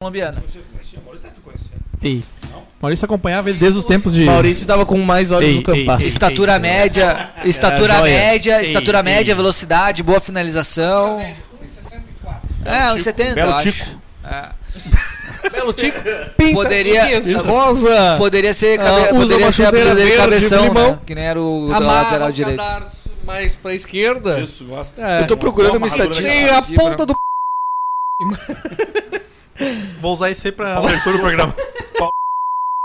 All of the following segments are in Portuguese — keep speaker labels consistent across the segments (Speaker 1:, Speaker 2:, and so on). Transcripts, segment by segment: Speaker 1: colombiana.
Speaker 2: Ei. Maurício acompanhava ele desde os tempos de.
Speaker 3: Maurício tava com mais horas
Speaker 2: Ei,
Speaker 3: no Campas.
Speaker 2: ei, ei.
Speaker 1: Estatura média, estatura
Speaker 3: joia.
Speaker 1: média,
Speaker 2: Ei,
Speaker 1: estatura
Speaker 2: ei.
Speaker 1: média, velocidade, boa finalização.
Speaker 3: um
Speaker 1: É, uns 70,
Speaker 4: Belo
Speaker 1: eu acho.
Speaker 4: tico.
Speaker 1: É.
Speaker 3: Belo Tico.
Speaker 1: Poderia-
Speaker 3: Rosa.
Speaker 1: Poderia ser, cabe...
Speaker 3: Ah, usa
Speaker 1: poderia
Speaker 3: uma
Speaker 1: ser a
Speaker 3: chuteira
Speaker 1: dele
Speaker 3: verde,
Speaker 1: cabeção,
Speaker 3: limão.
Speaker 1: né? que nem era o da
Speaker 3: Amarra
Speaker 1: lateral
Speaker 3: o
Speaker 1: direito.
Speaker 3: cadarço mais pra esquerda.
Speaker 4: Isso, gosta.
Speaker 3: É.
Speaker 4: É.
Speaker 3: Eu tô procurando uma
Speaker 1: estatística.
Speaker 3: Tem a
Speaker 1: Sim, pra-
Speaker 3: ponta do...
Speaker 2: Vou usar isso aí pra.
Speaker 4: Abertura do programa.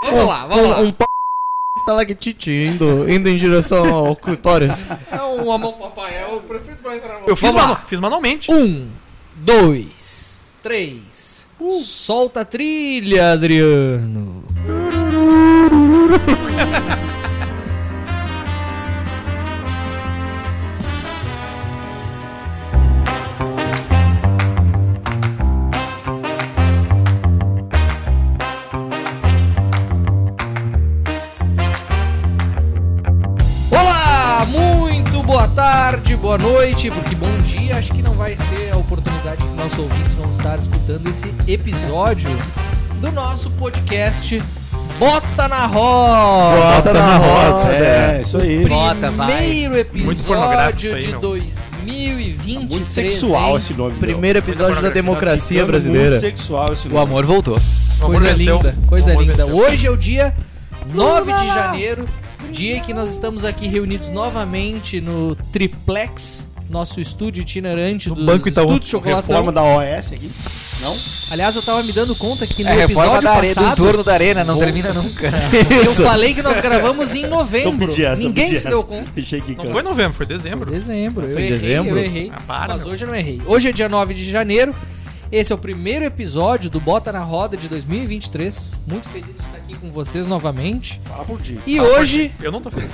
Speaker 3: Vamos lá, vamos lá. Um p... estalactite indo, indo em direção ao clitóris. É um amor papai, é o prefeito pra entrar no...
Speaker 2: Eu fiz,
Speaker 3: Vamos lá.
Speaker 2: manu- fiz manualmente.
Speaker 3: Um, dois, três. Solta a trilha, Adriano. Olá, muito boa tarde, boa noite, porque bom dia acho que não vai ser a oportunidade que nossos ouvintes vão estar escutando esse episódio do nosso podcast Bota na Roda.
Speaker 2: Bota na roda.
Speaker 4: É, isso aí.
Speaker 1: Bota, vai.
Speaker 3: Primeiro
Speaker 2: Muito pornográfico isso
Speaker 3: episódio
Speaker 2: aí,
Speaker 3: de
Speaker 2: meu.
Speaker 3: 2023.
Speaker 4: Muito sexual
Speaker 3: hein?
Speaker 4: esse nome.
Speaker 3: Primeiro episódio da
Speaker 2: pornográfica.
Speaker 3: democracia
Speaker 4: Tá Muito
Speaker 3: brasileira.
Speaker 4: sexual esse
Speaker 3: O
Speaker 4: nome.
Speaker 3: amor voltou.
Speaker 2: O amor
Speaker 3: Coisa
Speaker 2: venceu.
Speaker 3: linda, coisa
Speaker 2: O amor
Speaker 3: linda.
Speaker 2: venceu.
Speaker 3: Hoje é o dia 9 de janeiro, dia em que nós estamos aqui reunidos novamente no Triplex, nosso estúdio itinerante
Speaker 2: No
Speaker 3: do
Speaker 2: Banco Itaú.
Speaker 3: Estúdio Chocolatão.
Speaker 4: Reforma da OS aqui. Não?
Speaker 3: Aliás, eu tava me dando conta que no
Speaker 1: É a reforma
Speaker 3: episódio
Speaker 1: da arena, do
Speaker 3: passado
Speaker 1: entorno da arena, não termina nunca.
Speaker 3: eu falei que nós gravamos em novembro.
Speaker 4: pedi Então essa,
Speaker 3: Ninguém
Speaker 4: pedi
Speaker 3: se
Speaker 4: essa.
Speaker 3: deu conta.
Speaker 4: Deixei aqui,
Speaker 2: Não
Speaker 4: cara.
Speaker 2: foi em novembro, foi
Speaker 3: Foi
Speaker 2: dezembro.
Speaker 3: dezembro. Eu Foi em errei, dezembro? eu errei.
Speaker 2: Ah, para,
Speaker 3: mas
Speaker 2: meu.
Speaker 3: hoje eu não errei. Hoje é dia 9 de janeiro. Esse é o primeiro episódio do Bota na Roda de 2023. Muito feliz de estar aqui com vocês novamente.
Speaker 4: Fala por dia.
Speaker 3: E hoje,
Speaker 2: Ah, Eu não tô feliz.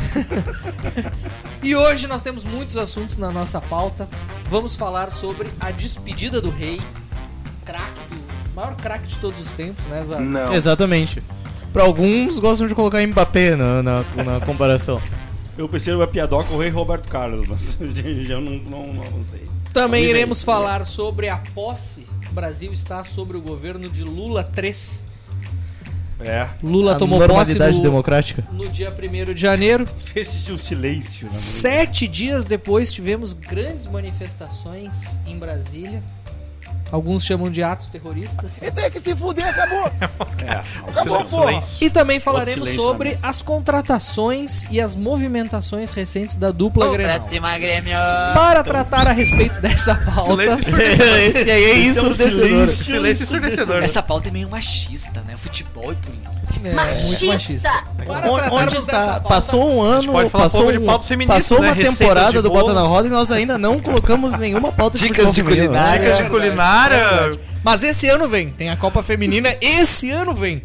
Speaker 3: e hoje nós temos muitos assuntos na nossa pauta. Vamos falar sobre a despedida do rei, craque do maior craque de todos os tempos, né, Zara?
Speaker 5: Exatamente. Pra alguns gostam de colocar Mbappé na, na, na comparação.
Speaker 4: Eu pensei no Piadoca com o Rei Roberto Carlos, mas já não, não, não sei.
Speaker 3: Também
Speaker 4: Tudo bem.
Speaker 3: iremos falar sobre a posse. O Brasil está sobre o governo de Lula 3.
Speaker 4: É.
Speaker 3: Lula
Speaker 5: a
Speaker 3: tomou posse
Speaker 5: normalidade
Speaker 3: no,
Speaker 5: democrática.
Speaker 3: no dia 1 de janeiro.
Speaker 4: Fez um silêncio. né?
Speaker 3: Sete dias depois tivemos grandes manifestações em Brasília. Alguns chamam de atos terroristas.
Speaker 4: É.
Speaker 2: Silêncio, silêncio.
Speaker 3: E também falaremos
Speaker 4: silêncio na
Speaker 3: sobre
Speaker 4: mesa.
Speaker 3: as contratações e as movimentações recentes da dupla Grenal.
Speaker 1: Grêmio.
Speaker 3: Para tratar a respeito dessa pauta,
Speaker 2: Silêncio ensurdecedor.
Speaker 5: Esse aí é
Speaker 4: Esse é um
Speaker 5: ensurdecedor.
Speaker 4: silêncio.
Speaker 2: Silêncio ensurdecedor.
Speaker 1: Essa pauta é meio machista, né? Futebol e punhal.
Speaker 3: é, muito machista. Para
Speaker 5: Onde- Onde
Speaker 3: tratarmos dessa
Speaker 5: está?
Speaker 3: pauta,
Speaker 5: Passou um ano,
Speaker 2: pode falar
Speaker 5: passou,
Speaker 2: pouco de
Speaker 5: um-
Speaker 2: pautas feministas,
Speaker 5: passou
Speaker 2: né?
Speaker 5: uma
Speaker 2: Receitas de
Speaker 5: temporada do Bota
Speaker 2: bolo.
Speaker 5: na Roda e nós ainda não colocamos nenhuma pauta de
Speaker 1: Dicas
Speaker 5: futebol
Speaker 1: de
Speaker 5: feminino, né?
Speaker 1: culinária.
Speaker 2: Dicas de
Speaker 3: É
Speaker 2: culinária.
Speaker 3: Mas esse ano vem, tem a Copa Feminina, esse ano vem.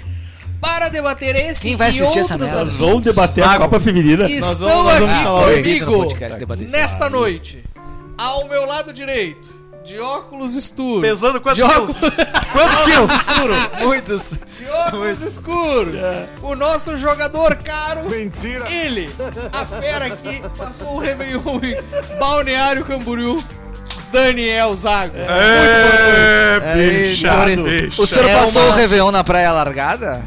Speaker 3: Para debater esse
Speaker 1: Quem vai
Speaker 3: e
Speaker 1: assistir essa
Speaker 3: outros
Speaker 1: merda?
Speaker 4: Nós vamos debater a
Speaker 2: Zago.
Speaker 4: Copa Feminina.
Speaker 3: Estão
Speaker 5: Nós vamos- nós vamos falar hoje
Speaker 3: aqui
Speaker 1: no
Speaker 3: comigo,
Speaker 1: podcast debater esse
Speaker 3: nesta noite, ao meu lado direito, de óculos escuros,
Speaker 2: Pesando quantos
Speaker 3: de óculos,
Speaker 2: quilos? Quantos quilos?
Speaker 1: Muitos.
Speaker 3: de óculos escuros,
Speaker 5: É.
Speaker 3: o nosso jogador caro, ele, a fera que passou o Réveillon em Balneário Camboriú, Daniel Zago.
Speaker 2: É,
Speaker 5: É, senhores,
Speaker 2: bicho.
Speaker 1: O senhor
Speaker 5: É
Speaker 1: passou
Speaker 5: uma-
Speaker 1: o Réveillon na praia largada?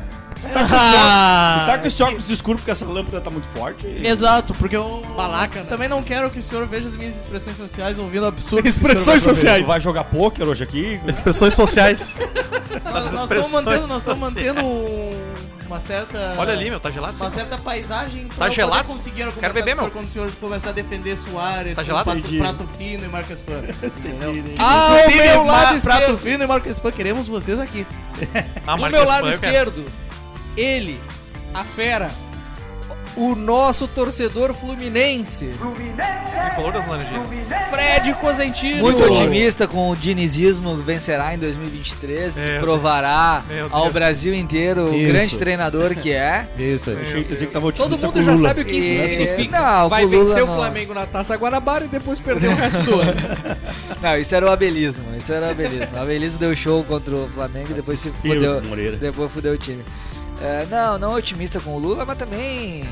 Speaker 5: Ah,
Speaker 4: Tá com esse óculos escuro porque essa lâmpada tá muito forte.
Speaker 5: Exato, porque eu
Speaker 3: Malaca, né?
Speaker 5: também não quero que o senhor veja as minhas expressões sociais ouvindo absurdo.
Speaker 4: Expressões sociais. Vai jogar pôquer hoje aqui.
Speaker 2: Expressões sociais.
Speaker 5: Nós, nós estamos
Speaker 2: expressões
Speaker 5: mantendo, nós estamos
Speaker 2: sociais.
Speaker 5: mantendo um- uma certa.
Speaker 2: Olha ali, meu, tá gelado.
Speaker 5: Uma certa paisagem pra
Speaker 2: Tá
Speaker 5: eu
Speaker 2: gelado?
Speaker 5: poder conseguir argumentar
Speaker 2: Quero beber,
Speaker 5: com o senhor
Speaker 2: meu.
Speaker 5: quando o senhor começar a defender Soares,
Speaker 2: Tá
Speaker 5: com
Speaker 2: gelado?
Speaker 5: prato,
Speaker 4: Entendi.
Speaker 5: prato fino e Marcas Pan.
Speaker 3: Ao
Speaker 5: Inclusive,
Speaker 3: meu
Speaker 5: Ma-
Speaker 3: lado esquerdo.
Speaker 5: Prato fino e Marcas Pan, queremos vocês aqui.
Speaker 2: Ah,
Speaker 3: Do
Speaker 2: Marcos
Speaker 3: meu lado
Speaker 2: Pan, eu quero.
Speaker 3: esquerdo, ele, a fera, o nosso torcedor fluminense,
Speaker 2: O color das laranjeiras.
Speaker 3: Fred Cosentino.
Speaker 1: Muito
Speaker 4: Muito
Speaker 1: otimista com o dinizismo, vencerá em 2023
Speaker 2: Meu
Speaker 1: e provará
Speaker 2: Meu Deus.
Speaker 1: ao Brasil inteiro o
Speaker 5: Isso.
Speaker 1: grande treinador que é.
Speaker 5: Isso aí.
Speaker 4: Achei que tava otimista
Speaker 3: Todo
Speaker 4: com
Speaker 3: mundo
Speaker 4: o
Speaker 3: já
Speaker 4: Lula.
Speaker 3: sabe o que isso
Speaker 1: E-
Speaker 3: significa.
Speaker 1: Não,
Speaker 3: Vai
Speaker 1: com o Lula
Speaker 3: vencer o
Speaker 1: não.
Speaker 3: Flamengo na Taça Guanabara e depois perder o resto do ano.
Speaker 1: Não, isso era o abelismo, isso era o abelismo. O abelismo deu show contra o Flamengo e depois se
Speaker 4: Desespero
Speaker 1: fudeu,
Speaker 4: do Moreira.
Speaker 1: depois fudeu o time. É, não, não otimista com o Lula, mas também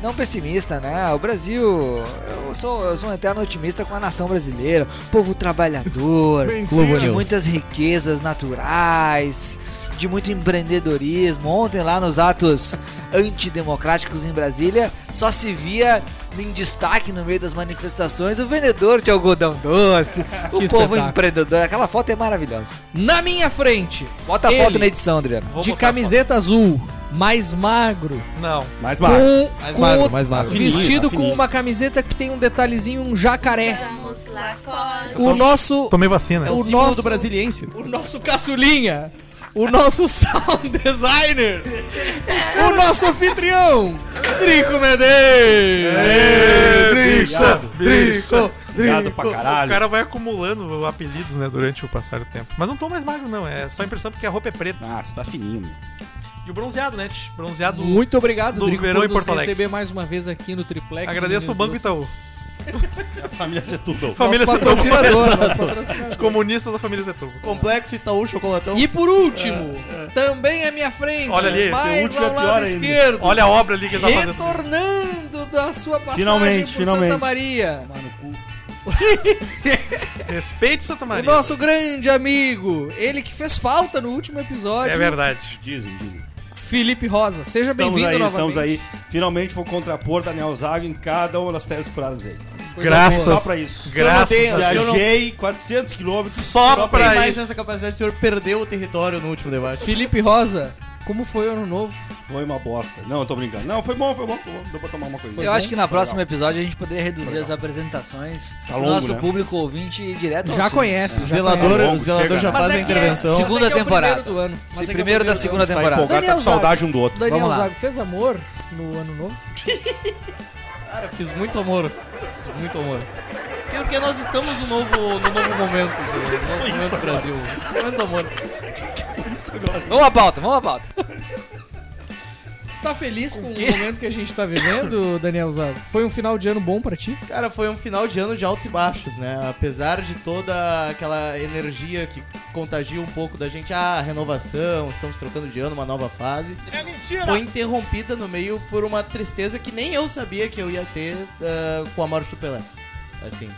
Speaker 1: não pessimista, né? O Brasil, eu sou, eu sou um eterno otimista com a nação brasileira, povo trabalhador,
Speaker 5: Globo
Speaker 1: de
Speaker 5: News.
Speaker 1: muitas riquezas naturais, de muito empreendedorismo. Ontem, lá nos atos antidemocráticos em Brasília, só se via em destaque no meio das manifestações o vendedor de algodão doce, o povo
Speaker 3: espetáculo.
Speaker 1: empreendedor. Aquela foto é maravilhosa.
Speaker 3: Na minha frente,
Speaker 1: Bota a
Speaker 3: Ele.
Speaker 1: foto na edição, Adriano.
Speaker 4: Vou
Speaker 3: de
Speaker 4: botar
Speaker 3: camiseta azul, mais magro,
Speaker 2: Não.
Speaker 4: foto. Mais
Speaker 3: com,
Speaker 4: baixo.
Speaker 5: Mais
Speaker 3: com
Speaker 5: magro, mais magro.
Speaker 4: Fininho,
Speaker 3: vestido
Speaker 4: fininho.
Speaker 3: com uma camiseta que tem um detalhezinho, um jacaré.
Speaker 6: Vamos lá, Cosmo.
Speaker 3: O nosso,
Speaker 2: Tomei vacina.
Speaker 3: É o
Speaker 5: símbolo
Speaker 3: nosso-
Speaker 5: do brasiliense.
Speaker 3: o nosso caçulinha, o nosso sound designer, o nosso anfitrião, Drico Medeiros.
Speaker 5: Drico, Drico,
Speaker 4: Obrigado pra
Speaker 2: O
Speaker 4: caralho.
Speaker 2: cara vai acumulando apelidos, né, durante o passar do tempo. Mas não tô mais magro, não. É só a impressão porque a roupa é preta.
Speaker 4: Ah, você tá fininho, meu.
Speaker 2: E o bronzeado, né? tch? Bronzeado.
Speaker 3: Muito obrigado,
Speaker 2: Do
Speaker 3: Drico,
Speaker 2: verão
Speaker 3: por
Speaker 2: em
Speaker 3: nos
Speaker 2: Porto Alegre.
Speaker 3: receber mais uma vez aqui no Triplex.
Speaker 2: Agradeço ao
Speaker 3: Menino
Speaker 2: Banco
Speaker 3: Deus.
Speaker 2: Itaú.
Speaker 4: A família Setúbal.
Speaker 2: Família
Speaker 3: nosso
Speaker 2: Setúbal.
Speaker 3: patrocinador, nosso patrocinador.
Speaker 2: Os comunistas da família Setúbal.
Speaker 5: Complexo Itaú Chocolatão.
Speaker 3: E por último, também à minha frente,
Speaker 2: Olha ali, esse
Speaker 3: mais
Speaker 4: último é
Speaker 3: ao
Speaker 4: pior
Speaker 3: lado
Speaker 4: ainda.
Speaker 3: esquerdo,
Speaker 2: Olha a obra ali que ele tá fazendo.
Speaker 3: retornando da sua passagem
Speaker 4: Finalmente,
Speaker 3: por Santa
Speaker 4: finalmente.
Speaker 3: Maria,
Speaker 4: Tomar no cu.
Speaker 2: Respeite Santa
Speaker 3: o
Speaker 2: Maria.
Speaker 3: nosso grande amigo, ele que fez falta no último episódio,
Speaker 2: É verdade.
Speaker 4: Dizem, dizem.
Speaker 3: Felipe Rosa. Seja
Speaker 4: Estamos
Speaker 3: bem-vindo
Speaker 4: aí,
Speaker 3: novamente.
Speaker 4: estamos aí. Finalmente vou contrapor Daniel Zago em cada uma das teses furadas dele.
Speaker 3: Coisa
Speaker 2: Graças.
Speaker 3: boa.
Speaker 4: Só pra isso.
Speaker 2: Graças a Deus.
Speaker 4: Viajei 400 quilômetros
Speaker 2: Só pra
Speaker 5: Tem mais
Speaker 2: isso.
Speaker 5: essa capacidade, o senhor perdeu o território no último debate.
Speaker 3: Felipe Rosa, como foi o ano novo?
Speaker 4: Foi uma bosta. Não, eu tô brincando. Não, foi bom, foi bom. Foi bom. Deu pra tomar uma coisa.
Speaker 1: Eu acho que na
Speaker 4: Foi
Speaker 1: próxima
Speaker 4: é. legal.
Speaker 1: episódio a gente poderia reduzir as apresentações
Speaker 4: Tá
Speaker 1: pro
Speaker 4: longo,
Speaker 1: nosso
Speaker 4: né?
Speaker 1: público ouvinte e direto ao
Speaker 3: Já
Speaker 1: assunto.
Speaker 3: conhece, já
Speaker 5: zelador,
Speaker 3: conhece.
Speaker 4: Tá bom,
Speaker 5: o zelador
Speaker 4: chega.
Speaker 5: já
Speaker 4: Mas
Speaker 5: faz
Speaker 6: é
Speaker 5: a
Speaker 6: que é-
Speaker 5: intervenção.
Speaker 1: Segunda
Speaker 3: Mas é que é o
Speaker 1: temporada.
Speaker 3: primeiro do ano. Mas é que
Speaker 1: Esse
Speaker 3: é o
Speaker 1: primeiro da
Speaker 3: do
Speaker 1: segunda
Speaker 3: ano.
Speaker 4: Tá empolgado,
Speaker 1: temporada.
Speaker 4: tá
Speaker 3: Daniel
Speaker 4: com saudade um do outro.
Speaker 3: Daniel
Speaker 1: Vamos lá.
Speaker 3: Zago fez amor no ano novo?
Speaker 5: Cara, fiz muito amor. Fiz muito amor. Porque nós estamos no novo, no novo momento, Zé. No novo momento Brasil. Momento amor.
Speaker 1: Vamos à pauta, vamos à pauta.
Speaker 3: Tá feliz com o momento que a gente tá vivendo, Daniel Zago? Foi um final de ano bom pra ti?
Speaker 5: Cara, foi um final de ano de altos e baixos, né? Apesar de toda aquela energia que contagia um pouco da gente, ah, renovação, estamos trocando de ano, uma nova fase. É mentira! Foi interrompida no meio por uma tristeza que nem eu sabia que eu ia ter ah, com a morte do Pelé. Assim.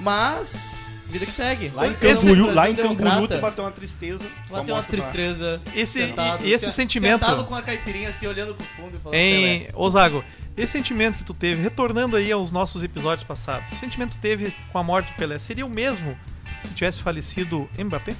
Speaker 5: Mas, vida que segue.
Speaker 4: Lá em
Speaker 5: Condição
Speaker 4: Camboriú,
Speaker 5: do
Speaker 4: lá em
Speaker 5: Brasil
Speaker 4: Camboriú
Speaker 5: democrata.
Speaker 4: tu bateu uma tristeza.
Speaker 5: é Bateu uma tristeza.
Speaker 2: Esse-
Speaker 5: sentado,
Speaker 2: e esse
Speaker 5: se-
Speaker 2: sentimento-
Speaker 5: Sentado com a caipirinha assim, olhando pro fundo e falando.
Speaker 2: Em
Speaker 5: Pelé.
Speaker 2: Osago, esse sentimento que tu teve, retornando aí aos nossos episódios passados, esse sentimento que tu teve com a morte do Pelé, seria o mesmo se tivesse falecido Mbappé?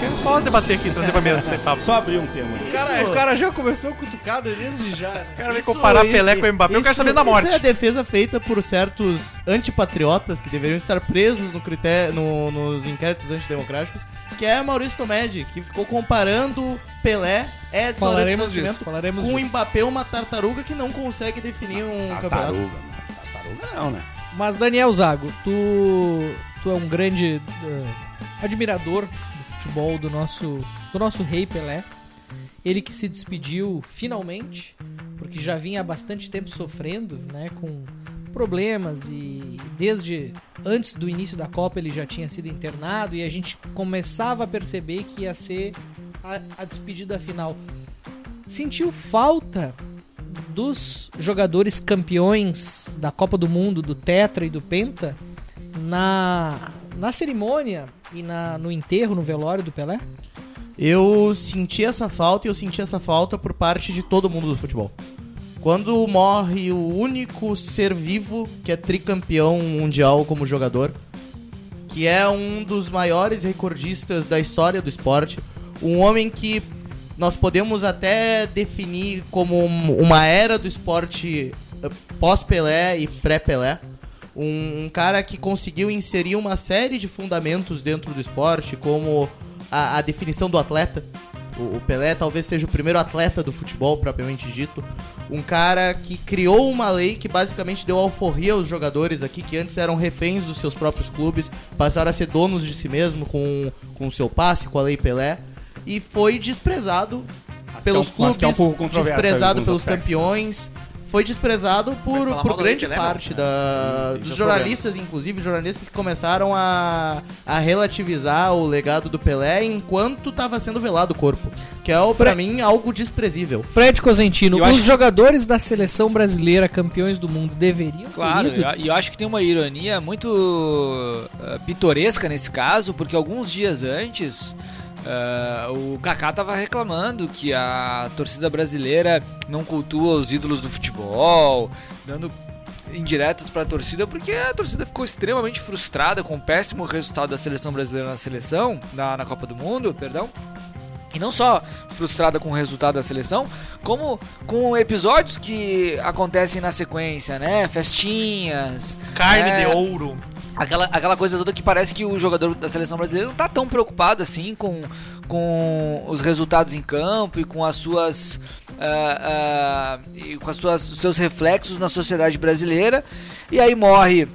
Speaker 2: Quero só debater aqui, trazer pra mesa esse papo.
Speaker 4: Só abrir um tema.
Speaker 5: Isso-
Speaker 3: Cara, o cara já começou cutucada desde já. né?
Speaker 2: O cara vai
Speaker 5: Isso
Speaker 2: comparar
Speaker 5: aí-
Speaker 2: Pelé com Mbappé, eu quero
Speaker 5: isso-
Speaker 2: saber da morte.
Speaker 5: Isso é a defesa feita por certos antipatriotas que deveriam estar presos no critério, no- nos inquéritos antidemocráticos, que é Maurício Tomedi, que ficou comparando Pelé, Edson Arantes
Speaker 3: Falaremos
Speaker 5: Nascimento,
Speaker 3: disso, falaremos
Speaker 5: com o
Speaker 3: disso.
Speaker 5: Mbappé, uma tartaruga que não consegue definir um campeonato.
Speaker 4: Tartaruga. né? Tartaruga não, né?
Speaker 3: Mas, Daniel Zago, tu, tu é um grande eh, admirador do futebol do nosso, do nosso rei Pelé. Ele que se despediu finalmente, porque já vinha há bastante tempo sofrendo, né, com problemas e desde antes do início da Copa ele já tinha sido internado e a gente começava a perceber que ia ser a, a despedida final. Sentiu falta dos jogadores campeões da Copa do Mundo, do Tetra e do Penta, na, na cerimônia e na, no enterro, no velório do Pelé?
Speaker 5: Eu senti essa falta e eu senti essa falta por parte de todo mundo do futebol. Quando morre o único ser vivo que é tricampeão mundial como jogador, que é um dos maiores recordistas da história do esporte, um homem que nós podemos até definir como um- uma era do esporte eh, pós-Pelé e pré-Pelé. Um, um cara que conseguiu inserir uma série de fundamentos dentro do esporte, como a, a definição do atleta. O, o Pelé talvez seja o primeiro atleta do futebol, propriamente dito. Um cara que criou uma lei que basicamente deu alforria aos jogadores aqui, que antes eram reféns dos seus próprios clubes, passaram a ser donos de si mesmo com com o seu passe, com a lei Pelé, e foi desprezado
Speaker 4: Mas
Speaker 5: pelos
Speaker 4: que é um-
Speaker 5: clubes,
Speaker 4: mas que é um pouco controverso em
Speaker 5: desprezado
Speaker 4: alguns
Speaker 5: pelos
Speaker 4: aspectos.
Speaker 5: campeões, foi desprezado por,
Speaker 2: falar
Speaker 5: por
Speaker 2: mal da
Speaker 5: grande
Speaker 2: Lei Pelé,
Speaker 5: parte da-
Speaker 4: Hum,
Speaker 2: Esse é
Speaker 4: um
Speaker 5: dos
Speaker 2: o
Speaker 5: jornalistas, inclusive, jornalistas que começaram a, a relativizar o legado do Pelé enquanto estava sendo velado o corpo, que é,
Speaker 3: Fre-
Speaker 5: para mim, algo desprezível.
Speaker 3: Fred Cosentino,
Speaker 1: Eu
Speaker 3: os
Speaker 1: acho-
Speaker 3: jogadores da seleção brasileira campeões do mundo deveriam ter
Speaker 1: Claro,
Speaker 3: ido?
Speaker 1: e eu acho que tem uma
Speaker 6: eh,
Speaker 1: ironia muito ah, pitoresca nesse caso, porque alguns dias antes
Speaker 6: Ah, o Kaká tava reclamando que a torcida brasileira não cultua os ídolos do futebol, dando indiretas pra torcida, porque a torcida ficou extremamente frustrada com o péssimo resultado da seleção brasileira na seleção, na, na Copa do Mundo, perdão. E não só frustrada com o resultado da seleção, como com episódios que acontecem na sequência, né? Festinhas.
Speaker 2: Carne
Speaker 6: né?
Speaker 2: de ouro.
Speaker 6: Aquela, aquela coisa toda que parece que o jogador da seleção brasileira não tá tão preocupado assim com, com os resultados em campo e com as suas. ah, ah, e com as suas, os seus reflexos na sociedade brasileira. E aí morre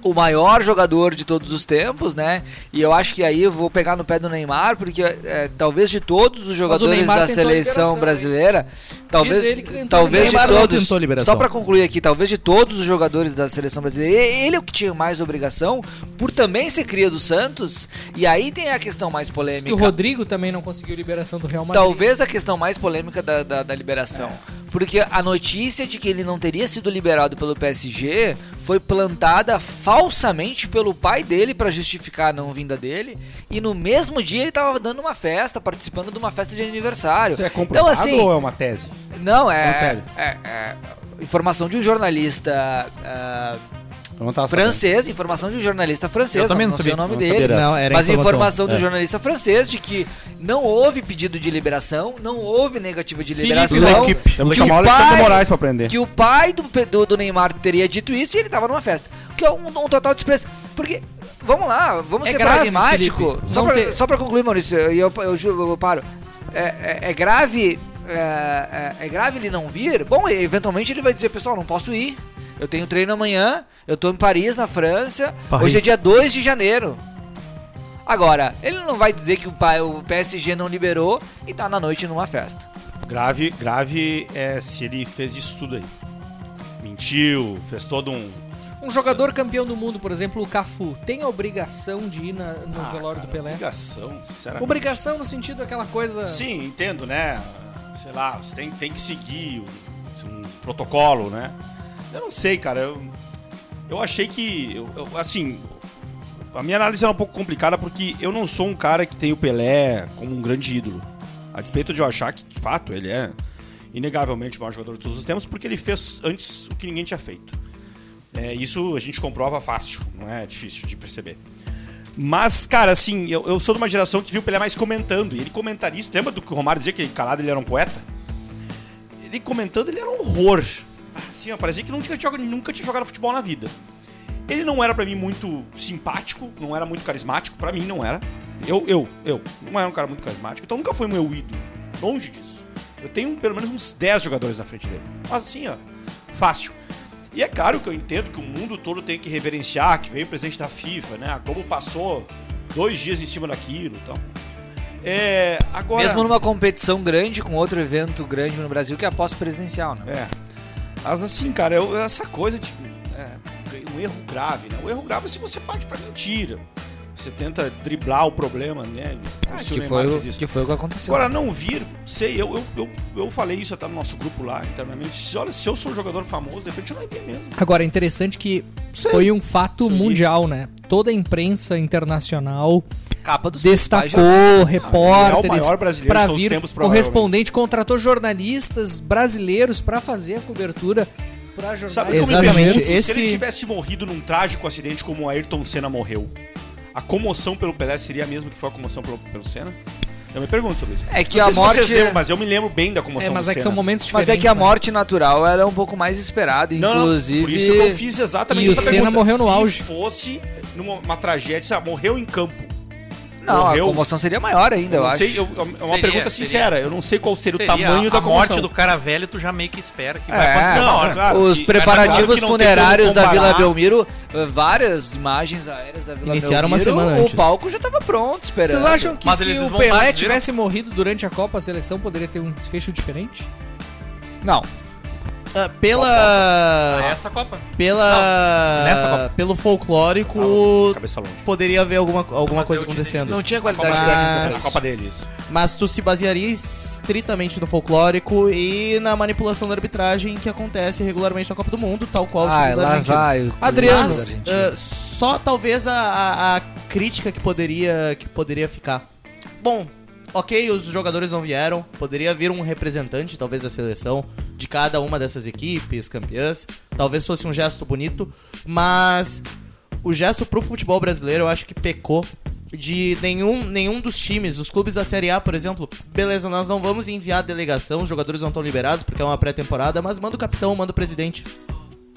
Speaker 6: o maior jogador de todos os tempos, né? E eu acho que aí eu vou pegar no pé do Neymar, porque eh, talvez de todos os jogadores
Speaker 3: Neymar
Speaker 6: da
Speaker 3: tentou a liberação,
Speaker 6: seleção
Speaker 3: hein?
Speaker 6: brasileira, talvez,
Speaker 3: ele que tentou a
Speaker 6: talvez de
Speaker 5: liberação. Neymar não
Speaker 6: todos,
Speaker 5: tentou a liberação.
Speaker 6: só pra concluir aqui, talvez de todos os jogadores da seleção brasileira, e- ele é o que tinha mais obrigação, por também ser cria do Santos, e aí tem a questão mais
Speaker 3: Diz
Speaker 6: polêmica.
Speaker 1: é
Speaker 3: que o Rodrigo também não conseguiu liberação do Real Madrid.
Speaker 6: Talvez a questão mais polêmica da, da, da liberação. Porque a notícia de que ele não teria sido liberado pelo PSG foi plantada falsamente pelo pai dele pra justificar a não vinda dele. E no mesmo dia ele tava dando uma festa, participando de uma festa de aniversário.
Speaker 7: Isso é comprovado
Speaker 6: então, assim,
Speaker 7: ou é uma tese?
Speaker 6: não, é.
Speaker 7: Não, sério.
Speaker 6: é- é informação de um jornalista. ah,
Speaker 7: Eu não tava sabendo.
Speaker 6: francês, informação de um jornalista francês,
Speaker 2: Eu também
Speaker 6: não,
Speaker 2: não
Speaker 6: sei
Speaker 2: sabia.
Speaker 6: o nome
Speaker 7: Não
Speaker 6: dele.
Speaker 7: sabia dessa.
Speaker 5: Não, era
Speaker 6: mas
Speaker 5: informação.
Speaker 6: informação do
Speaker 5: É.
Speaker 6: um jornalista francês de que não houve pedido de liberação, não houve negativa de
Speaker 2: Felipe
Speaker 6: liberação.
Speaker 2: Lequipe.
Speaker 7: Temos que
Speaker 6: Que
Speaker 7: chamar o
Speaker 6: o
Speaker 7: Alexandre
Speaker 6: pai-
Speaker 7: Moraes pra aprender.
Speaker 6: Que o pai do, Pe- do, do Neymar teria dito isso e ele tava numa festa. Que é um, um total desprezo. Porque, vamos lá, vamos
Speaker 3: É
Speaker 6: ser
Speaker 3: grave,
Speaker 6: pragmático.
Speaker 3: Felipe.
Speaker 6: Só
Speaker 3: Não
Speaker 6: pra,
Speaker 3: ter-
Speaker 6: só pra concluir, Maurício, e eu, eu, juro, eu paro. É, é- é grave. É, é- é grave ele não vir? Bom, e- eventualmente ele vai dizer, pessoal, não posso ir. Eu tenho treino amanhã, eu tô em Paris, na França.
Speaker 2: Paris.
Speaker 6: Hoje é dia 2 de janeiro. Agora, ele não vai dizer que o, pai, o PSG não liberou e tá na noite numa festa.
Speaker 4: Grave, grave é se ele fez isso tudo aí. Mentiu, fez todo um.
Speaker 3: Um jogador campeão do mundo, por exemplo, o Cafu, tem a obrigação de ir na- no
Speaker 1: Ah,
Speaker 3: velório
Speaker 4: Ah,
Speaker 3: do Pelé?
Speaker 4: Obrigação, é sinceramente.
Speaker 3: Obrigação no sentido daquela coisa...
Speaker 4: Sim, entendo, né? Sei lá, você tem, tem que seguir um, um protocolo, né? Eu não sei, cara. Eu, eu achei que. eu- eu, assim, a minha análise é um pouco complicada porque eu não sou um cara que tem o Pelé como um grande ídolo. A despeito de eu achar que, de fato, ele é inegavelmente o maior jogador de todos os tempos, porque ele fez antes o que ninguém tinha feito. É, isso a gente comprova fácil, não é difícil de perceber. Mas, cara, assim, eu, eu sou de uma geração que viu o Pelé mais comentando. E ele comentarista, lembra do que o Romário dizia que calado ele era um poeta? Ele comentando, ele era um horror. Assim, ó, parecia que nunca tinha, nunca tinha jogado futebol na vida. Ele não era pra mim muito simpático, não era muito carismático, pra mim não era. Eu, eu, eu, não era um cara muito carismático, então nunca foi meu ídolo. Longe disso. Eu tenho pelo menos uns 10 jogadores na frente dele. Mas assim, ó, fácil. E é claro que eu entendo que o mundo todo tem que reverenciar, que veio o presidente da FIFA, né? A Globo passou dois dias em cima daquilo e tal. É, agora...
Speaker 6: Mesmo numa competição grande, com outro evento grande no Brasil, que é a pós-presidencial, né?
Speaker 4: É. Mas assim, cara, eu- essa coisa de. É, um erro grave, né? O erro grave é se você parte pra mentira. Você tenta driblar o problema, né? Como se o
Speaker 6: Ah, que,
Speaker 4: Neymar
Speaker 6: foi o,
Speaker 4: fez isso.
Speaker 6: que foi o que aconteceu.
Speaker 4: Agora, não vir, sei, eu, eu, eu, eu falei isso até no nosso grupo lá internamente. Se, olha, se eu sou um jogador famoso, de repente eu não iria mesmo.
Speaker 3: Agora, é interessante que
Speaker 4: Sim.
Speaker 3: foi um fato
Speaker 4: Sim.
Speaker 3: mundial, né? Toda a imprensa internacional
Speaker 6: capa dos principais
Speaker 3: destacou
Speaker 6: jornais.
Speaker 4: Ele é o
Speaker 3: repórteres
Speaker 4: maior brasileiro
Speaker 3: para
Speaker 4: de todos os
Speaker 3: vir
Speaker 4: tempos, provavelmente.
Speaker 3: correspondente, contratou jornalistas brasileiros para fazer a cobertura para jornais
Speaker 4: Sabe como
Speaker 5: Exatamente,
Speaker 4: me
Speaker 3: brasileiros.
Speaker 4: pergunto? Se ele
Speaker 5: esse-
Speaker 4: tivesse morrido num trágico acidente como o Ayrton Senna morreu, a comoção pelo Pelé seria a mesma que foi a comoção pelo, pelo Senna? Eu me pergunto sobre isso.
Speaker 6: É que
Speaker 4: Não
Speaker 6: a
Speaker 4: sei se
Speaker 6: morte.
Speaker 4: vocês lembram, mas eu me lembro bem da comoção
Speaker 3: É, mas
Speaker 4: do
Speaker 3: é que
Speaker 4: Senna.
Speaker 3: são momentos
Speaker 6: Mas
Speaker 3: diferentes.
Speaker 6: é que a
Speaker 3: né?
Speaker 6: morte natural era um pouco mais esperada, inclusive.
Speaker 4: por isso que eu fiz exatamente
Speaker 3: E o
Speaker 4: essa
Speaker 3: Senna
Speaker 4: pergunta.
Speaker 3: morreu no
Speaker 4: Se
Speaker 3: auge.
Speaker 4: fosse numa uma tragédia, sabe, morreu em campo.
Speaker 6: Não,
Speaker 4: Morreu.
Speaker 6: a comoção seria maior ainda, eu,
Speaker 4: não
Speaker 6: acho.
Speaker 4: sei, eu- é uma
Speaker 2: Seria,
Speaker 4: pergunta
Speaker 2: seria.
Speaker 4: sincera. Eu não sei qual seria,
Speaker 2: Seria
Speaker 4: o tamanho
Speaker 2: a,
Speaker 4: da
Speaker 2: a morte
Speaker 4: comoção.
Speaker 2: do cara velho, tu já meio que espera que
Speaker 6: É,
Speaker 2: vai acontecer na
Speaker 4: não,
Speaker 2: hora.
Speaker 4: claro.
Speaker 6: Os
Speaker 4: que-
Speaker 6: preparativos
Speaker 4: claro que não tem
Speaker 6: funerários
Speaker 4: como
Speaker 6: da
Speaker 4: comparar.
Speaker 6: Vila Belmiro, eh, várias imagens aéreas da Vila
Speaker 5: Iniciaram uma
Speaker 6: Belmiro,
Speaker 5: semana
Speaker 6: o
Speaker 5: antes.
Speaker 6: palco já tava pronto
Speaker 4: é
Speaker 6: esperando.
Speaker 3: Vocês acham que
Speaker 2: Mas
Speaker 3: se
Speaker 2: eles
Speaker 3: o
Speaker 2: vão
Speaker 3: Pelé
Speaker 2: bater-
Speaker 3: tivesse morrido durante a Copa, a seleção poderia ter um desfecho diferente?
Speaker 6: Não.
Speaker 5: Ah, pela.
Speaker 2: É essa a Copa.
Speaker 5: pela.
Speaker 2: Não, nessa Copa.
Speaker 5: Pelo folclórico,
Speaker 4: Calma, cabeça longe.
Speaker 5: poderia haver alguma, alguma
Speaker 2: mas
Speaker 5: coisa
Speaker 2: eu te
Speaker 5: acontecendo.
Speaker 6: Não tinha
Speaker 4: Copa
Speaker 6: qualidade
Speaker 5: Mas-
Speaker 6: técnica.
Speaker 4: dele, na Copa dele, isso.
Speaker 5: Mas tu se basearia estritamente no folclórico e na manipulação da arbitragem que acontece regularmente na Copa do Mundo, tal qual o
Speaker 6: Ai,
Speaker 5: time da
Speaker 6: lá
Speaker 5: Argentina.
Speaker 6: vai. o
Speaker 5: Adriano, ah,
Speaker 6: curioso da
Speaker 5: mas,
Speaker 6: Argentina.
Speaker 5: ah, só talvez a, a- a crítica que poderia, que poderia ficar. bom, ok, os jogadores não vieram. Poderia vir um representante, talvez da seleção, de cada uma dessas equipes campeãs. Talvez fosse um gesto bonito, mas o gesto pro futebol brasileiro eu acho que pecou de nenhum, nenhum dos times, os clubes da Série A, por exemplo, beleza, nós não vamos enviar a delegação, os jogadores não estão liberados porque é uma pré-temporada, mas manda o capitão, manda o presidente.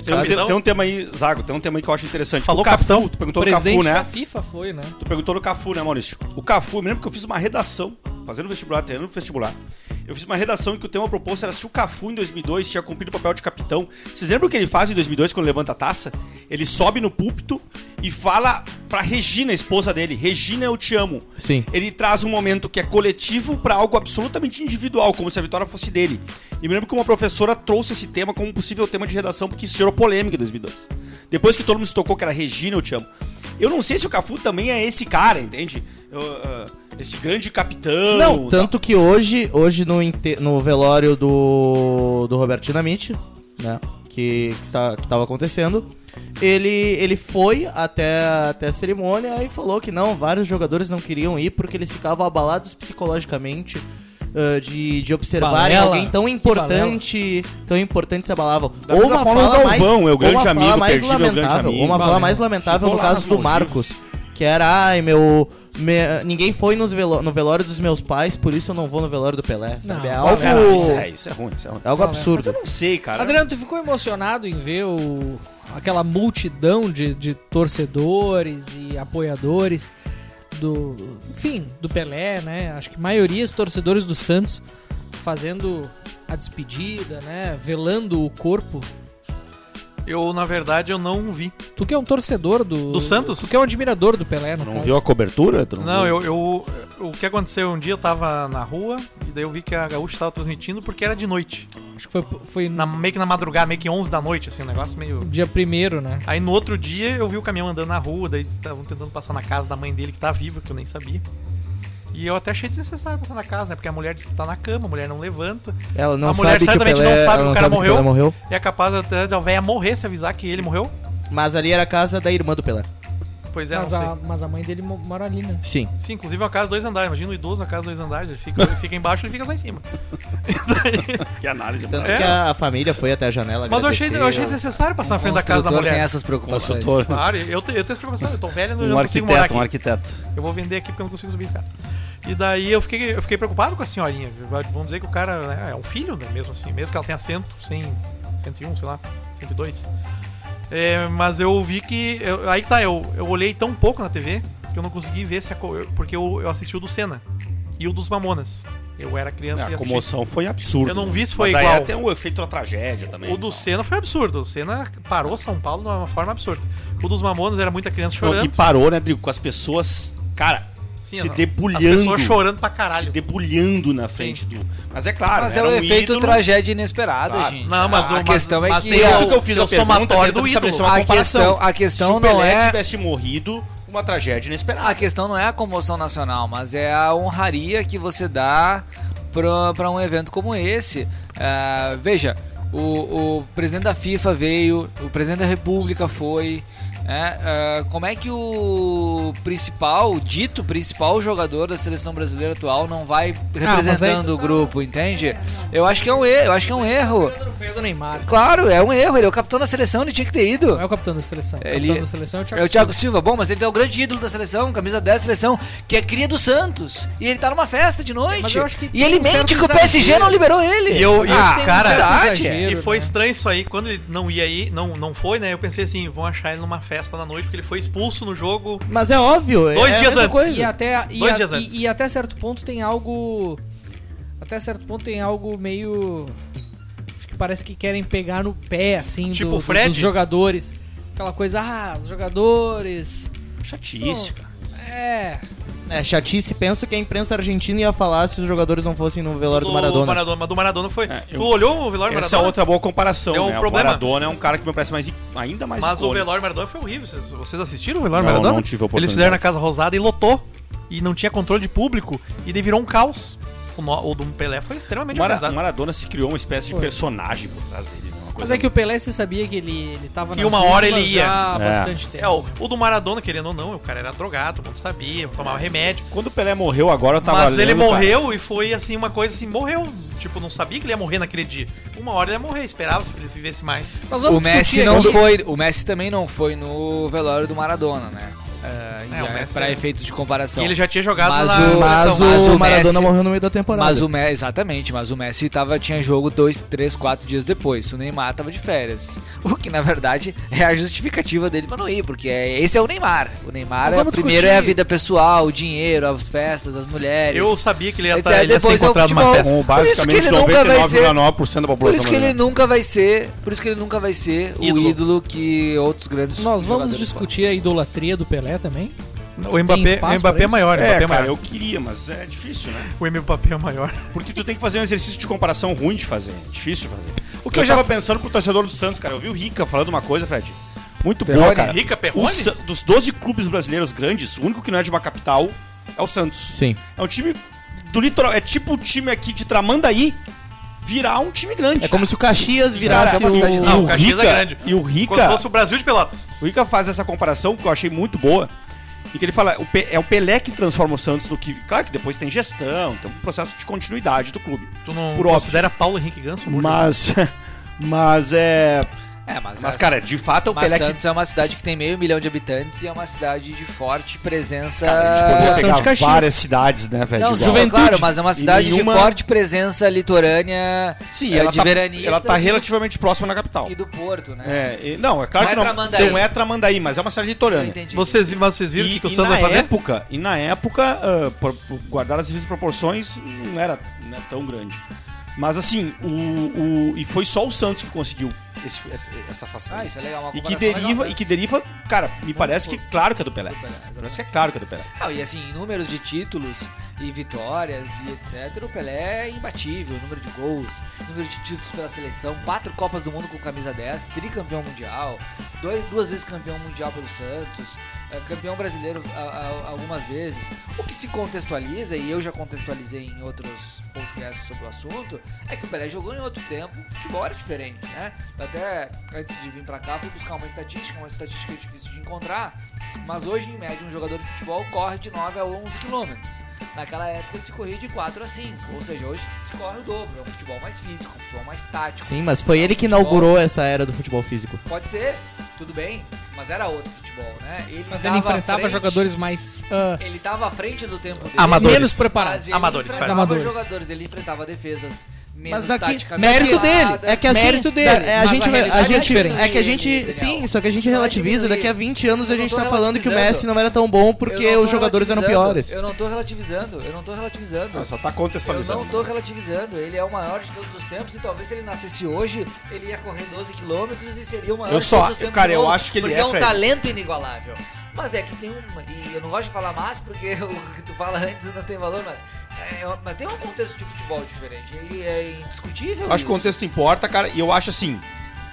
Speaker 4: Tem, um-
Speaker 5: Sabe?
Speaker 4: tem- tem um tema aí, Zago, tem um tema aí que eu acho interessante.
Speaker 2: Falou
Speaker 4: o Cafu,
Speaker 2: capitão.
Speaker 4: tu perguntou do
Speaker 3: Presidente
Speaker 4: Cafu, né?
Speaker 3: da FIFA foi, né?
Speaker 4: Tu perguntou no Cafu, né, Maurício? O Cafu, eu me lembro que eu fiz uma redação, fazendo vestibular, treinando pro vestibular. Eu fiz uma redação em que o tema proposto era se o Cafu em 2002 tinha cumprido o papel de capitão. Vocês lembram o que ele faz em 2002 quando levanta a taça? Ele sobe no púlpito e fala pra Regina, a esposa dele: Regina, eu te amo.
Speaker 5: Sim.
Speaker 4: Ele traz um momento que é coletivo pra algo absolutamente individual, como se a vitória fosse dele. E me lembro que uma professora trouxe esse tema como um possível tema de redação, porque isso gerou polêmica em 2002. Depois que todo mundo se tocou que era Regina, eu te amo. Eu não sei se o Cafu também é esse cara, entende? Eu, ah, esse grande capitão.
Speaker 5: Não, tanto que hoje, hoje no, inte- no velório do, do Roberto Dinamite, né, que, que, está, que tava acontecendo, ele, ele foi até, até a cerimônia e falou que não, vários jogadores não queriam ir porque eles ficavam abalados psicologicamente ah, de, de observarem
Speaker 3: Balela.
Speaker 5: alguém tão
Speaker 3: Que
Speaker 5: importante, tão importante se abalavam.
Speaker 4: Da mesma forma, o Galvão é o
Speaker 5: ou
Speaker 4: grande
Speaker 5: uma fala
Speaker 4: amigo,
Speaker 5: mais
Speaker 4: perdido é o grande
Speaker 5: lamentável,
Speaker 4: amigo.
Speaker 5: ou uma fala mais lamentável no
Speaker 4: Ficou lá
Speaker 5: caso
Speaker 4: nas
Speaker 5: do
Speaker 4: Maldivas.
Speaker 5: Marcos, que era, ai, meu. me- ninguém foi nos velo- no velório dos meus pais, por isso eu não vou no velório do Pelé, sabe? é
Speaker 3: Não,
Speaker 5: algo,
Speaker 4: É, não, isso, é, isso é ruim, isso é ruim.
Speaker 5: é algo
Speaker 3: Não, é.
Speaker 4: Mas eu
Speaker 5: absurdo.
Speaker 4: não sei, cara.
Speaker 3: Adriano, tu ficou emocionado em ver o- aquela multidão de, de torcedores e apoiadores do. Enfim, do Pelé, né? Acho que a maioria dos torcedores do Santos fazendo a despedida, né? Velando o corpo.
Speaker 2: Eu, na verdade, eu não vi.
Speaker 3: Tu que é um torcedor do.
Speaker 2: Do Santos?
Speaker 3: Tu que é um admirador do Pelé, no
Speaker 4: Não
Speaker 3: caso.
Speaker 4: viu a cobertura? Tu
Speaker 2: Não,
Speaker 4: viu?
Speaker 2: eu, eu- O que aconteceu um dia, eu tava na rua, e daí eu vi que a Gaúcha tava transmitindo porque era de noite.
Speaker 3: Acho que foi, foi
Speaker 2: Na- meio que na madrugada, meio que 11 da noite, assim, um negócio meio.
Speaker 3: dia primeiro, né?
Speaker 2: Aí no outro dia eu vi o caminhão andando na rua, daí estavam tentando passar na casa da mãe dele que tá viva, que eu nem sabia. E eu até achei desnecessário passar na casa, né? Porque a mulher diz que tá na cama, a mulher não levanta.
Speaker 5: Ela não
Speaker 2: a mulher
Speaker 5: sabe que o Pelé,
Speaker 2: certamente não sabe
Speaker 5: ela
Speaker 2: que
Speaker 5: não
Speaker 2: o cara
Speaker 5: sabe que o Pelé morreu.
Speaker 2: E é capaz até da véia morrer se avisar que ele morreu.
Speaker 5: Mas ali era a casa da irmã do Pelé.
Speaker 2: Pois é,
Speaker 3: Mas
Speaker 2: não sei.
Speaker 3: a, mas a mãe dele mo- mora ali, né?
Speaker 5: Sim.
Speaker 2: Sim, inclusive é uma casa dois andares. Imagina o idoso na casa dois andares. Ele fica, ele fica embaixo e ele fica lá em cima.
Speaker 4: Que análise,
Speaker 5: Tanto
Speaker 4: maravilhosa.
Speaker 5: é que a família foi até a janela.
Speaker 2: É? Mas eu achei,
Speaker 5: agradecer.
Speaker 2: eu achei desnecessário passar na frente da casa da
Speaker 1: Construtor tem
Speaker 2: mulher.
Speaker 1: essas preocupações.
Speaker 4: Consultor.
Speaker 2: Claro, eu, te- eu tenho essa preocupação, eu tô velho, eu
Speaker 4: Um
Speaker 2: não consigo morar aqui.
Speaker 4: arquiteto, um arquiteto.
Speaker 2: Eu vou vender aqui porque eu não consigo subir esse cara. E daí eu fiquei, eu fiquei preocupado com a senhorinha. Vai- Vamos dizer que o cara né, é um filho, né? Mesmo assim, mesmo que ela tenha 100, 100 101, sei lá, 102. É, mas eu vi que. eu- aí que tá, eu, eu olhei tão pouco na TV que eu não consegui ver se a. co- eu- Porque eu, eu assisti o do Senna e o dos Mamonas. Eu era criança e
Speaker 4: A
Speaker 2: assisti.
Speaker 4: comoção foi absurda.
Speaker 2: Eu não vi se foi
Speaker 4: né? Mas
Speaker 2: igual.
Speaker 4: aí até o efeito da tragédia também.
Speaker 2: O do
Speaker 4: Então.
Speaker 2: Senna foi absurdo. O Senna parou São Paulo de uma forma absurda. O dos Mamonas era muita criança
Speaker 4: Não,
Speaker 2: chorando.
Speaker 4: E parou, né, Drico? Com as pessoas, cara,
Speaker 2: Sim,
Speaker 4: se
Speaker 2: as
Speaker 4: debulhando.
Speaker 2: As pessoas chorando pra caralho.
Speaker 4: Se debulhando na frente do. Mas é claro,
Speaker 1: Mas
Speaker 4: né,
Speaker 1: é o
Speaker 4: era um
Speaker 1: efeito
Speaker 4: ídolo.
Speaker 1: tragédia inesperada,
Speaker 4: Claro.
Speaker 1: gente.
Speaker 2: Não, mas
Speaker 1: a
Speaker 2: o-
Speaker 1: questão
Speaker 2: mas- mas
Speaker 1: é que
Speaker 2: tem
Speaker 4: Por
Speaker 2: isso
Speaker 4: isso que eu fiz
Speaker 2: é
Speaker 4: a
Speaker 2: o somatório
Speaker 4: pergunta, tentando
Speaker 2: do
Speaker 4: estabelecer
Speaker 2: ídolo.
Speaker 4: uma
Speaker 1: A
Speaker 4: comparação.
Speaker 1: questão- a questão
Speaker 4: Se o
Speaker 1: não
Speaker 4: Pelé
Speaker 1: é-
Speaker 4: tivesse morrido, uma tragédia inesperada.
Speaker 1: A questão não é a comoção nacional, mas é a honraria que você dá pra pra um evento como esse. Ah, veja, o, o presidente da FIFA veio, o presidente da República foi. né? Ah, como é que o principal, dito principal jogador da seleção brasileira atual não vai
Speaker 3: Ah, mas aí então tá
Speaker 1: representando
Speaker 3: tu
Speaker 1: o grupo, entende? Eu acho que é um erro, eu acho que é um erro.
Speaker 3: do Neymar.
Speaker 1: Claro, é um erro, ele é o capitão da seleção, ele tinha que ter ido.
Speaker 3: Não é o capitão da seleção. O
Speaker 1: Ele-
Speaker 3: capitão da seleção é o Thiago
Speaker 1: É o Thiago
Speaker 3: Silva.
Speaker 1: Silva, bom, mas ele é o grande ídolo da seleção, camisa 10 da seleção, que é cria do Santos. E ele tá numa festa de noite.
Speaker 3: Mas eu acho que
Speaker 1: e
Speaker 3: tem
Speaker 1: ele
Speaker 3: um
Speaker 1: mente
Speaker 3: certo
Speaker 1: que o PSG
Speaker 3: exagero. Ah,
Speaker 1: não liberou ele.
Speaker 2: E eu-
Speaker 1: Mas
Speaker 2: e eu-
Speaker 1: acho que
Speaker 6: um
Speaker 1: tem
Speaker 2: cara,
Speaker 4: é
Speaker 1: ansiedade.
Speaker 3: exagero.
Speaker 2: E
Speaker 3: Pedro,
Speaker 2: foi
Speaker 3: né?
Speaker 2: estranho isso aí, quando ele não ia aí, não, não foi, né? Eu pensei assim, vão achar ele numa festa na noite, porque ele foi expulso no jogo.
Speaker 5: Mas é óbvio.
Speaker 2: Dois
Speaker 5: é a
Speaker 2: dias
Speaker 5: mesma
Speaker 2: antes.
Speaker 5: coisa.
Speaker 3: E até, e,
Speaker 2: Dois
Speaker 3: a-
Speaker 2: dias
Speaker 3: e-
Speaker 2: antes.
Speaker 3: e até certo ponto tem algo. Até certo ponto tem algo meio. Acho que parece que querem pegar no pé, assim,
Speaker 2: Tipo
Speaker 3: do-
Speaker 2: o
Speaker 3: do-
Speaker 2: Fred?
Speaker 3: dos jogadores. Aquela coisa, ah, os jogadores.
Speaker 4: Chatice,
Speaker 3: São-
Speaker 4: cara.
Speaker 3: É.
Speaker 5: É chatice, penso que a imprensa argentina ia falar se os jogadores não fossem no velório do Maradona.
Speaker 2: mas do Maradona foi.
Speaker 4: É, eu-
Speaker 2: Tu olhou o velório do
Speaker 4: Essa é
Speaker 2: Maradona?
Speaker 4: outra boa comparação.
Speaker 2: É um
Speaker 4: né?
Speaker 2: problema.
Speaker 4: O Maradona é um cara que me parece mais, i- ainda mais
Speaker 2: Mas o
Speaker 4: icônico.
Speaker 2: velório do Maradona foi horrível. Vocês, vocês assistiram o velório do
Speaker 4: Não,
Speaker 2: Maradona?
Speaker 4: não tive a
Speaker 2: Eles
Speaker 4: oportunidade.
Speaker 2: fizeram na Casa Rosada e lotou. E não tinha controle de público. E daí virou um caos. O, no- o do Pelé foi extremamente
Speaker 4: Mara-
Speaker 2: organizado.
Speaker 4: Maradona se criou uma espécie de
Speaker 3: Foi.
Speaker 4: personagem por trás dele. né? uma
Speaker 3: Mas
Speaker 4: coisa.
Speaker 3: é que o Pelé se sabia que ele, ele tava
Speaker 2: Que
Speaker 3: nas
Speaker 2: uma hora
Speaker 3: últimas
Speaker 2: ele ia.
Speaker 3: já há
Speaker 4: É.
Speaker 3: bastante tempo.
Speaker 2: É, o, o do Maradona, querendo ou não, o cara era drogado, todo mundo sabia, tomava remédio.
Speaker 4: Quando o Pelé morreu agora, eu tava
Speaker 2: Mas ele
Speaker 4: lendo, tá, cara.
Speaker 2: morreu e foi assim, uma coisa assim, morreu. Tipo, não sabia que ele ia morrer naquele dia. Uma hora ele ia morrer, esperava-se que ele vivesse mais.
Speaker 3: Nós
Speaker 6: O
Speaker 3: vamos
Speaker 6: Messi
Speaker 3: discutir
Speaker 6: não
Speaker 3: aqui.
Speaker 6: foi, o Messi também não foi no velório do Maradona, né? É,
Speaker 2: É, o Messi
Speaker 6: para
Speaker 2: é-
Speaker 6: efeitos de comparação.
Speaker 2: E ele já tinha jogado
Speaker 6: Então, Mas
Speaker 2: na
Speaker 6: o-
Speaker 5: Mas
Speaker 2: seleção.
Speaker 6: Mas
Speaker 5: o
Speaker 6: o
Speaker 5: Maradona
Speaker 6: Messi-
Speaker 5: morreu no meio da temporada.
Speaker 6: Mas o Messi, exatamente, mas o Messi tava, tinha jogo dois, três, quatro dias depois. O Neymar tava de férias. O que, na verdade, é a justificativa dele pra não ir, porque é- esse é o Neymar. O Neymar,
Speaker 3: Nós
Speaker 6: é-
Speaker 3: vamos
Speaker 6: primeiro
Speaker 3: discutir.
Speaker 6: é a vida pessoal, o dinheiro, as festas, as mulheres.
Speaker 2: Eu sabia que ele ia,
Speaker 6: Ele
Speaker 2: tá,
Speaker 6: disse,
Speaker 2: ele ia ser
Speaker 6: depois é o
Speaker 2: encontrado numa
Speaker 6: futebol.
Speaker 2: festa.
Speaker 4: Com
Speaker 6: Por isso que
Speaker 4: basicamente
Speaker 6: ele nunca vai
Speaker 4: 99,9% da população
Speaker 6: Por isso que ele
Speaker 4: brasileira.
Speaker 6: nunca vai ser, por isso que ele nunca vai ser
Speaker 2: Ídolo.
Speaker 6: o ídolo que outros grandes
Speaker 3: Nós vamos
Speaker 6: jogadores
Speaker 3: discutir a idolatria do Pelé também.
Speaker 2: O Mbappé,
Speaker 3: espaço
Speaker 2: o Mbappé
Speaker 3: pra
Speaker 2: é maior, o
Speaker 4: É,
Speaker 2: Mbappé é
Speaker 4: cara,
Speaker 2: maior.
Speaker 4: eu queria, mas é difícil, né?
Speaker 2: O Mbappé é maior.
Speaker 4: Porque tu tem que fazer um exercício de comparação ruim de fazer. É difícil de fazer. O que
Speaker 2: Eu
Speaker 4: eu, já
Speaker 2: tava-
Speaker 4: tava pensando pro torcedor do Santos, cara. Eu vi o Rica falando uma coisa, Fred. Muito boa,
Speaker 6: Perrone?
Speaker 4: cara.
Speaker 2: Rica é Perrone?
Speaker 4: O Sa- dos 12 clubes brasileiros grandes, o único que não é de uma capital é o Santos.
Speaker 5: Sim.
Speaker 4: É um time do litoral. É tipo o time aqui de Tramandaí virar um time grande.
Speaker 5: É como se o Caxias virasse
Speaker 4: é uma cidade-
Speaker 5: o...
Speaker 4: Não,
Speaker 2: o Caxias é
Speaker 4: Rica-
Speaker 2: grande.
Speaker 4: e o
Speaker 2: Como
Speaker 4: Rica-
Speaker 2: se fosse o Brasil de Pelotas.
Speaker 4: O Ica faz essa comparação que eu achei muito boa. E que ele fala, o Pe- é o Pelé que transforma o Santos no que. Claro que depois tem gestão, tem um processo de continuidade do clube.
Speaker 2: Tu não
Speaker 4: Por óbvio.
Speaker 2: considera Paulo Henrique Ganso? um bom
Speaker 4: Mas. Mas é.
Speaker 6: do futebol. É, mas,
Speaker 4: Mas,
Speaker 6: mas,
Speaker 4: cara, de fato é o
Speaker 6: mas
Speaker 4: Pelé que.
Speaker 6: Santos é uma cidade que tem meio milhão de habitantes e é uma cidade de forte presença.
Speaker 4: Cara, a gente
Speaker 3: São
Speaker 4: poderia
Speaker 3: de
Speaker 4: pegar
Speaker 3: Caxias.
Speaker 4: várias cidades, né, velho?
Speaker 6: Não,
Speaker 4: igual.
Speaker 6: Juventude. Claro, mas é uma
Speaker 4: E
Speaker 6: cidade
Speaker 4: nenhuma-
Speaker 6: de forte presença litorânea
Speaker 4: Sim,
Speaker 6: eh,
Speaker 4: ela
Speaker 6: de
Speaker 4: tá,
Speaker 6: veranistas
Speaker 4: ela tá
Speaker 6: e do-
Speaker 4: relativamente próxima da capital.
Speaker 6: e do Porto, né?
Speaker 4: É, e- não, é claro
Speaker 6: Não
Speaker 4: que não.
Speaker 6: é Tramandaí.
Speaker 4: Não é Tramandaí, mas é uma cidade
Speaker 6: Eu
Speaker 4: litorânea.
Speaker 6: entendi.
Speaker 2: Vocês viram, mas vocês viram o
Speaker 4: E,
Speaker 2: que, que o
Speaker 4: e
Speaker 2: Santos
Speaker 4: na
Speaker 2: vai fazer?
Speaker 4: época, e na época, ah, por- por guardar as devidas proporções, não era né, tão grande. Mas assim, o, o- e foi só o Santos que conseguiu esse- essa- essa
Speaker 6: Ah,
Speaker 4: façanha.
Speaker 6: isso é legal, uma
Speaker 4: e que
Speaker 6: comparação
Speaker 4: deriva,
Speaker 6: legal, né?
Speaker 4: e que deriva, cara, me parece que claro que é do Pelé.
Speaker 6: Do Pelé, exatamente.
Speaker 4: Parece que é claro que é do Pelé.
Speaker 6: assim, Não, e assim, em números de títulos e vitórias e etc, o Pelé é imbatível, número de gols, número de títulos pela seleção, quatro Copas do Mundo com camisa 10, tricampeão mundial, dois, duas vezes campeão mundial pelo Santos, eh, campeão brasileiro a- a- algumas vezes. O que se contextualiza, e eu já contextualizei em outros podcasts sobre o assunto, é que o Pelé jogou em outro tempo, o futebol era diferente, né? Eu Até antes de vir pra cá, fui buscar uma estatística, uma estatística difícil de encontrar, mas hoje, em média, um jogador de futebol corre de 9 a 11 quilômetros. Naquela época se corria de 4 a 5, ou seja, hoje se corre o dobro. É um futebol mais físico, um futebol mais tático.
Speaker 5: Sim, mas foi ele que inaugurou essa era do futebol físico.
Speaker 6: Pode ser, tudo bem, mas era outro futebol, né? Ele
Speaker 3: Mas
Speaker 6: tava
Speaker 3: ele
Speaker 6: à
Speaker 3: enfrentava
Speaker 6: frente-
Speaker 3: jogadores mais ah,
Speaker 6: Ele tava à frente do tempo dele.
Speaker 2: Amadores.
Speaker 3: menos preparados.
Speaker 6: Mas ele
Speaker 2: Amadores,
Speaker 6: enfrentava
Speaker 3: parece.
Speaker 6: jogadores, ele enfrentava defesas menos
Speaker 5: Mas daqui-
Speaker 6: taticamente
Speaker 3: Mérito dele.
Speaker 6: erradas.
Speaker 5: É que assim,
Speaker 3: mérito dele.
Speaker 5: da- é, a
Speaker 3: mas
Speaker 5: gente,
Speaker 3: a
Speaker 5: a,
Speaker 3: realidade é
Speaker 5: gente,
Speaker 3: diferente.
Speaker 5: é que a
Speaker 6: Daniel.
Speaker 5: gente, sim, só que a gente
Speaker 6: Não é
Speaker 5: relativiza,
Speaker 6: diminuir.
Speaker 5: daqui a 20 anos
Speaker 6: Eu
Speaker 5: a
Speaker 6: não
Speaker 5: gente
Speaker 6: tô
Speaker 5: tá falando que o
Speaker 6: relativizando.
Speaker 5: Messi não era tão bom porque
Speaker 6: Eu não tô
Speaker 5: os jogadores eram
Speaker 6: relativizando,
Speaker 5: piores. Ah,
Speaker 6: Eu não tô relativizando, eu não tô relativizando.
Speaker 4: Não, só tá
Speaker 6: Eu
Speaker 4: contextualizando.
Speaker 6: não tô relativizando, ele é o maior de todos os tempos e talvez se ele nascesse hoje, ele ia correr 12 quilômetros e seria o maior
Speaker 4: Eu
Speaker 6: de
Speaker 4: só-
Speaker 6: todos os tempos.
Speaker 4: cara,
Speaker 6: de
Speaker 4: eu
Speaker 6: novo,
Speaker 4: acho que ele
Speaker 6: porque
Speaker 4: é,
Speaker 6: é um
Speaker 4: Fred.
Speaker 6: talento inigualável. Mas é que tem um. E eu não gosto de falar mais porque o que tu fala antes não tem valor, mas. é, é, mas tem um contexto de futebol diferente. Ele é indiscutível.
Speaker 4: Eu acho que o
Speaker 6: isso.
Speaker 4: contexto importa, cara, e eu acho assim,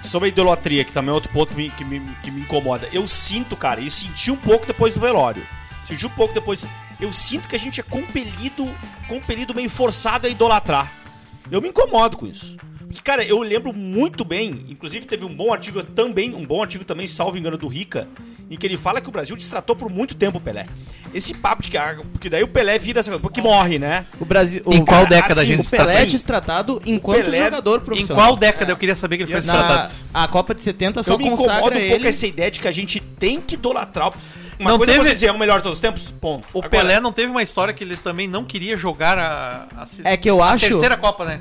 Speaker 4: sobre a idolatria, que também é outro ponto que me, que me- que me incomoda, eu sinto, cara, e senti um pouco depois do velório. Senti um pouco depois. Eu sinto que a gente é compelido, compelido meio forçado a idolatrar. Eu me incomodo com isso. Porque, cara, eu lembro muito bem, inclusive teve um bom artigo também, um bom artigo também, salvo engano, do Rica, em que ele fala que o Brasil destratou por muito tempo o Pelé. Esse papo de que, ah, porque daí o Pelé vira essa coisa, porque morre, né?
Speaker 5: O Brasil,
Speaker 2: Em
Speaker 5: o-
Speaker 2: qual década a
Speaker 5: assim,
Speaker 2: gente
Speaker 5: o
Speaker 2: está
Speaker 5: Pelé é
Speaker 4: assim?
Speaker 5: destratado enquanto
Speaker 4: Pelé-
Speaker 5: jogador
Speaker 2: Em
Speaker 5: profissional.
Speaker 2: qual década eu queria saber que ele foi
Speaker 5: Na,
Speaker 2: tratado?
Speaker 5: a Copa de 70 só
Speaker 4: eu me
Speaker 5: consagra
Speaker 4: incomodo um pouco
Speaker 5: ele.
Speaker 4: essa ideia de que a gente tem que idolatrar. o- Uma
Speaker 2: Não
Speaker 4: coisa
Speaker 2: teve-
Speaker 4: é você dizer, é o melhor de todos os tempos, ponto.
Speaker 2: O
Speaker 4: Agora,
Speaker 2: Pelé não teve uma história que ele também não queria jogar a, a se-
Speaker 5: É que eu
Speaker 2: a
Speaker 5: acho-
Speaker 2: terceira Copa, né?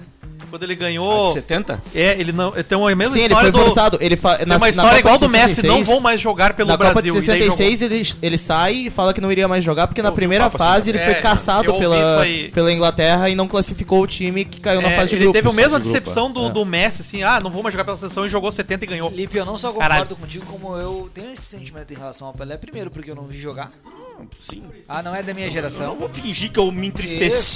Speaker 2: Quando ele
Speaker 4: a Ah, de
Speaker 2: ganhou.
Speaker 4: 70?
Speaker 2: É, ele não. ele Tem uma mesma
Speaker 5: Sim, ele
Speaker 2: história
Speaker 5: foi
Speaker 2: do-
Speaker 5: forçado. Ele fa...
Speaker 2: Tem uma história igual do Messi, não vão
Speaker 5: mais
Speaker 2: mais jogar pelo
Speaker 5: na Copa de
Speaker 2: Brasil. e daí jogou.
Speaker 5: 66 ele, ele sai e fala que não iria mais jogar porque na
Speaker 4: Eu ouvi
Speaker 5: primeira
Speaker 4: um papo assim
Speaker 5: fase ele
Speaker 2: também.
Speaker 5: foi
Speaker 2: É, eu
Speaker 5: caçado
Speaker 2: ouvi isso
Speaker 5: pela,
Speaker 2: aí.
Speaker 5: pela Inglaterra e não classificou o time que caiu na
Speaker 2: É,
Speaker 5: fase de
Speaker 2: ele
Speaker 5: grupos.
Speaker 2: teve a mesma
Speaker 5: De grupo.
Speaker 2: decepção do,
Speaker 5: É.
Speaker 2: do Messi, assim, ah, não vou mais jogar pela seleção e jogou 70 e ganhou.
Speaker 6: Lipe, eu não só concordo
Speaker 2: Caralho.
Speaker 6: contigo, como eu tenho esse sentimento em relação ao Pelé. Primeiro, porque eu não vi jogar.
Speaker 4: Sim.
Speaker 6: Ah, não é da minha
Speaker 4: Eu não
Speaker 6: geração.
Speaker 4: vou fingir que eu me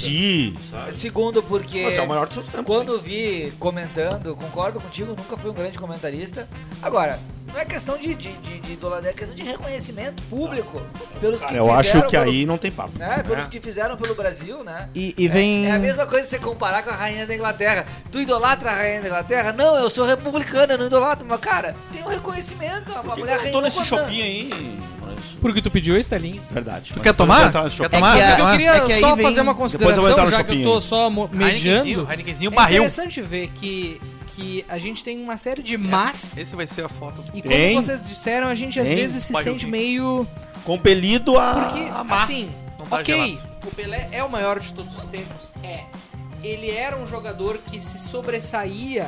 Speaker 4: entristeci. sabe?
Speaker 6: Segundo, porque.
Speaker 4: Mas é o melhor de todos os tempos.
Speaker 6: Quando vi comentando, concordo contigo, nunca fui um grande comentarista. Agora, Não é questão de, de, de, de idolatria, é questão de reconhecimento público pelos que
Speaker 4: Cara, eu
Speaker 6: fizeram
Speaker 4: acho que
Speaker 6: pelo-
Speaker 4: aí não tem papo.
Speaker 6: né, pelos
Speaker 4: né?
Speaker 6: que fizeram pelo Brasil, né?
Speaker 5: E, e vem.
Speaker 6: É a mesma coisa que você comparar com a rainha da Inglaterra. Tu idolatra a rainha da Inglaterra? Não, eu sou republicana, eu não idolatro. Mas, cara, tem um reconhecimento. Uma
Speaker 4: Por que
Speaker 6: mulher
Speaker 4: que eu
Speaker 6: rainha
Speaker 4: É. tô nesse
Speaker 6: do
Speaker 4: shopping aí, Maurício?
Speaker 3: Porque tu pediu esse telinho.
Speaker 4: Verdade.
Speaker 2: Tu
Speaker 4: Mas
Speaker 2: quer
Speaker 4: eu vou
Speaker 2: tomar?
Speaker 4: entrar nesse
Speaker 2: Quer
Speaker 4: shoppinho.
Speaker 2: tomar?
Speaker 5: É
Speaker 3: Mas
Speaker 5: que
Speaker 3: eu
Speaker 5: a-
Speaker 3: queria
Speaker 5: é que aí
Speaker 3: só
Speaker 5: vem-
Speaker 3: fazer uma
Speaker 4: depois eu vou entrar
Speaker 3: consideração,
Speaker 4: no
Speaker 3: já que eu
Speaker 4: shoppinho.
Speaker 3: tô só mo- mediando.
Speaker 2: Heinekenzinho,
Speaker 3: É
Speaker 2: barril.
Speaker 3: interessante ver que, que a gente tem uma série de mas.
Speaker 2: Esse vai ser a foto.
Speaker 3: E
Speaker 4: Tem.
Speaker 3: como vocês disseram, a gente às
Speaker 4: Tem.
Speaker 3: vezes se
Speaker 2: Pode
Speaker 3: sente
Speaker 2: ouvir.
Speaker 3: meio.
Speaker 4: Compelido a.
Speaker 2: Ah,
Speaker 3: Porque,
Speaker 2: amar.
Speaker 3: assim,
Speaker 2: Não tá pode
Speaker 3: ok, o Pelé é o maior de todos os tempos. É. Ele era um jogador que se sobressaía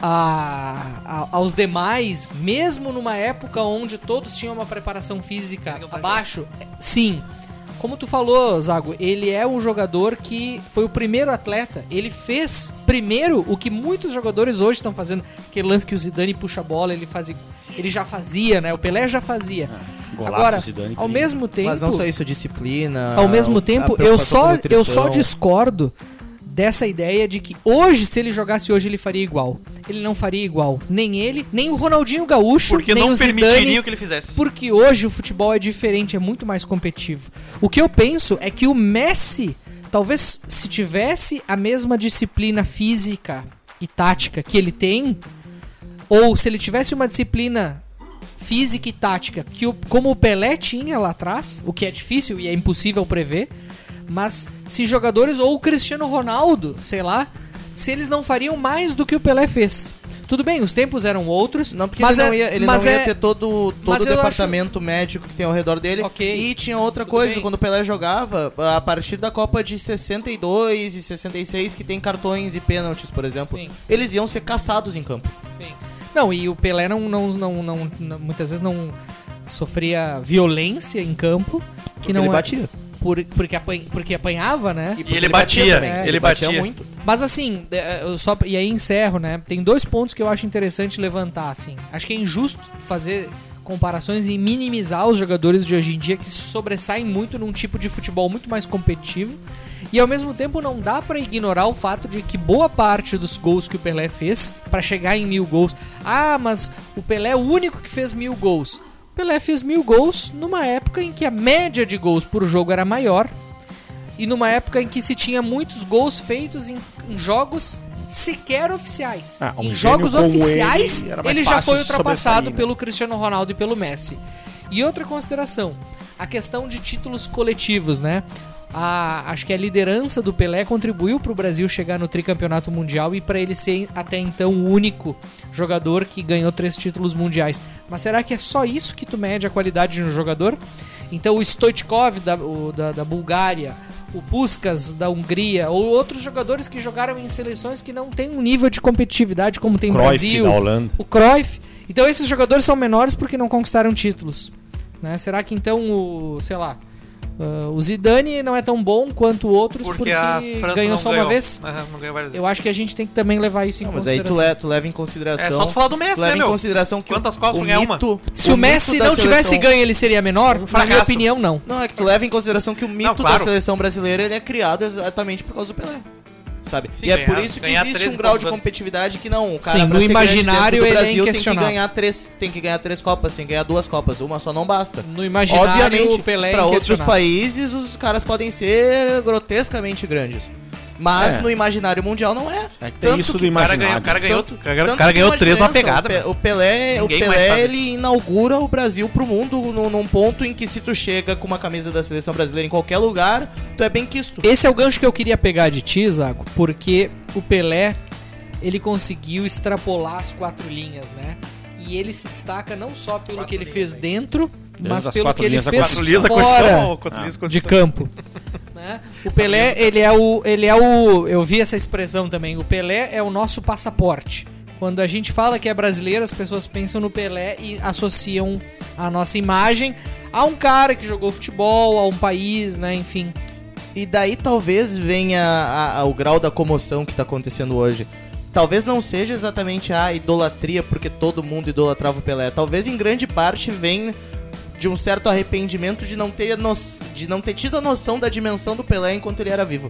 Speaker 3: a- a- aos demais, mesmo numa época onde todos tinham uma preparação física abaixo. É, Sim. Como tu falou, Zago, ele é um jogador que foi o primeiro atleta. Ele fez primeiro o que muitos jogadores hoje estão fazendo. Aquele lance que o Zidane puxa a bola, ele, faz, ele já fazia, né? O Pelé já fazia.
Speaker 4: É, Golaço
Speaker 3: Agora,
Speaker 4: Zidane,
Speaker 3: ao
Speaker 4: incrível.
Speaker 3: mesmo tempo,
Speaker 5: Mas não só isso, disciplina.
Speaker 3: ao mesmo
Speaker 5: a
Speaker 3: tempo, eu
Speaker 5: preocupação com
Speaker 3: só,
Speaker 5: nutrição.
Speaker 3: eu só discordo dessa ideia de que hoje, se ele jogasse hoje, ele faria igual. Ele não faria igual. Nem ele, nem o Ronaldinho Gaúcho,
Speaker 2: Porque
Speaker 3: nem
Speaker 2: não
Speaker 3: o Zidane.
Speaker 2: permitiriam que ele fizesse.
Speaker 3: Porque hoje o futebol é diferente, é muito mais competitivo. O que eu penso é que o Messi, talvez se tivesse a mesma disciplina física e tática que ele tem, ou se ele tivesse uma disciplina física e tática que o, como o Pelé tinha lá atrás, o que é difícil e é impossível prever, mas se jogadores ou o Cristiano Ronaldo, sei lá, se eles não fariam mais do que o Pelé fez. Tudo bem, os tempos eram outros,
Speaker 5: Não, porque
Speaker 3: mas
Speaker 5: ele não
Speaker 3: é-
Speaker 5: ia, ele
Speaker 3: mas
Speaker 5: não ia
Speaker 3: é-
Speaker 5: ter todo, todo
Speaker 3: mas
Speaker 5: o
Speaker 3: eu
Speaker 5: departamento médico que tem ao redor dele.
Speaker 3: Ok.
Speaker 5: E tinha outra
Speaker 3: Tudo
Speaker 5: coisa,
Speaker 3: bem.
Speaker 5: quando o Pelé jogava, a partir da Copa de 62 e 66, que tem cartões e pênaltis, por exemplo,
Speaker 3: Sim.
Speaker 5: eles iam ser caçados em campo.
Speaker 3: Sim. Não, e o Pelé não, não, não, não- não- muitas vezes não sofria violência em campo, que não
Speaker 5: ele
Speaker 3: é-
Speaker 5: batia.
Speaker 3: por- porque, apan- porque apanhava, né?
Speaker 5: porque
Speaker 2: ele batia,
Speaker 5: também.
Speaker 3: é,
Speaker 2: ele batia.
Speaker 5: muito.
Speaker 3: Mas assim, é, eu só e aí encerro, né? Tem dois pontos que eu acho interessante levantar, assim. Acho que é injusto fazer comparações e minimizar os jogadores de hoje em dia que se sobressaem muito num tipo de futebol muito mais competitivo. E ao mesmo tempo não dá pra ignorar o fato de que boa parte dos gols que o Pelé fez pra chegar em mil gols. Ah, mas o Pelé é o único que fez mil gols. O Pelé fez mil gols numa época em que a média de gols por jogo era maior e numa época em que se tinha muitos gols feitos em, em jogos sequer oficiais.
Speaker 4: Ah, um
Speaker 3: em
Speaker 4: gênio
Speaker 3: jogos
Speaker 4: como
Speaker 3: oficiais,
Speaker 4: ele,
Speaker 3: ele,
Speaker 4: era mais
Speaker 3: já
Speaker 4: fácil
Speaker 3: foi
Speaker 4: de
Speaker 3: ultrapassado
Speaker 4: sobressair, né?
Speaker 3: pelo Cristiano Ronaldo e pelo Messi. E outra consideração, a questão de títulos coletivos, né? A- acho que a liderança do Pelé contribuiu para o Brasil chegar no tricampeonato mundial e para ele ser até então o único jogador que ganhou três títulos mundiais. Mas será que é só isso que tu mede a qualidade de um jogador? Então o Stoichkov da, o- da, da Bulgária, o Puskas da Hungria ou outros jogadores que jogaram em seleções que não têm um nível de competitividade como tem o
Speaker 4: Cruyff
Speaker 3: Brasil,
Speaker 4: da Holanda.
Speaker 3: o Cruyff. Então esses jogadores são menores porque não conquistaram títulos. né? Será que então o, sei lá, ah, o Zidane não é tão bom quanto outros porque, ganhou só uma vez?
Speaker 2: Aham, não ganhou várias vezes.
Speaker 3: Eu acho que a gente tem que também levar isso em
Speaker 5: Não, mas aí
Speaker 3: consideração.
Speaker 5: tu, le- tu leva em
Speaker 2: É
Speaker 5: consideração.
Speaker 2: só tu falar do
Speaker 5: tu
Speaker 2: Messi, né,
Speaker 5: leva em
Speaker 2: meu?
Speaker 5: consideração que
Speaker 2: Quantas Copas
Speaker 5: o
Speaker 2: tu ganhar uma?
Speaker 5: mito,
Speaker 3: Se o
Speaker 5: mito
Speaker 3: Messi
Speaker 5: da
Speaker 3: não tivesse
Speaker 5: seleção-
Speaker 3: ganho, ele seria menor? Na minha
Speaker 2: fracasso.
Speaker 3: opinião, não.
Speaker 5: Não, é que tu leva em consideração que o mito da
Speaker 2: claro.
Speaker 5: seleção brasileira ele é criado exatamente por causa do Pelé. Sabe?
Speaker 2: Sim,
Speaker 5: e é
Speaker 2: ganhar-
Speaker 5: por isso que
Speaker 2: ganhar
Speaker 5: existe
Speaker 2: 13
Speaker 5: um grau de
Speaker 2: pontos.
Speaker 5: competitividade que não. O cara,
Speaker 3: Sim,
Speaker 5: pra
Speaker 3: no
Speaker 5: ser grande
Speaker 3: imaginário
Speaker 5: dentro do
Speaker 3: ele é
Speaker 5: Brasil, tem que
Speaker 3: inquestionável.
Speaker 5: ganhar três, tem que ganhar três copas, tem que ganhar duas copas, uma só não basta.
Speaker 3: No imaginário,
Speaker 5: Obviamente,
Speaker 3: o Pelé é
Speaker 5: pra outros
Speaker 3: inquestionável.
Speaker 5: países os caras podem ser grotescamente grandes. Mas
Speaker 4: É.
Speaker 5: no imaginário mundial não é.
Speaker 4: É que tem
Speaker 5: Tanto
Speaker 4: isso
Speaker 5: que-
Speaker 4: do
Speaker 2: O cara ganhou,
Speaker 4: imaginário.
Speaker 2: o cara ganhou,
Speaker 5: Tanto-
Speaker 2: o cara,
Speaker 5: tanto
Speaker 2: o cara
Speaker 5: que tem
Speaker 2: ganhou três
Speaker 5: diferença,
Speaker 2: numa pegada.
Speaker 5: O, Pe- o Pelé, o
Speaker 2: Ninguém mais
Speaker 5: Pelé
Speaker 2: faz
Speaker 5: ele inaugura o Brasil pro mundo num, num ponto em que se tu chega com uma camisa da seleção brasileira em qualquer lugar, tu é bem quisto.
Speaker 3: Esse é o gancho que eu queria pegar de ti, Zago, porque o Pelé, ele conseguiu extrapolar as quatro linhas, né? E ele se destaca não só pelo que ele fez dentro, mas
Speaker 4: as
Speaker 3: pelo
Speaker 4: quatro
Speaker 3: que ele
Speaker 4: linhas, é a
Speaker 3: fez
Speaker 4: quatro
Speaker 2: Lisa Constituição
Speaker 3: fora
Speaker 2: ou contra Lisa
Speaker 3: de
Speaker 2: Constituição?
Speaker 3: campo. né? O Pelé, ele é o, ele é o... Eu vi essa expressão também. O Pelé é o nosso passaporte. Quando a gente fala que é brasileiro, as pessoas pensam no Pelé e associam a nossa imagem a um cara que jogou futebol, a um país, né? Enfim...
Speaker 5: E daí talvez venha a- a- o grau da comoção que tá acontecendo hoje. Talvez não seja exatamente a idolatria, porque todo mundo idolatrava o Pelé. Talvez em grande parte venha de um certo arrependimento de não ter, no... de não ter tido a noção da dimensão do Pelé enquanto ele era vivo.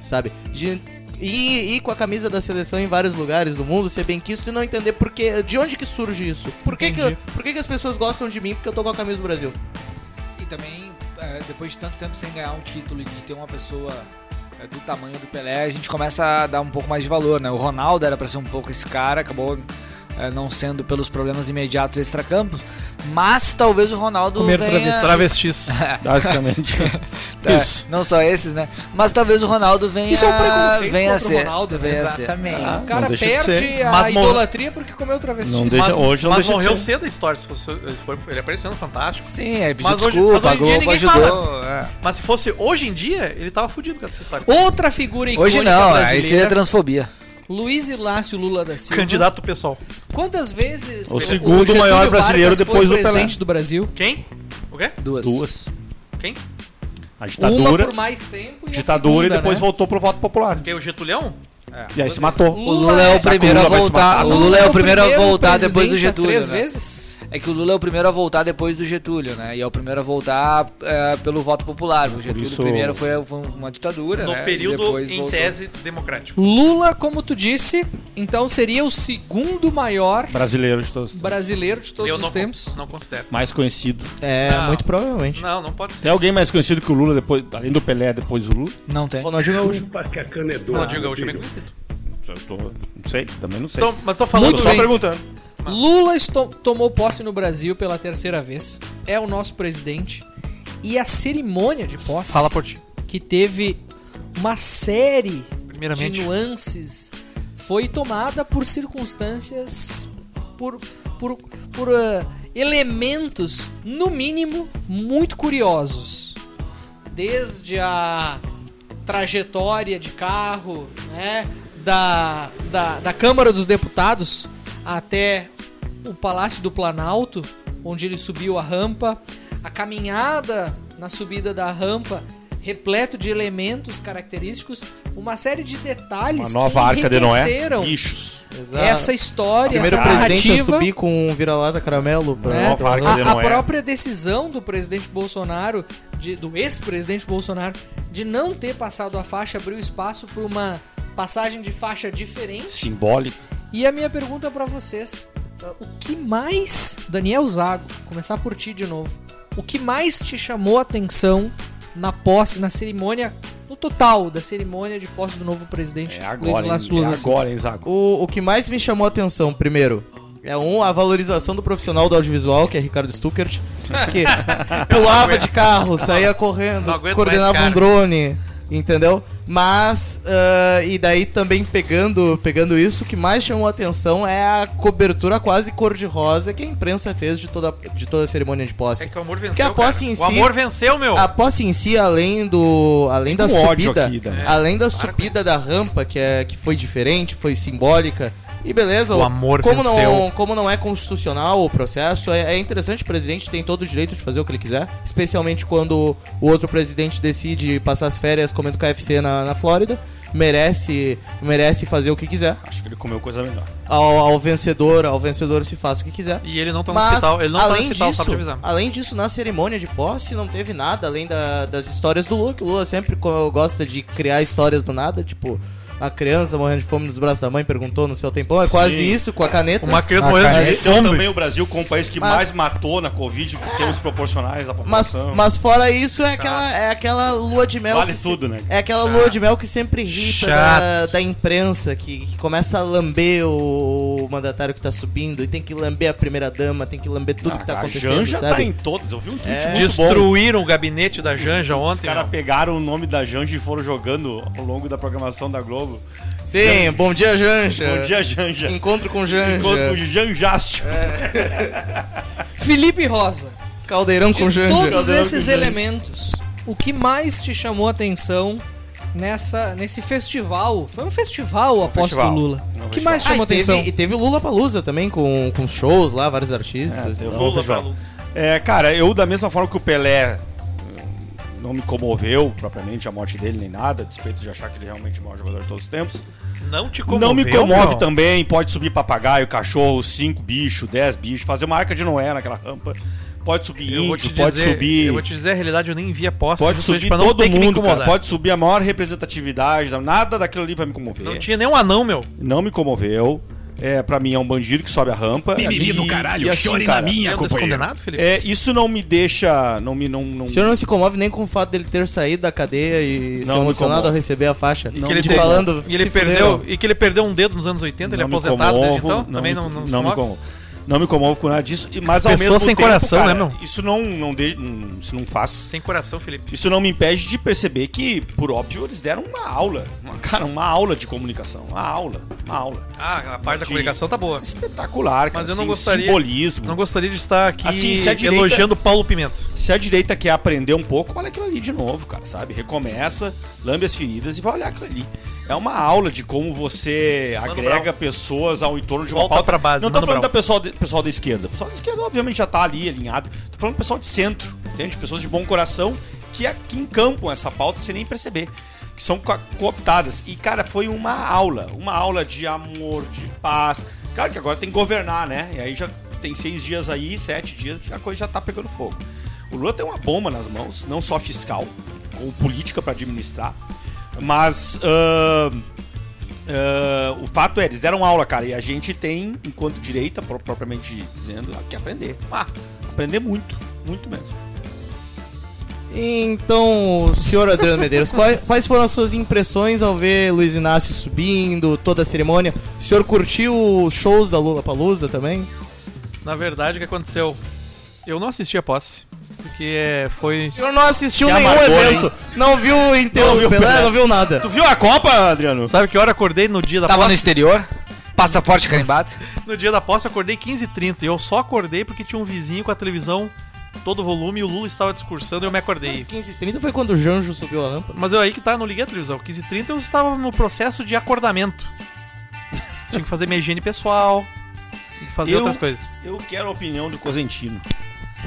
Speaker 5: Sabe? De E ir com a camisa da seleção em vários lugares do mundo, ser bem quisto e não entender por quê, de onde que surge isso. Por, que, que, eu-
Speaker 2: Entendi.
Speaker 5: por que, que as pessoas gostam de mim porque eu tô com a camisa do Brasil?
Speaker 1: E também, é, depois de tanto tempo sem ganhar um título e de ter uma pessoa é, do tamanho do Pelé, a gente começa a dar um pouco mais de valor, né? O Ronaldo era pra ser um pouco esse cara, acabou é, não sendo pelos problemas imediatos extracampos, mas talvez o Ronaldo
Speaker 2: Comer
Speaker 1: venha-
Speaker 2: travestis. travestis.
Speaker 5: Basicamente.
Speaker 1: É,
Speaker 5: Isso.
Speaker 1: Não só esses, né? Mas talvez o Ronaldo venha
Speaker 3: Isso é um preconceito
Speaker 1: venha
Speaker 3: contra o
Speaker 1: ser,
Speaker 3: Ronaldo, né?
Speaker 1: venha ser.
Speaker 6: Exatamente.
Speaker 4: Ah,
Speaker 3: O cara
Speaker 4: não deixa de
Speaker 3: perde
Speaker 4: ser.
Speaker 3: a
Speaker 2: Mas morre-
Speaker 3: idolatria porque comeu travesti.
Speaker 4: Não deixa-
Speaker 2: mas
Speaker 4: hoje não
Speaker 2: mas
Speaker 4: deixa de
Speaker 2: morreu
Speaker 4: ser.
Speaker 2: cedo a história. Se fosse, ele, foi, ele apareceu no Fantástico.
Speaker 1: Sim, é, pediu
Speaker 2: Mas hoje-
Speaker 1: desculpa,
Speaker 2: mas hoje em
Speaker 1: a
Speaker 2: dia
Speaker 1: Globo
Speaker 2: ninguém
Speaker 1: ajudou. é.
Speaker 2: Mas se fosse hoje em dia, ele tava fudido com essa história.
Speaker 3: Outra figura icônica
Speaker 1: Hoje não, aí seria
Speaker 3: brasileira,
Speaker 1: transfobia.
Speaker 3: Luiz Inácio Lula da Silva.
Speaker 2: Candidato pessoal.
Speaker 3: Quantas vezes
Speaker 4: O segundo maior
Speaker 3: Vargas
Speaker 4: brasileiro
Speaker 3: foi
Speaker 4: depois do Pelé.
Speaker 3: presidente do Brasil?
Speaker 2: Quem? O quê?
Speaker 1: Duas.
Speaker 4: Duas.
Speaker 2: Quem?
Speaker 4: A
Speaker 3: Uma
Speaker 4: ditadura,
Speaker 3: por mais tempo e a
Speaker 4: ditadura
Speaker 3: segunda,
Speaker 4: e depois
Speaker 3: né?
Speaker 4: voltou pro voto popular.
Speaker 2: Quem? O Getulhão?
Speaker 4: E aí se matou.
Speaker 1: O Lula é o
Speaker 4: Será que o
Speaker 1: primeiro a
Speaker 4: Lula vai se
Speaker 1: voltar.
Speaker 4: matar?
Speaker 1: O Lula é o primeiro a voltar
Speaker 3: presidente
Speaker 1: depois do
Speaker 3: há
Speaker 1: Getúlio.
Speaker 3: Três
Speaker 1: né?
Speaker 3: vezes?
Speaker 1: É que o Lula é o primeiro a voltar depois do Getúlio, né? E é o primeiro a voltar é, pelo voto popular. O Getúlio
Speaker 4: isso-
Speaker 1: primeiro foi, foi uma
Speaker 6: É,
Speaker 1: ditadura,
Speaker 2: No
Speaker 1: né? E
Speaker 2: período,
Speaker 1: depois
Speaker 2: em
Speaker 1: voltou.
Speaker 2: tese, democrático.
Speaker 3: Lula, como tu disse, então seria o segundo maior
Speaker 4: Brasileiro de todos.
Speaker 3: brasileiro de todos
Speaker 2: Eu
Speaker 3: os
Speaker 2: não,
Speaker 3: tempos.
Speaker 2: não considero.
Speaker 4: Mais conhecido.
Speaker 5: É,
Speaker 2: Não.
Speaker 5: muito provavelmente.
Speaker 2: Não, não pode ser.
Speaker 4: Tem alguém mais conhecido que o Lula, depois, além do Pelé, depois do Lula?
Speaker 1: Não tem.
Speaker 5: Ronaldinho Gaúcho.
Speaker 2: Não, diga, hoje é bem conhecido.
Speaker 4: Eu tô- não sei, também não sei.
Speaker 2: Então, mas tô
Speaker 4: Tô
Speaker 2: falando...
Speaker 3: Muito
Speaker 4: só
Speaker 3: bem.
Speaker 4: perguntando.
Speaker 3: Lula esto- tomou posse no Brasil pela terceira vez. É o nosso presidente. E a cerimônia de posse,
Speaker 2: Fala por ti.
Speaker 3: que teve uma série de
Speaker 2: Primeiramente,
Speaker 3: nuances, foi tomada por circunstâncias, por, por, por ah, elementos, no mínimo, muito curiosos. Desde a trajetória de carro, né, da, da, da Câmara dos Deputados até o Palácio do Planalto, onde ele subiu a rampa, a caminhada na subida da rampa, repleto de elementos característicos, uma série de detalhes
Speaker 4: Uma nova arca de Noé.
Speaker 3: enriqueceram
Speaker 4: Bichos.
Speaker 5: Exato.
Speaker 3: essa história,
Speaker 5: Primeiro
Speaker 3: essa
Speaker 5: presidente a
Speaker 3: narrativa.
Speaker 5: subir com um vira-lata caramelo pra
Speaker 3: Né?
Speaker 4: Nova Arca de
Speaker 3: A, a
Speaker 4: Noé.
Speaker 3: própria decisão do presidente Bolsonaro, de- do ex-presidente Bolsonaro, de não ter passado a faixa abriu espaço para uma passagem de faixa diferente.
Speaker 4: Simbólico.
Speaker 3: E a minha pergunta para vocês: uh, o que mais, Daniel Zago, começar por ti de novo, o que mais te chamou a atenção na posse, na cerimônia, no total da cerimônia de posse do novo presidente
Speaker 4: É
Speaker 3: Luiz
Speaker 4: agora,
Speaker 3: Inácio
Speaker 4: hein?
Speaker 3: Lula
Speaker 4: É
Speaker 3: da Silva?
Speaker 4: agora, hein, Zago?
Speaker 5: O, o que mais me chamou a atenção, primeiro, é um, a valorização do profissional do audiovisual, que é Ricardo Stuckert, que pulava de carro, saía correndo,
Speaker 2: Não aguento
Speaker 5: coordenava
Speaker 2: mais,
Speaker 5: um
Speaker 2: cara.
Speaker 5: drone, entendeu? Mas, ah, e daí também pegando, pegando isso, o que mais chamou a atenção é a cobertura quase cor-de-rosa que a imprensa fez de toda, de toda a cerimônia de posse.
Speaker 2: é que o amor venceu,
Speaker 5: Que a posse
Speaker 2: cara.
Speaker 5: em
Speaker 2: O
Speaker 5: si-
Speaker 2: amor venceu, meu.
Speaker 5: A posse em si, além do.
Speaker 2: É
Speaker 5: Além da
Speaker 4: um ódio
Speaker 5: subida.
Speaker 4: aqui,
Speaker 3: É.
Speaker 4: né?
Speaker 5: Além da subida da rampa, que, é, que foi diferente, foi simbólica. E beleza,
Speaker 2: O amor
Speaker 5: como não,
Speaker 2: venceu.
Speaker 5: como não é constitucional o processo, é, é interessante, o presidente tem todo o direito de fazer o que ele quiser. Especialmente quando o outro presidente decide passar as férias comendo KFC na, na Flórida. Merece, merece fazer o que quiser.
Speaker 4: Acho que ele comeu coisa melhor.
Speaker 5: Ao, ao vencedor, ao vencedor se faz o que quiser.
Speaker 2: E ele não tá no
Speaker 5: Mas,
Speaker 2: hospital. Ele não tá no
Speaker 5: além,
Speaker 2: hospital,
Speaker 5: disso,
Speaker 2: só pra te avisar.
Speaker 5: além disso, na cerimônia de posse não teve nada além da- das histórias do Lula, que o Lula sempre co- gosta de criar histórias do nada, tipo, a criança morrendo de fome nos braços da mãe perguntou no seu tempão, é quase
Speaker 4: Sim.
Speaker 5: isso, com a caneta.
Speaker 2: Uma criança morrendo de
Speaker 4: Então também
Speaker 2: fome.
Speaker 4: o Brasil como o país que
Speaker 5: Mas-
Speaker 4: mais matou na Covid, em termos proporcionais da
Speaker 5: Mas,
Speaker 4: população.
Speaker 5: mas fora isso, é aquela, é aquela lua de mel.
Speaker 4: Vale
Speaker 5: que se-
Speaker 4: tudo, né?
Speaker 5: É aquela lua de mel que sempre irrita da,
Speaker 2: Chato.
Speaker 5: da imprensa, que, que começa a lamber o, o mandatário que tá subindo, e tem que lamber a primeira-dama, tem que lamber tudo
Speaker 4: Ah,
Speaker 5: que tá
Speaker 4: a
Speaker 5: acontecendo.
Speaker 4: Janja
Speaker 5: sabe?
Speaker 4: tá em todas. Eu vi um tweet
Speaker 2: É.
Speaker 4: muito bom.
Speaker 2: Destruíram o gabinete da Janja
Speaker 4: Os
Speaker 2: ontem.
Speaker 4: caras
Speaker 2: meu.
Speaker 4: pegaram o nome da Janja e foram jogando ao longo da programação da Globo.
Speaker 5: Sim, bom dia, Janja.
Speaker 2: É.
Speaker 4: Bom dia, Janja.
Speaker 5: Encontro com Janja.
Speaker 4: Encontro com o Janjastio.
Speaker 3: Felipe Rosa.
Speaker 5: Caldeirão
Speaker 3: De
Speaker 5: com Janja.
Speaker 3: todos
Speaker 4: Janja.
Speaker 3: esses elementos, o que mais te chamou a atenção nessa, nesse festival? Foi um festival, aposto,
Speaker 4: festival.
Speaker 3: do Lula.
Speaker 4: É um
Speaker 3: O que
Speaker 4: festival.
Speaker 3: mais te
Speaker 5: Ah,
Speaker 3: chamou
Speaker 5: e,
Speaker 3: atenção?
Speaker 5: teve, e teve o Lula Palusa também, com, com shows lá, vários artistas.
Speaker 4: É, eu
Speaker 5: Então,
Speaker 4: vou-
Speaker 2: Lula pra
Speaker 4: festival.
Speaker 2: luz.
Speaker 4: É, cara, eu da mesma forma que o Pelé eh, não me comoveu propriamente a morte dele nem nada, a despeito de achar que ele realmente é o maior jogador de todos os tempos.
Speaker 2: Não te comoveu,
Speaker 4: não me comove
Speaker 2: meu?
Speaker 4: também, pode subir papagaio, cachorro, cinco bichos, dez bichos, fazer uma arca de Noé naquela rampa. pode subir
Speaker 2: Eu vou
Speaker 4: índio,
Speaker 2: te
Speaker 4: pode
Speaker 2: dizer-
Speaker 4: subir.
Speaker 2: Eu vou te dizer, a realidade eu nem vi a posse.
Speaker 4: Pode
Speaker 2: justamente
Speaker 4: subir
Speaker 2: pra não ter
Speaker 4: todo
Speaker 2: que me
Speaker 4: mundo, cara.
Speaker 2: incomodar.
Speaker 4: Pode subir a maior representatividade, nada daquilo ali vai me comover.
Speaker 2: Não
Speaker 4: Não,
Speaker 2: tinha nem um anão, meu.
Speaker 4: me comoveu. É, pra mim é um bandido que sobe a rampa.
Speaker 8: Mimimi
Speaker 4: E-
Speaker 8: do caralho,
Speaker 4: e
Speaker 8: chore
Speaker 4: cara,
Speaker 8: na minha,
Speaker 2: É um
Speaker 8: companheiro.
Speaker 2: descondenado, Felipe?
Speaker 4: É, isso não me deixa. Não me. Não, não,
Speaker 5: O senhor não se comove nem com o fato dele ter saído da cadeia e
Speaker 4: Não
Speaker 5: ser
Speaker 4: me
Speaker 5: emocionado
Speaker 4: comovo.
Speaker 5: ao receber a faixa.
Speaker 4: E que
Speaker 2: Que
Speaker 4: não
Speaker 2: ele
Speaker 5: de
Speaker 2: teve-
Speaker 5: falando,
Speaker 2: e ele
Speaker 5: "Se
Speaker 2: perdeu
Speaker 5: fuderam".
Speaker 2: E que ele perdeu um dedo nos anos 80, ele é
Speaker 4: não me
Speaker 2: aposentado desde então.
Speaker 4: comovo,
Speaker 2: Também
Speaker 4: me-
Speaker 2: não, não,
Speaker 4: não me
Speaker 2: comove?
Speaker 4: comovo. Não me comovo com nada disso, e- mas ao
Speaker 2: Pessoa
Speaker 4: mesmo
Speaker 2: sem
Speaker 4: tempo,
Speaker 2: coração,
Speaker 4: cara,
Speaker 2: né, meu?
Speaker 4: Isso não, não, de, não, isso não faz
Speaker 2: Sem coração, Felipe.
Speaker 4: Isso não me impede de perceber que, por óbvio, eles deram uma aula. Uma, cara, uma aula de comunicação. Uma aula. Uma aula.
Speaker 2: Ah, a parte da
Speaker 4: De-
Speaker 2: comunicação tá boa.
Speaker 4: Espetacular, cara.
Speaker 2: Mas eu não
Speaker 4: assim,
Speaker 2: gostaria-
Speaker 4: Simbolismo.
Speaker 2: Não Então, gostaria de estar aqui
Speaker 4: Assim, se a direita-
Speaker 2: elogiando Paulo Pimenta.
Speaker 4: Se a direita quer aprender um pouco, olha aquilo ali de novo, cara, sabe? Recomeça, lambe as feridas e vai olhar aquilo ali. É uma aula de como você agrega
Speaker 2: Brown.
Speaker 4: pessoas ao entorno de uma
Speaker 2: Volta
Speaker 4: pauta.
Speaker 2: pra base,
Speaker 4: Não tô
Speaker 2: Mano
Speaker 4: falando
Speaker 2: Brown.
Speaker 4: do pessoal, de- pessoal da esquerda. O pessoal da esquerda, obviamente, já tá ali alinhado. Tô falando do pessoal de centro, entende? Pessoas de bom coração que, a- que encampam essa pauta sem nem perceber. Que são co- cooptadas. E, cara, foi uma aula. Uma aula de amor, de paz. Claro que agora tem que governar, né? E aí já tem seis dias aí, sete dias, que a coisa já tá pegando fogo. O Lula tem uma bomba nas mãos, não só fiscal, com política pra administrar, mas ahn, ah, o fato é, eles deram aula, cara, e a gente tem, enquanto direita, pro- propriamente dizendo, que aprender. Ah, aprender muito, muito mesmo.
Speaker 5: Então, senhor Adriano Medeiros, quais, quais foram as suas impressões ao ver Luiz Inácio subindo, toda a cerimônia? O senhor curtiu os shows da Lula Palusa também?
Speaker 2: Na verdade, o que aconteceu? Eu não assisti a posse. Porque é, foi.
Speaker 5: O senhor não assistiu
Speaker 4: Que
Speaker 5: nenhum
Speaker 4: amargor,
Speaker 5: evento, não viu o enterro
Speaker 4: Não viu
Speaker 5: do
Speaker 4: o
Speaker 5: Pelé,
Speaker 4: Pelé.
Speaker 5: não viu nada.
Speaker 4: Tu viu a Copa, Adriano?
Speaker 2: Sabe que hora eu acordei no dia da
Speaker 1: Tava no
Speaker 2: posse?
Speaker 1: exterior, passaporte carimbado.
Speaker 2: No dia da posse eu acordei 15h30. E eu só acordei porque tinha um vizinho com a televisão todo volume e o Lula estava discursando e eu me
Speaker 5: Às
Speaker 2: acordei.
Speaker 5: 15h30 foi quando o Janjo subiu a rampa.
Speaker 2: Mas eu aí que tá, não liguei a televisão. 15h30 eu estava no processo de acordamento. Tinha que fazer minha higiene pessoal. e Fazer
Speaker 4: Eu-
Speaker 2: outras coisas.
Speaker 4: Eu quero a opinião do Cosentino.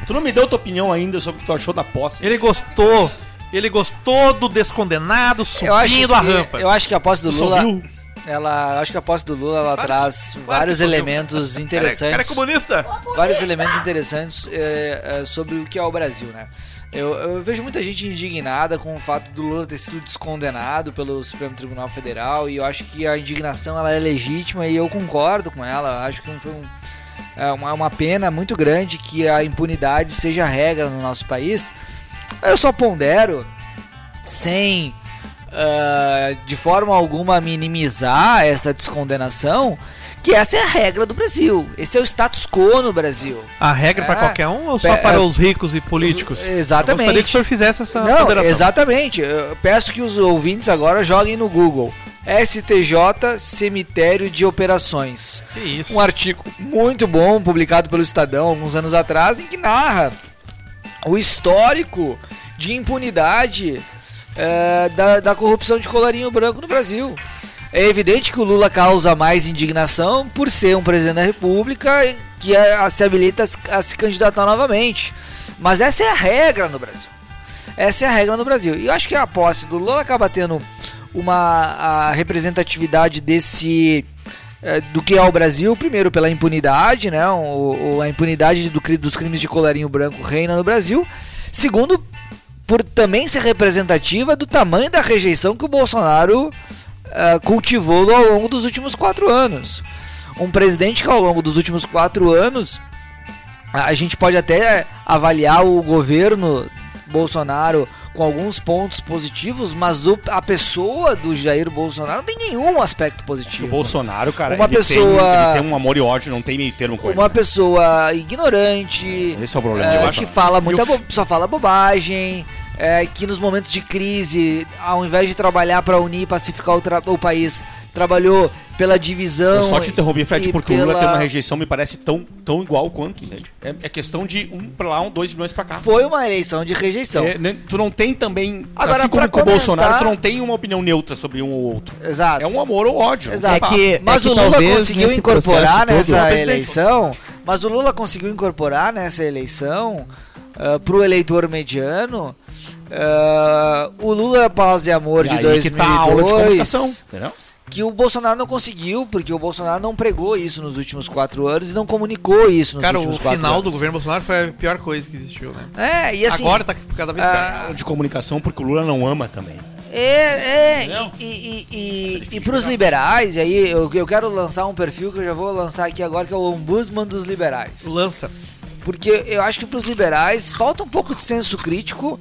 Speaker 4: Tu não me deu tua opinião ainda sobre o que tu achou da posse.
Speaker 2: Ele gostou. Ele gostou do descondenado subindo
Speaker 6: Eu acho, que,
Speaker 2: a rampa.
Speaker 6: eu acho que a posse do
Speaker 4: Tu
Speaker 6: Lula,
Speaker 4: sorriu?
Speaker 6: ela, eu acho que a posse do Lula, ela traz
Speaker 2: claro que
Speaker 6: vários
Speaker 2: sorriu,
Speaker 6: elementos
Speaker 2: Cara,
Speaker 6: interessantes.
Speaker 2: cara é comunista.
Speaker 6: vários elementos interessantes é, é, sobre o que é o Brasil, né? Eu, eu vejo muita gente indignada com o fato do Lula ter sido descondenado pelo Supremo Tribunal Federal e eu acho que a indignação ela é legítima e eu concordo com ela. Eu Acho que foi um- é uma, uma pena muito grande que a impunidade seja regra no nosso país. Eu só pondero sem ah, de forma alguma minimizar essa descondenação que essa é a regra do Brasil. Esse é o status quo no Brasil.
Speaker 2: A regra pra
Speaker 6: É.
Speaker 2: qualquer um ou só
Speaker 6: É,
Speaker 2: para
Speaker 6: é.
Speaker 2: os ricos e políticos? Eu gostaria que o
Speaker 6: Exatamente.
Speaker 2: senhor fizesse essa
Speaker 6: Não,
Speaker 2: ponderação.
Speaker 6: exatamente. Eu peço que os ouvintes agora joguem no Google. STJ Cemitério de Operações.
Speaker 2: Que isso.
Speaker 6: Um artigo muito bom, publicado pelo Estadão alguns anos atrás, em que narra o histórico de impunidade eh, da, da corrupção de colarinho branco no Brasil. É evidente que o Lula causa mais indignação por ser um presidente da República e que eh, se habilita a se- a se candidatar novamente. Mas essa é a regra no Brasil. Essa é a regra no Brasil. E eu acho que a posse do Lula acaba tendo uma a representatividade desse eh, do que é o Brasil, primeiro pela impunidade, né? O, o- a impunidade do, cri- dos crimes de colarinho branco reina no Brasil. Segundo, por também ser representativa do tamanho da rejeição que o Bolsonaro eh, cultivou ao longo dos últimos quatro anos. Um presidente que ao longo dos últimos quatro anos a gente pode até avaliar o governo Bolsonaro com alguns pontos positivos, mas o- a pessoa do Jair Bolsonaro não tem nenhum aspecto
Speaker 4: Que o
Speaker 6: positivo.
Speaker 4: Bolsonaro, cara,
Speaker 6: Uma
Speaker 4: ele,
Speaker 6: pessoa-
Speaker 4: tem, ele tem um amor e ódio, não tem meio termo com
Speaker 6: Uma
Speaker 4: ele.
Speaker 6: pessoa ignorante,
Speaker 4: Esse é o problema. do
Speaker 6: é, que
Speaker 4: Bolsonaro.
Speaker 6: fala muita
Speaker 2: Eu-
Speaker 6: bo- só fala bobagem, é, que nos momentos de crise, ao invés de trabalhar para unir e pacificar o, tra- o país, trabalhou pela divisão.
Speaker 4: Eu só te interrompi, Fred,
Speaker 6: e
Speaker 4: porque o Lula
Speaker 6: pela-
Speaker 4: tem uma rejeição, me parece tão, tão igual quanto, entende? É, é questão de um pra lá, um, dois milhões pra cá.
Speaker 6: Foi uma eleição de rejeição.
Speaker 4: É, né, tu não tem também,
Speaker 6: Agora,
Speaker 4: assim como
Speaker 6: pra
Speaker 4: com o
Speaker 6: comentar-
Speaker 4: Bolsonaro, tu não tem uma opinião neutra sobre um ou outro.
Speaker 6: Exato.
Speaker 4: É um amor ou ódio.
Speaker 6: Exato.
Speaker 5: É que-
Speaker 6: mas
Speaker 5: é que
Speaker 6: o Lula
Speaker 5: talvez
Speaker 6: conseguiu
Speaker 5: nesse processo
Speaker 6: incorporar
Speaker 5: todo-
Speaker 6: nessa
Speaker 5: Não,
Speaker 4: presidente.
Speaker 6: eleição. Mas o Lula conseguiu incorporar nessa eleição para pro eleitor ah, mediano ah, o Lula Paz e Amor
Speaker 4: E
Speaker 6: de
Speaker 4: aí
Speaker 6: 2002,
Speaker 4: que tá a aula de comunicação. Entendeu?
Speaker 6: que o Bolsonaro não conseguiu, porque o Bolsonaro não pregou isso nos últimos quatro anos e não comunicou isso nos
Speaker 2: Cara, o
Speaker 6: últimos quatro
Speaker 2: final do
Speaker 6: anos.
Speaker 2: governo Bolsonaro foi a pior coisa que existiu, né?
Speaker 6: É, e assim... ah,
Speaker 2: Agora tá cada vez pior.
Speaker 4: Aula de comunicação, porque o Lula não ama também.
Speaker 6: É, é,
Speaker 4: Entendeu?
Speaker 6: e, e, e, e, e pros liberais, e aí eu, eu quero lançar um perfil que eu já vou lançar aqui agora, que é o Ombudsman dos Liberais.
Speaker 2: Lança.
Speaker 6: Porque eu acho que pros liberais falta um pouco de senso crítico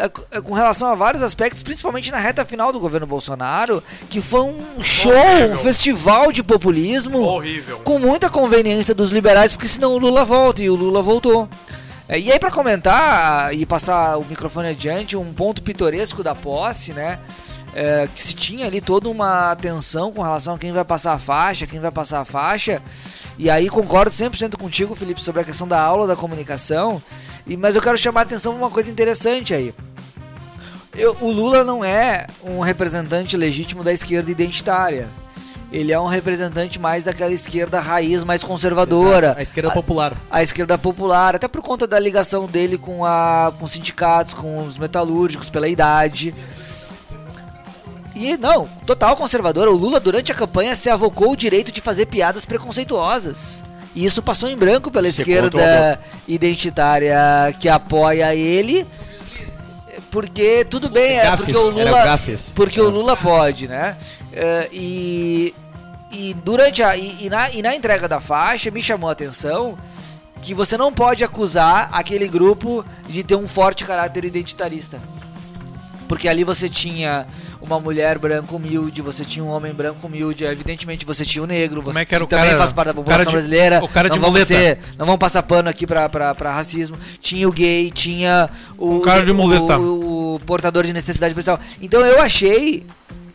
Speaker 6: é, co- é, com relação a vários aspectos, principalmente na reta final do governo Bolsonaro, que foi um show, um
Speaker 2: Horrível.
Speaker 6: festival de populismo
Speaker 2: Horrível.
Speaker 6: com muita conveniência dos liberais, porque senão o Lula volta, e o Lula voltou. É, e aí, pra comentar e passar o microfone adiante, um ponto pitoresco da posse, né? é, que se tinha ali toda uma atenção com relação a quem vai passar a faixa, quem vai passar a faixa. E aí concordo 100% contigo, Felipe, sobre a questão da aula da comunicação. E, mas eu quero chamar a atenção pra uma coisa interessante aí. Eu- o Lula não é um representante legítimo da esquerda identitária. Ele é um representante mais daquela esquerda raiz mais conservadora.
Speaker 5: Exato, A esquerda popular.
Speaker 6: A esquerda popular, até por conta da ligação dele com, a, com os sindicatos, com os metalúrgicos, pela idade. E não, total conservadora. O Lula, durante a campanha, se avocou o direito de fazer piadas preconceituosas. E isso passou em branco pela
Speaker 5: é
Speaker 4: Você contra
Speaker 6: esquerda identitária que apoia ele. Porque, tudo bem, é porque o
Speaker 5: era
Speaker 6: Lula.
Speaker 5: gafes. É.
Speaker 6: Porque
Speaker 2: É.
Speaker 6: o Lula pode, né? É, e, e durante a. E, e na, e na entrega da faixa me chamou a atenção que você não pode acusar aquele grupo de ter um forte caráter identitarista. Porque ali você tinha uma mulher branca humilde, você tinha um homem branco humilde, evidentemente você tinha o negro, você
Speaker 2: Como é que era o
Speaker 6: também
Speaker 2: cara-
Speaker 6: faz parte da
Speaker 2: o
Speaker 6: população
Speaker 2: cara de-
Speaker 6: brasileira.
Speaker 2: o cara de
Speaker 6: não vamos
Speaker 2: muleta.
Speaker 6: ser- não vamos passar pano aqui pra, pra, pra racismo. Tinha o gay, tinha o.
Speaker 2: O cara de muleta.
Speaker 6: o- o portador de necessidade especial. Então eu achei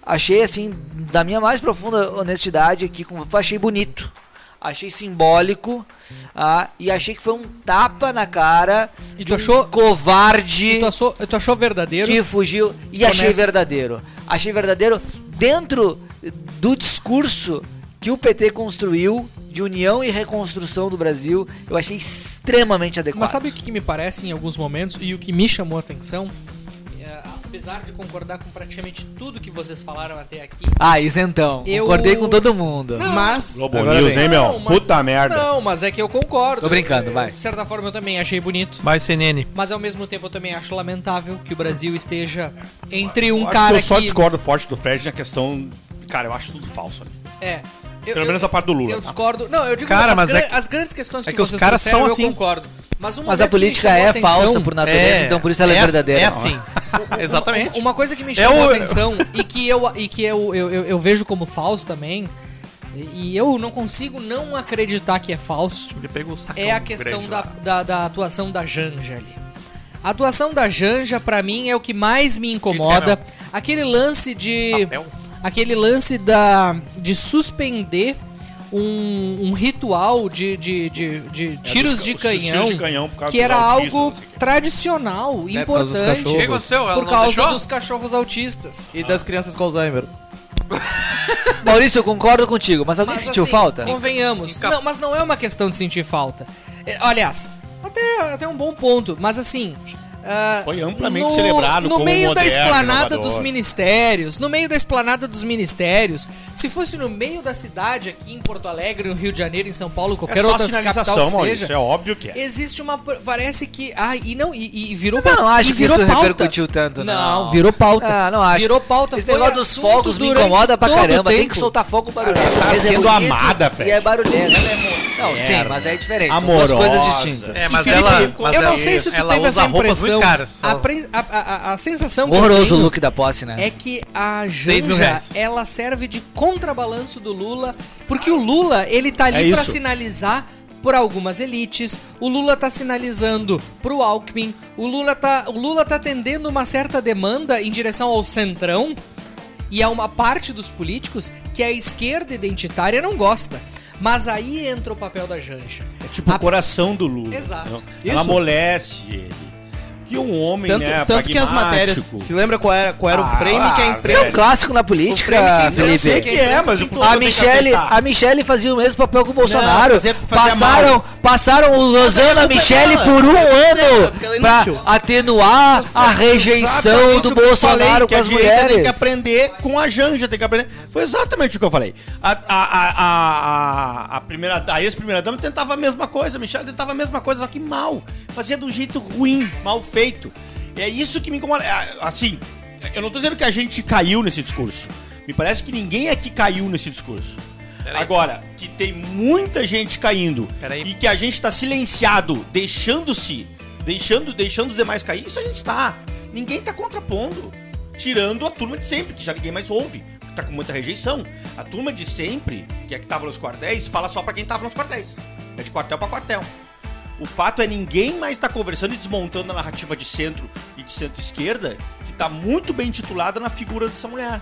Speaker 6: achei assim, da minha mais profunda honestidade aqui, com- achei bonito. Achei simbólico ah, e achei que foi um tapa na cara
Speaker 3: E tu
Speaker 6: de um
Speaker 3: achou-
Speaker 6: covarde
Speaker 3: E tu achou, tu achou verdadeiro?
Speaker 6: que fugiu e achei
Speaker 3: Honesto.
Speaker 6: verdadeiro. Achei verdadeiro dentro do discurso que o PT construiu de união e reconstrução do Brasil. Eu achei extremamente adequado.
Speaker 3: Mas sabe o que que me parece em alguns momentos e o que me chamou a atenção? É, apesar de concordar com praticamente tudo que vocês falaram até aqui.
Speaker 6: Ah, isentão.
Speaker 3: Eu-
Speaker 6: Concordei com todo mundo.
Speaker 5: Mas.
Speaker 4: Globo
Speaker 5: agora
Speaker 4: News,
Speaker 5: bem,
Speaker 4: hein, meu?
Speaker 3: mas-
Speaker 4: Puta merda.
Speaker 3: Não, mas é que eu concordo.
Speaker 6: Tô brincando,
Speaker 3: Eu-
Speaker 6: vai.
Speaker 3: De certa forma eu também achei bonito.
Speaker 2: Mais CNN.
Speaker 3: Mas ao mesmo tempo eu também acho lamentável que o Brasil esteja entre um
Speaker 4: Eu acho que
Speaker 3: cara
Speaker 4: eu só
Speaker 3: que.
Speaker 4: discordo forte do Fred na questão. Cara, eu acho tudo falso. né?
Speaker 3: É. Eu,
Speaker 4: Pelo
Speaker 3: eu-
Speaker 4: menos a parte do Lula.
Speaker 3: Eu
Speaker 4: tá?
Speaker 3: discordo. Não, eu digo
Speaker 2: Cara,
Speaker 3: as,
Speaker 2: mas
Speaker 3: gran-
Speaker 2: é que-
Speaker 3: as grandes questões
Speaker 2: é
Speaker 3: que,
Speaker 2: que os
Speaker 3: vocês
Speaker 2: caras
Speaker 3: trouxeram,
Speaker 2: são
Speaker 3: eu
Speaker 2: assim.
Speaker 3: concordo. Mas, um
Speaker 6: Mas
Speaker 3: momento
Speaker 6: a
Speaker 3: que me
Speaker 6: política
Speaker 3: chamou
Speaker 6: é
Speaker 3: a atenção-
Speaker 6: falsa por natureza,
Speaker 2: É,
Speaker 6: então por isso ela é,
Speaker 2: é-
Speaker 6: verdadeira.
Speaker 2: é assim. Exatamente. É
Speaker 3: Uma coisa que me chamou
Speaker 2: o-
Speaker 3: a atenção e que, eu, e que eu, eu, eu- eu vejo como falso também, e e eu não consigo não acreditar que é falso,
Speaker 2: Ele pegou o saco.
Speaker 3: é a questão
Speaker 4: grande
Speaker 3: da,
Speaker 4: lá.
Speaker 3: da, da atuação da Janja ali. A atuação da Janja, pra mim, é o que mais me incomoda. Aquele lance de.
Speaker 2: Papel.
Speaker 3: Aquele lance da, de suspender um, um ritual de, de, de, de
Speaker 4: É,
Speaker 3: tiros
Speaker 4: dos ca-
Speaker 3: de
Speaker 4: os Tiros de
Speaker 3: canhão,
Speaker 4: canhão por causa
Speaker 3: que
Speaker 4: dos
Speaker 3: era
Speaker 4: autistas,
Speaker 3: algo
Speaker 4: não sei o quê.
Speaker 3: tradicional,
Speaker 5: É, por causa dos
Speaker 3: importante
Speaker 5: cachorros.
Speaker 2: Ela
Speaker 3: por
Speaker 2: não
Speaker 3: causa
Speaker 2: deixou?
Speaker 3: dos cachorros autistas.
Speaker 5: E das crianças com Alzheimer.
Speaker 6: Maurício, eu concordo contigo, mas alguém
Speaker 3: Mas,
Speaker 6: sentiu
Speaker 3: assim,
Speaker 6: falta?
Speaker 3: Convenhamos.
Speaker 2: Inca-
Speaker 3: Não, mas não é uma questão de sentir falta. É, aliás, até, até um bom ponto, mas assim. ah,
Speaker 4: Foi amplamente celebrado
Speaker 3: No
Speaker 4: como
Speaker 3: meio da
Speaker 4: moderno,
Speaker 3: esplanada
Speaker 4: inovador.
Speaker 3: dos ministérios, no meio da esplanada dos ministérios, se fosse no meio da cidade aqui em Porto Alegre, no Rio de Janeiro, em São Paulo,
Speaker 4: É
Speaker 3: qualquer
Speaker 4: só
Speaker 3: outra capital
Speaker 4: sinalização,
Speaker 3: que
Speaker 4: Maurício.
Speaker 3: seja,
Speaker 4: É óbvio que é.
Speaker 3: existe uma pr- parece que ah e não e, e virou
Speaker 6: Mas eu não
Speaker 3: pa-
Speaker 6: acho
Speaker 3: e
Speaker 6: que
Speaker 3: virou
Speaker 6: isso
Speaker 3: pauta.
Speaker 6: repercutiu tanto, não.
Speaker 3: Não, virou pauta.
Speaker 6: Ah, não acho.
Speaker 3: Virou pauta.
Speaker 6: Esse
Speaker 3: foi
Speaker 6: negócio dos
Speaker 3: assunto
Speaker 6: fogos me
Speaker 3: durante
Speaker 6: incomoda pra
Speaker 3: todo o
Speaker 6: caramba. Tem
Speaker 3: tempo. Ah,
Speaker 6: que soltar fogo barulhento.
Speaker 4: tá
Speaker 6: Mas é
Speaker 4: sendo
Speaker 6: bonito
Speaker 4: amada,
Speaker 6: E
Speaker 4: Fred.
Speaker 6: é barulhento. Não, sim,
Speaker 4: Merda.
Speaker 6: mas é diferente.
Speaker 4: Amorosa.
Speaker 6: São duas coisas distintas.
Speaker 2: É, mas
Speaker 3: E, Felipe,
Speaker 2: ela.
Speaker 3: eu não sei se tu teve essa impressão. a,
Speaker 2: A
Speaker 3: pre- a- a- a- a sensação que
Speaker 6: Horroroso
Speaker 3: eu
Speaker 6: o
Speaker 3: tenho
Speaker 6: look da posse, né?
Speaker 3: é que a
Speaker 2: Seis mil
Speaker 3: Janja,
Speaker 2: reais.
Speaker 3: ela serve de contrabalanço do Lula, porque o Lula, ele tá ali
Speaker 4: É
Speaker 3: pra
Speaker 4: isso.
Speaker 3: sinalizar por algumas elites, o Lula tá sinalizando pro Alckmin, o Lula tá, o Lula tá atendendo uma certa demanda em direção ao centrão e a uma parte dos políticos que a esquerda identitária não gosta. Mas aí entra o papel da Janja.
Speaker 4: Tipo,
Speaker 3: A-
Speaker 4: o coração do Lula.
Speaker 3: Exato.
Speaker 4: entendeu?
Speaker 3: Isso.
Speaker 4: Ela amolece ele. Que E um homem,
Speaker 5: Tanto,
Speaker 4: né,
Speaker 5: tanto que as matérias.
Speaker 4: pragmático.
Speaker 5: Se lembra qual era, qual era
Speaker 4: Ah,
Speaker 5: o frame que a
Speaker 4: ah,
Speaker 6: Isso é um
Speaker 5: imprensa.
Speaker 6: clássico na política,
Speaker 5: frame que- eu sei
Speaker 4: sei
Speaker 6: Felipe.
Speaker 4: que
Speaker 5: que
Speaker 4: é,
Speaker 5: pensa
Speaker 4: mas
Speaker 5: que
Speaker 4: o
Speaker 5: todo
Speaker 4: povo
Speaker 6: A
Speaker 4: tem que
Speaker 6: Michelle,
Speaker 4: aceitar.
Speaker 6: a Michelle fazia o mesmo papel que o Bolsonaro.
Speaker 5: fazia- fazia
Speaker 6: passaram, passaram o
Speaker 5: culpa
Speaker 6: Rosana
Speaker 5: é
Speaker 6: Michelle
Speaker 5: dela,
Speaker 6: por um
Speaker 5: dela,
Speaker 6: ano
Speaker 5: porque ela é
Speaker 6: pra
Speaker 5: inútil.
Speaker 6: atenuar a rejeição
Speaker 4: Exatamente
Speaker 6: do
Speaker 4: o que eu falei,
Speaker 6: Bolsonaro
Speaker 4: que
Speaker 6: com
Speaker 4: a
Speaker 6: as
Speaker 4: direita Tem que
Speaker 6: mulheres.
Speaker 4: aprender com a Janja, tem que aprender. Foi exatamente o que eu falei. A, a, a, a, a, a primeira, a ex-primeira dama tentava a mesma coisa, a Michelle tentava a mesma coisa, só que mal. Fazia de um jeito ruim, mal feito. E é isso que me incomoda. Ah, Assim, eu não tô dizendo que a gente caiu nesse discurso. Me parece que ninguém aqui caiu nesse discurso. Agora, que tem muita gente caindo
Speaker 2: Peraí.
Speaker 4: e que a gente tá silenciado, deixando-se, deixando, deixando os demais cair, isso a gente tá. Ninguém tá contrapondo, tirando a turma de sempre, que já ninguém mais ouve, que tá com muita rejeição. A turma de sempre, que é que tava nos quartéis, fala só pra quem tava nos quartéis. É de quartel pra quartel. O fato é ninguém mais tá conversando e desmontando a narrativa de centro e de centro-esquerda, que tá muito bem titulada na figura dessa mulher.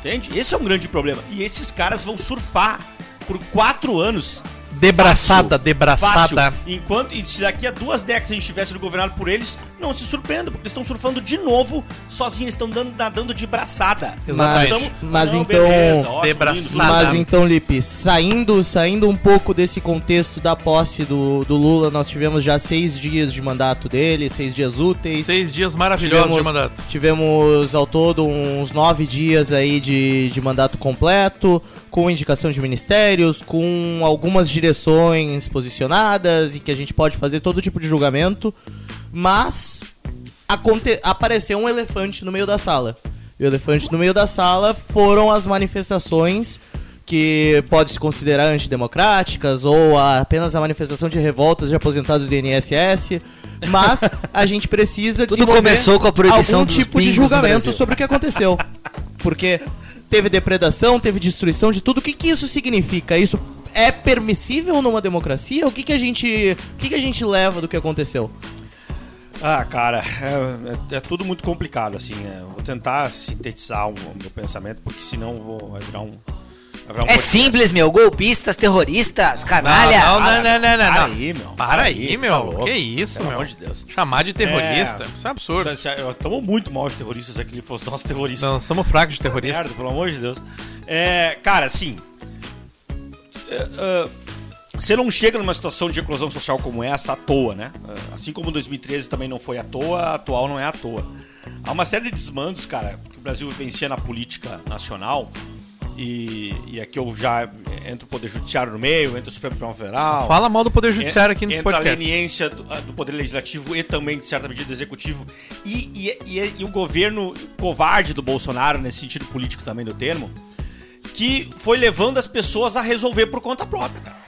Speaker 4: Entende? Esse é um grande problema. E esses caras vão surfar por quatro anos.
Speaker 2: Debraçada,
Speaker 4: Fácil.
Speaker 2: debraçada.
Speaker 4: Enquanto, e se daqui a duas décadas a gente tivesse sido governado por eles, não se surpreenda, porque eles estão surfando de novo sozinhos, estão dando, nadando de braçada.
Speaker 5: Mas-
Speaker 2: Exatamente.
Speaker 5: mas
Speaker 4: não,
Speaker 5: então-
Speaker 4: ótimo,
Speaker 2: Debraçada.
Speaker 4: lindo, tudo.
Speaker 5: Mas então, Lipe, saindo, saindo um pouco desse contexto da posse do, do Lula, nós tivemos já seis dias de mandato dele, seis dias úteis.
Speaker 2: Seis dias maravilhosos de
Speaker 5: Tivemos-
Speaker 2: mandato.
Speaker 5: Tivemos ao todo uns nove dias aí de, de mandato completo, com indicação de ministérios, com algumas direções posicionadas e que a gente pode fazer todo tipo de julgamento, mas aconte- apareceu um elefante no meio da sala. E o elefante no meio da sala foram as manifestações que pode se considerar antidemocráticas ou a- apenas a manifestação de revoltas de aposentados do INSS, mas a gente precisa
Speaker 6: Tudo
Speaker 5: desenvolver
Speaker 6: começou com a proibição
Speaker 5: algum
Speaker 6: dos
Speaker 5: tipo de
Speaker 6: bingos no
Speaker 5: julgamento
Speaker 6: Brasil.
Speaker 5: sobre o que aconteceu. Porque teve depredação, teve destruição de tudo. O que, que isso significa? Isso é permissível numa democracia? O que, que a gente, o que, que a gente leva do que aconteceu?
Speaker 4: Ah, cara, é, é- é tudo muito complicado, assim. é, eu vou tentar sintetizar o, o meu pensamento, porque senão eu vou, vai virar um. Vai virar um
Speaker 6: É
Speaker 4: podcast.
Speaker 6: simples, meu. Golpistas, terroristas, canalha.
Speaker 2: Não, não, não, não,
Speaker 4: Para
Speaker 2: não. não.
Speaker 4: aí, meu.
Speaker 2: Para aí,
Speaker 4: tá
Speaker 2: meu.
Speaker 4: louco,
Speaker 2: Que isso,
Speaker 4: Pelo
Speaker 2: meu.
Speaker 4: amor de Deus.
Speaker 2: Chamar de terrorista? Isso é um absurdo.
Speaker 4: Estamos muito mal os terroristas aqui, ele fosse nosso terrorista.
Speaker 2: Não, somos fracos de
Speaker 4: terrorista.
Speaker 2: terrorista.
Speaker 4: pelo amor de Deus. É, cara, assim. é, é, você não chega numa situação de eclosão social como essa à toa, né? É, Assim como 2013 também não foi à toa, a atual não é à toa. Há uma série de desmandos, cara, que o Brasil vivencia na política nacional. E, e aqui eu já entro o Poder Judiciário no meio, entra o Supremo Tribunal Federal.
Speaker 2: Fala mal do Poder Judiciário aqui nesse
Speaker 4: Entra a
Speaker 2: podcast.
Speaker 4: leniência do, ah, do Poder Legislativo e também, de certa medida, do Executivo. E, e- e- e o governo covarde do Bolsonaro, nesse sentido político também do termo, que foi levando as pessoas a resolver por conta própria, cara.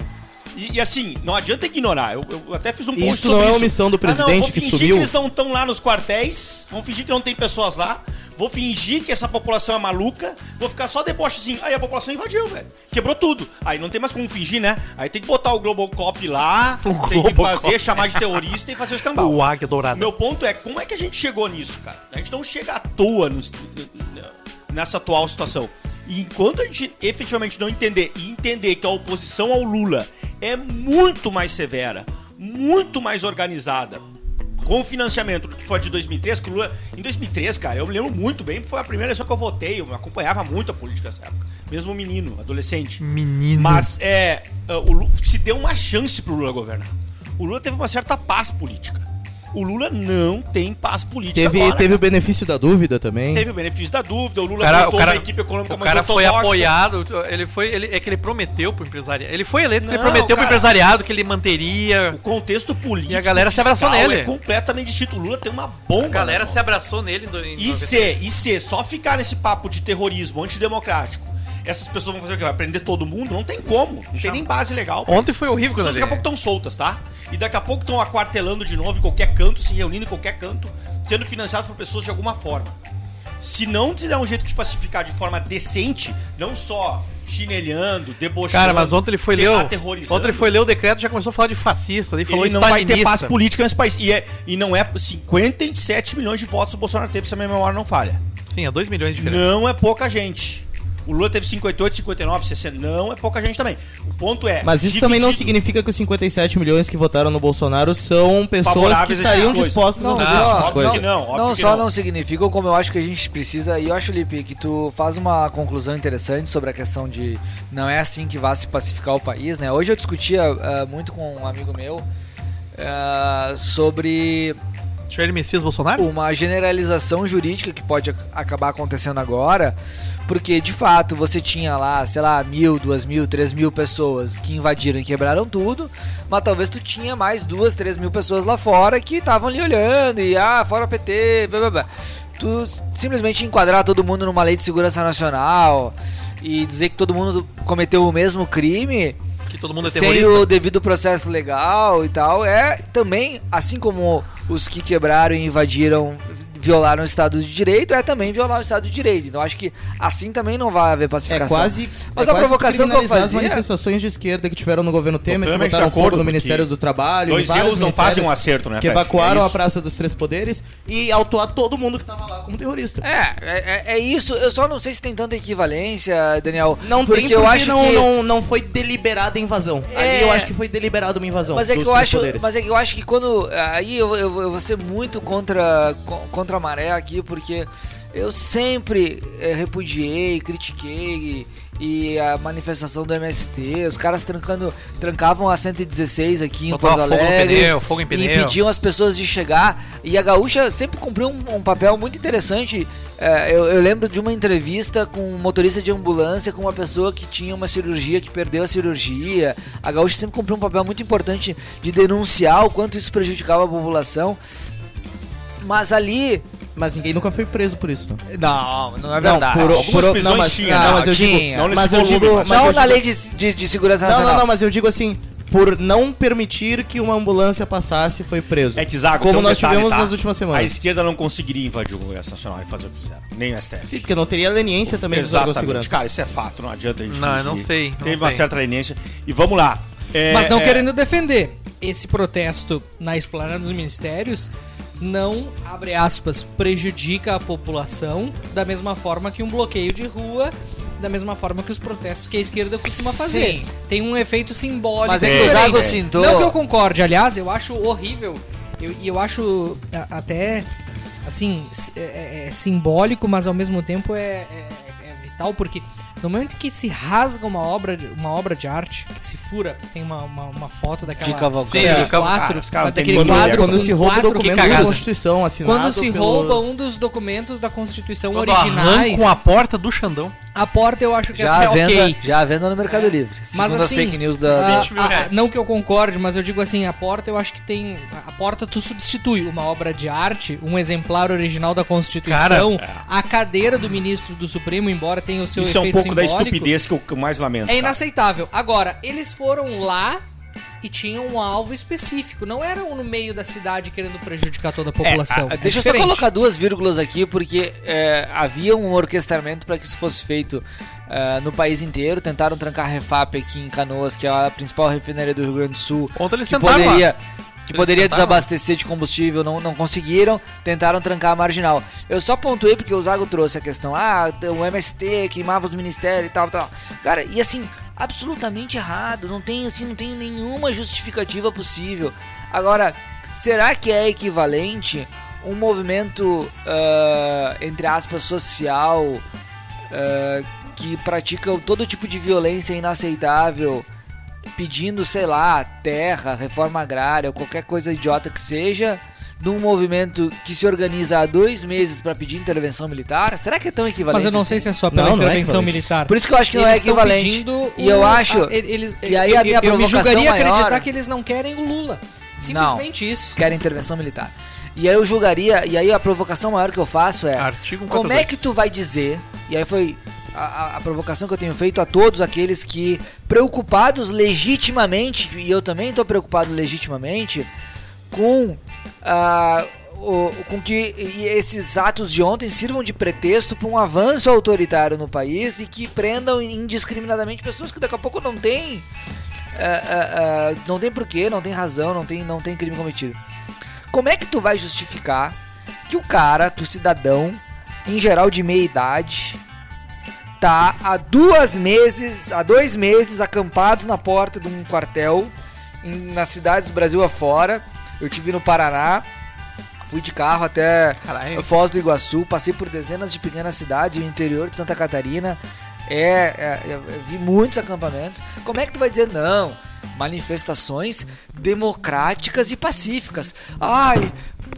Speaker 4: E, e assim, não adianta ignorar. Eu, eu até fiz um post
Speaker 5: Isso
Speaker 4: sobre
Speaker 5: não é
Speaker 4: isso.
Speaker 5: omissão do
Speaker 4: Ah, não,
Speaker 5: presidente
Speaker 4: vou
Speaker 5: que
Speaker 4: fingir
Speaker 5: sumiu?
Speaker 4: que eles não estão lá nos quartéis, vão fingir que não tem pessoas lá, vou fingir que essa população é maluca, vou ficar só debochezinho. Aí a população invadiu, velho. Quebrou tudo. Aí não tem mais como fingir, né? Aí tem que botar o Globocop lá, tem que
Speaker 2: Globocop.
Speaker 4: fazer, chamar de terrorista e fazer o escambau.
Speaker 2: O Águia Dourada.
Speaker 4: Meu ponto é, como é que a gente chegou nisso, cara? A gente não chega à toa nos- nessa atual situação. E enquanto a gente efetivamente não entender e entender que a oposição ao Lula é muito mais severa, muito mais organizada, com o financiamento do que foi de 2003, que o Lula. Em 2003, cara, eu me lembro muito bem, foi a primeira eleição que eu votei, eu acompanhava muito a política nessa época, mesmo menino, adolescente.
Speaker 2: Menino.
Speaker 4: Mas é, o Lu- se deu uma chance pro Lula governar. O Lula teve uma certa paz política. O Lula não tem paz política
Speaker 5: Teve,
Speaker 4: agora,
Speaker 5: teve o
Speaker 4: cara.
Speaker 5: benefício da dúvida também.
Speaker 4: Teve o benefício da dúvida, o
Speaker 2: O
Speaker 4: Lula
Speaker 2: cara, o
Speaker 4: montou
Speaker 2: cara,
Speaker 4: uma equipe econômica
Speaker 2: o cara foi
Speaker 4: ortodoxa.
Speaker 2: apoiado, ele foi, ele, é que ele prometeu pro empresariado, ele foi eleito, ele
Speaker 4: Não,
Speaker 2: prometeu pro
Speaker 4: cara.
Speaker 2: empresariado que ele manteria,
Speaker 4: O contexto político
Speaker 2: E a galera se abraçou
Speaker 4: fiscal
Speaker 2: nele.
Speaker 4: é completamente distinto. O é Lula tem uma
Speaker 2: a
Speaker 4: bomba.
Speaker 2: galera
Speaker 4: nas
Speaker 2: se abraçou nele. em- em
Speaker 4: E
Speaker 2: 90.
Speaker 4: se, e se só ficar nesse papo de terrorismo antidemocrático, essas pessoas vão fazer o quê? Vai prender todo mundo? Não tem como. Não tem nem base legal.
Speaker 2: Ontem foi horrível
Speaker 4: As
Speaker 2: quando
Speaker 4: pessoas daqui a pouco estão soltas, tá? E daqui a pouco estão aquartelando de novo em qualquer canto, se reunindo em qualquer canto, sendo financiadas por pessoas de alguma forma. Se não se der um jeito de pacificar de forma decente, não só chinelhando, debochando.
Speaker 2: Cara, mas ontem ele foi ler, o-
Speaker 4: aterrorizando,
Speaker 2: ontem ele foi ler o decreto, já começou a falar de fascista, daí falou
Speaker 4: ele não vai ter paz
Speaker 2: stalinista.
Speaker 4: política nesse país. E, é- e não é 57 milhões de votos o Bolsonaro teve, se a minha memória não falha.
Speaker 2: Sim, é 2 milhões de diferença.
Speaker 4: Não é pouca gente. O Lula teve 58, 59, 60. Não é pouca gente também. O ponto é.
Speaker 5: Mas isso também não
Speaker 4: dividido.
Speaker 5: significa que os 57 milhões que votaram no Bolsonaro são pessoas que
Speaker 4: Favoráveis a essas
Speaker 5: estariam
Speaker 4: coisas.
Speaker 5: dispostas
Speaker 6: Não,
Speaker 5: a fazer esse tipo de
Speaker 4: óbvio
Speaker 5: coisa.
Speaker 4: que não, óbvio
Speaker 6: não
Speaker 4: que
Speaker 6: só não.
Speaker 4: não.
Speaker 6: significam como eu acho que a gente precisa. E eu acho, Lipe, que tu faz uma conclusão interessante sobre a questão de não é assim que vai se pacificar o país, né? Hoje eu discutia ah, muito com um amigo meu ah, sobre
Speaker 2: Jair Messias Bolsonaro?
Speaker 6: uma generalização jurídica que pode ac- acabar acontecendo agora, porque de fato você tinha lá, sei lá, mil, duas mil, três mil pessoas que invadiram e quebraram tudo, mas talvez tu tinha mais duas, três mil pessoas lá fora que estavam ali olhando e ah, fora PT, blá blá blá. Tu s- simplesmente enquadrar todo mundo numa lei de segurança nacional e dizer que todo mundo cometeu o mesmo crime,
Speaker 2: Que todo mundo é
Speaker 6: sem
Speaker 2: terrorista.
Speaker 6: o devido processo legal e tal, é também, assim como os que quebraram e invadiram, violaram o Estado de Direito, é também violar o Estado de Direito. Então acho que assim também não vai haver
Speaker 5: É
Speaker 6: pacificação.
Speaker 5: quase.
Speaker 6: Mas
Speaker 5: é
Speaker 6: a
Speaker 5: quase
Speaker 6: provocação que eu
Speaker 5: criminalizar as
Speaker 6: fazia-
Speaker 5: manifestações de esquerda que tiveram no governo Temer, que
Speaker 4: problema é de
Speaker 5: botaram fogo
Speaker 4: acordo
Speaker 5: no
Speaker 4: com
Speaker 5: Ministério
Speaker 4: que
Speaker 5: do Trabalho. em
Speaker 4: Dois
Speaker 5: vários
Speaker 4: erros não fazem
Speaker 5: ministérios
Speaker 4: um acerto, né?
Speaker 5: Que
Speaker 4: Fred?
Speaker 5: evacuaram
Speaker 4: É
Speaker 5: a
Speaker 4: isso.
Speaker 5: Praça dos Três Poderes e autuar todo mundo que tava lá como terrorista.
Speaker 6: É, é, é isso. Eu só não sei se tem tanta equivalência, Daniel.
Speaker 5: Não
Speaker 6: É, porque
Speaker 5: tem porque
Speaker 6: eu acho
Speaker 5: não,
Speaker 6: que...
Speaker 5: não, não foi deliberada a invasão.
Speaker 6: É.
Speaker 5: Ali eu acho que foi deliberada uma invasão.
Speaker 6: Mas é,
Speaker 5: dos
Speaker 6: que eu
Speaker 5: três
Speaker 6: acho,
Speaker 5: poderes.
Speaker 6: mas é que eu acho que quando. Aí eu, eu, eu vou ser muito contra, co- contra a maré aqui, porque eu sempre eh, repudiei, critiquei e a manifestação do MST, os caras trancando, trancavam a 116 aqui em
Speaker 2: Botava
Speaker 6: Porto
Speaker 2: fogo no
Speaker 6: Alegre
Speaker 2: pneu, fogo em
Speaker 6: e
Speaker 2: pneu.
Speaker 6: impediam as pessoas de chegar. E a Gaúcha sempre cumpriu um, um papel muito interessante. Eh, eu, eu lembro de uma entrevista com um motorista de ambulância, com uma pessoa que tinha uma cirurgia, que perdeu a cirurgia. A Gaúcha sempre cumpriu um papel muito importante de denunciar o quanto isso prejudicava a população. Mas ali.
Speaker 5: Mas ninguém nunca foi preso por isso. né?
Speaker 6: Não, não é
Speaker 5: Não, por,
Speaker 4: Algumas
Speaker 5: por- não,
Speaker 4: prisões
Speaker 5: mas,
Speaker 4: tinha,
Speaker 5: não,
Speaker 4: né?
Speaker 5: mas eu
Speaker 6: Tinha.
Speaker 5: digo,
Speaker 4: Não nesse
Speaker 5: mas eu
Speaker 4: volume,
Speaker 5: digo,
Speaker 4: mas-
Speaker 5: mas eu
Speaker 6: não na
Speaker 5: digo-
Speaker 6: lei de, de, de segurança
Speaker 5: Não,
Speaker 6: nacional.
Speaker 5: não, não, mas eu digo assim, por não permitir que uma ambulância passasse, foi preso.
Speaker 4: É que Zago,
Speaker 5: Como
Speaker 4: tem um
Speaker 5: nós
Speaker 4: detalhe,
Speaker 5: tivemos
Speaker 4: tá?
Speaker 5: nas últimas
Speaker 4: A
Speaker 5: semanas.
Speaker 4: esquerda não conseguiria invadir o Congresso Nacional e fazer o que fizeram. Nem o STF.
Speaker 5: Sim, porque não teria leniência também dos órgãos de
Speaker 4: Exatamente,
Speaker 5: segurança.
Speaker 4: cara, isso é fato, não adianta a gente
Speaker 2: Não, eu
Speaker 4: fingir.
Speaker 2: não sei, não
Speaker 4: Teve uma
Speaker 2: sei.
Speaker 4: certa leniência. E vamos lá. É,
Speaker 3: Mas não
Speaker 4: é,
Speaker 3: querendo defender, esse protesto na esplanada dos ministérios não, abre aspas, prejudica a população da mesma forma que um bloqueio de rua, da mesma forma que os protestos que a esquerda costuma
Speaker 6: Sim.
Speaker 3: fazer. Tem um efeito simbólico.
Speaker 6: Mas é que
Speaker 4: o
Speaker 3: diferente.
Speaker 6: Zago sintou-
Speaker 3: Não que eu concorde, aliás, eu acho horrível. Eu- E eu, acho a- até, assim, si- é- é- é simbólico, mas ao mesmo tempo é- é- é vital, porque no momento que se rasga uma obra, de- uma obra de arte, que se fura, tem uma, uma, uma foto daquela...
Speaker 6: De Cavalcante.
Speaker 2: Sim, do Cavalcante.
Speaker 3: quatro,
Speaker 4: Ah, os caras não têm
Speaker 3: daquele
Speaker 4: medo de
Speaker 3: quadro, um
Speaker 4: mulher.
Speaker 5: Quando se rouba o
Speaker 3: quadro
Speaker 5: documento
Speaker 3: que é
Speaker 5: da
Speaker 2: cagada.
Speaker 5: Constituição assinado
Speaker 3: Quando se
Speaker 5: pelos-
Speaker 3: rouba um dos documentos da Constituição
Speaker 2: Quando
Speaker 3: originais,
Speaker 2: arrancam a porta do Xandão.
Speaker 3: a porta eu acho que
Speaker 6: Já
Speaker 3: é
Speaker 6: à
Speaker 3: até
Speaker 6: venda,
Speaker 3: ok. É.
Speaker 6: já à venda no Mercado Livre.
Speaker 3: Mas
Speaker 6: segundo
Speaker 3: assim,
Speaker 6: as fake news da,
Speaker 3: Ah,
Speaker 2: 20 mil
Speaker 3: ah,
Speaker 2: reais.
Speaker 3: não que eu concorde, mas eu digo assim, a porta eu acho que tem. A porta tu substitui uma obra de arte, um exemplar original da Constituição, a cadeira do ministro do Supremo, embora tenha o seu
Speaker 4: Isso é um
Speaker 3: efeito
Speaker 4: pouco da
Speaker 3: simbólico,
Speaker 4: estupidez que eu que eu mais lamento.
Speaker 3: É
Speaker 4: cara.
Speaker 3: inaceitável. Agora, eles foram lá e tinham um alvo específico. Não eram no meio da cidade querendo prejudicar toda a população.
Speaker 6: Ah, Deixa
Speaker 3: É
Speaker 6: eu só
Speaker 3: diferente.
Speaker 6: colocar duas vírgulas aqui, porque é, havia um orquestramento para que isso fosse feito ah, no país inteiro. Tentaram trancar a Refap aqui em Canoas, que é a principal refinaria do Rio Grande do Sul,
Speaker 2: Ontem eles
Speaker 6: que
Speaker 2: sentaram lá.
Speaker 6: poderia, que
Speaker 2: Eles
Speaker 6: poderia
Speaker 2: sentaram lá.
Speaker 6: desabastecer de combustível, não, não conseguiram. Tentaram trancar a marginal. Eu só pontuei porque o Zago trouxe a questão: ah, o MST queimava os ministérios e tal, tal. Cara, e assim, absolutamente errado. Não tem, assim, não tem nenhuma justificativa possível. Agora, será que é equivalente um movimento, ah, entre aspas, social, ah, que pratica todo tipo de violência inaceitável, pedindo, sei lá, terra, reforma agrária, ou qualquer coisa idiota que seja, num movimento que se organiza há dois meses para pedir intervenção militar? Será que é tão equivalente?
Speaker 3: Mas eu não sei
Speaker 6: assim?
Speaker 3: se é só pela
Speaker 5: Não, não é
Speaker 3: intervenção
Speaker 5: equivalente.
Speaker 3: militar.
Speaker 6: Por isso que eu acho que não é
Speaker 3: Eles tão
Speaker 6: equivalente.
Speaker 3: pedindo
Speaker 6: E eu
Speaker 3: o-
Speaker 6: acho.
Speaker 3: a- eles,
Speaker 6: e aí a minha
Speaker 3: eu, eu me
Speaker 6: provocação
Speaker 3: julgaria
Speaker 6: maior-
Speaker 3: acreditar que eles não querem o Lula. Simplesmente isso.
Speaker 6: querem intervenção militar. E aí eu julgaria, e aí a provocação maior que eu faço é.
Speaker 2: Artigo
Speaker 6: Como é
Speaker 2: 142.
Speaker 6: que tu vai dizer? E aí foi a, a- a provocação que eu tenho feito a todos aqueles que, preocupados legitimamente, e eu também estou preocupado legitimamente, com, ah, o, com que e esses atos de ontem sirvam de pretexto para um avanço autoritário no país e que prendam indiscriminadamente pessoas que daqui a pouco não têm. ah, ah, ah, não tem porquê, não tem razão, não tem, não tem crime cometido. Como é que tu vai justificar que o cara, que o cidadão, em geral de meia idade, tá há duas meses, há dois meses, acampados na porta de um quartel em- nas cidades do Brasil afora. Eu tive no Paraná, fui de carro até
Speaker 2: Caralho.
Speaker 6: Foz do Iguaçu, passei por dezenas de pequenas cidades, o interior de Santa Catarina. É, é, eu vi muitos acampamentos. Como é que tu vai dizer não? Manifestações democráticas e pacíficas. Ai,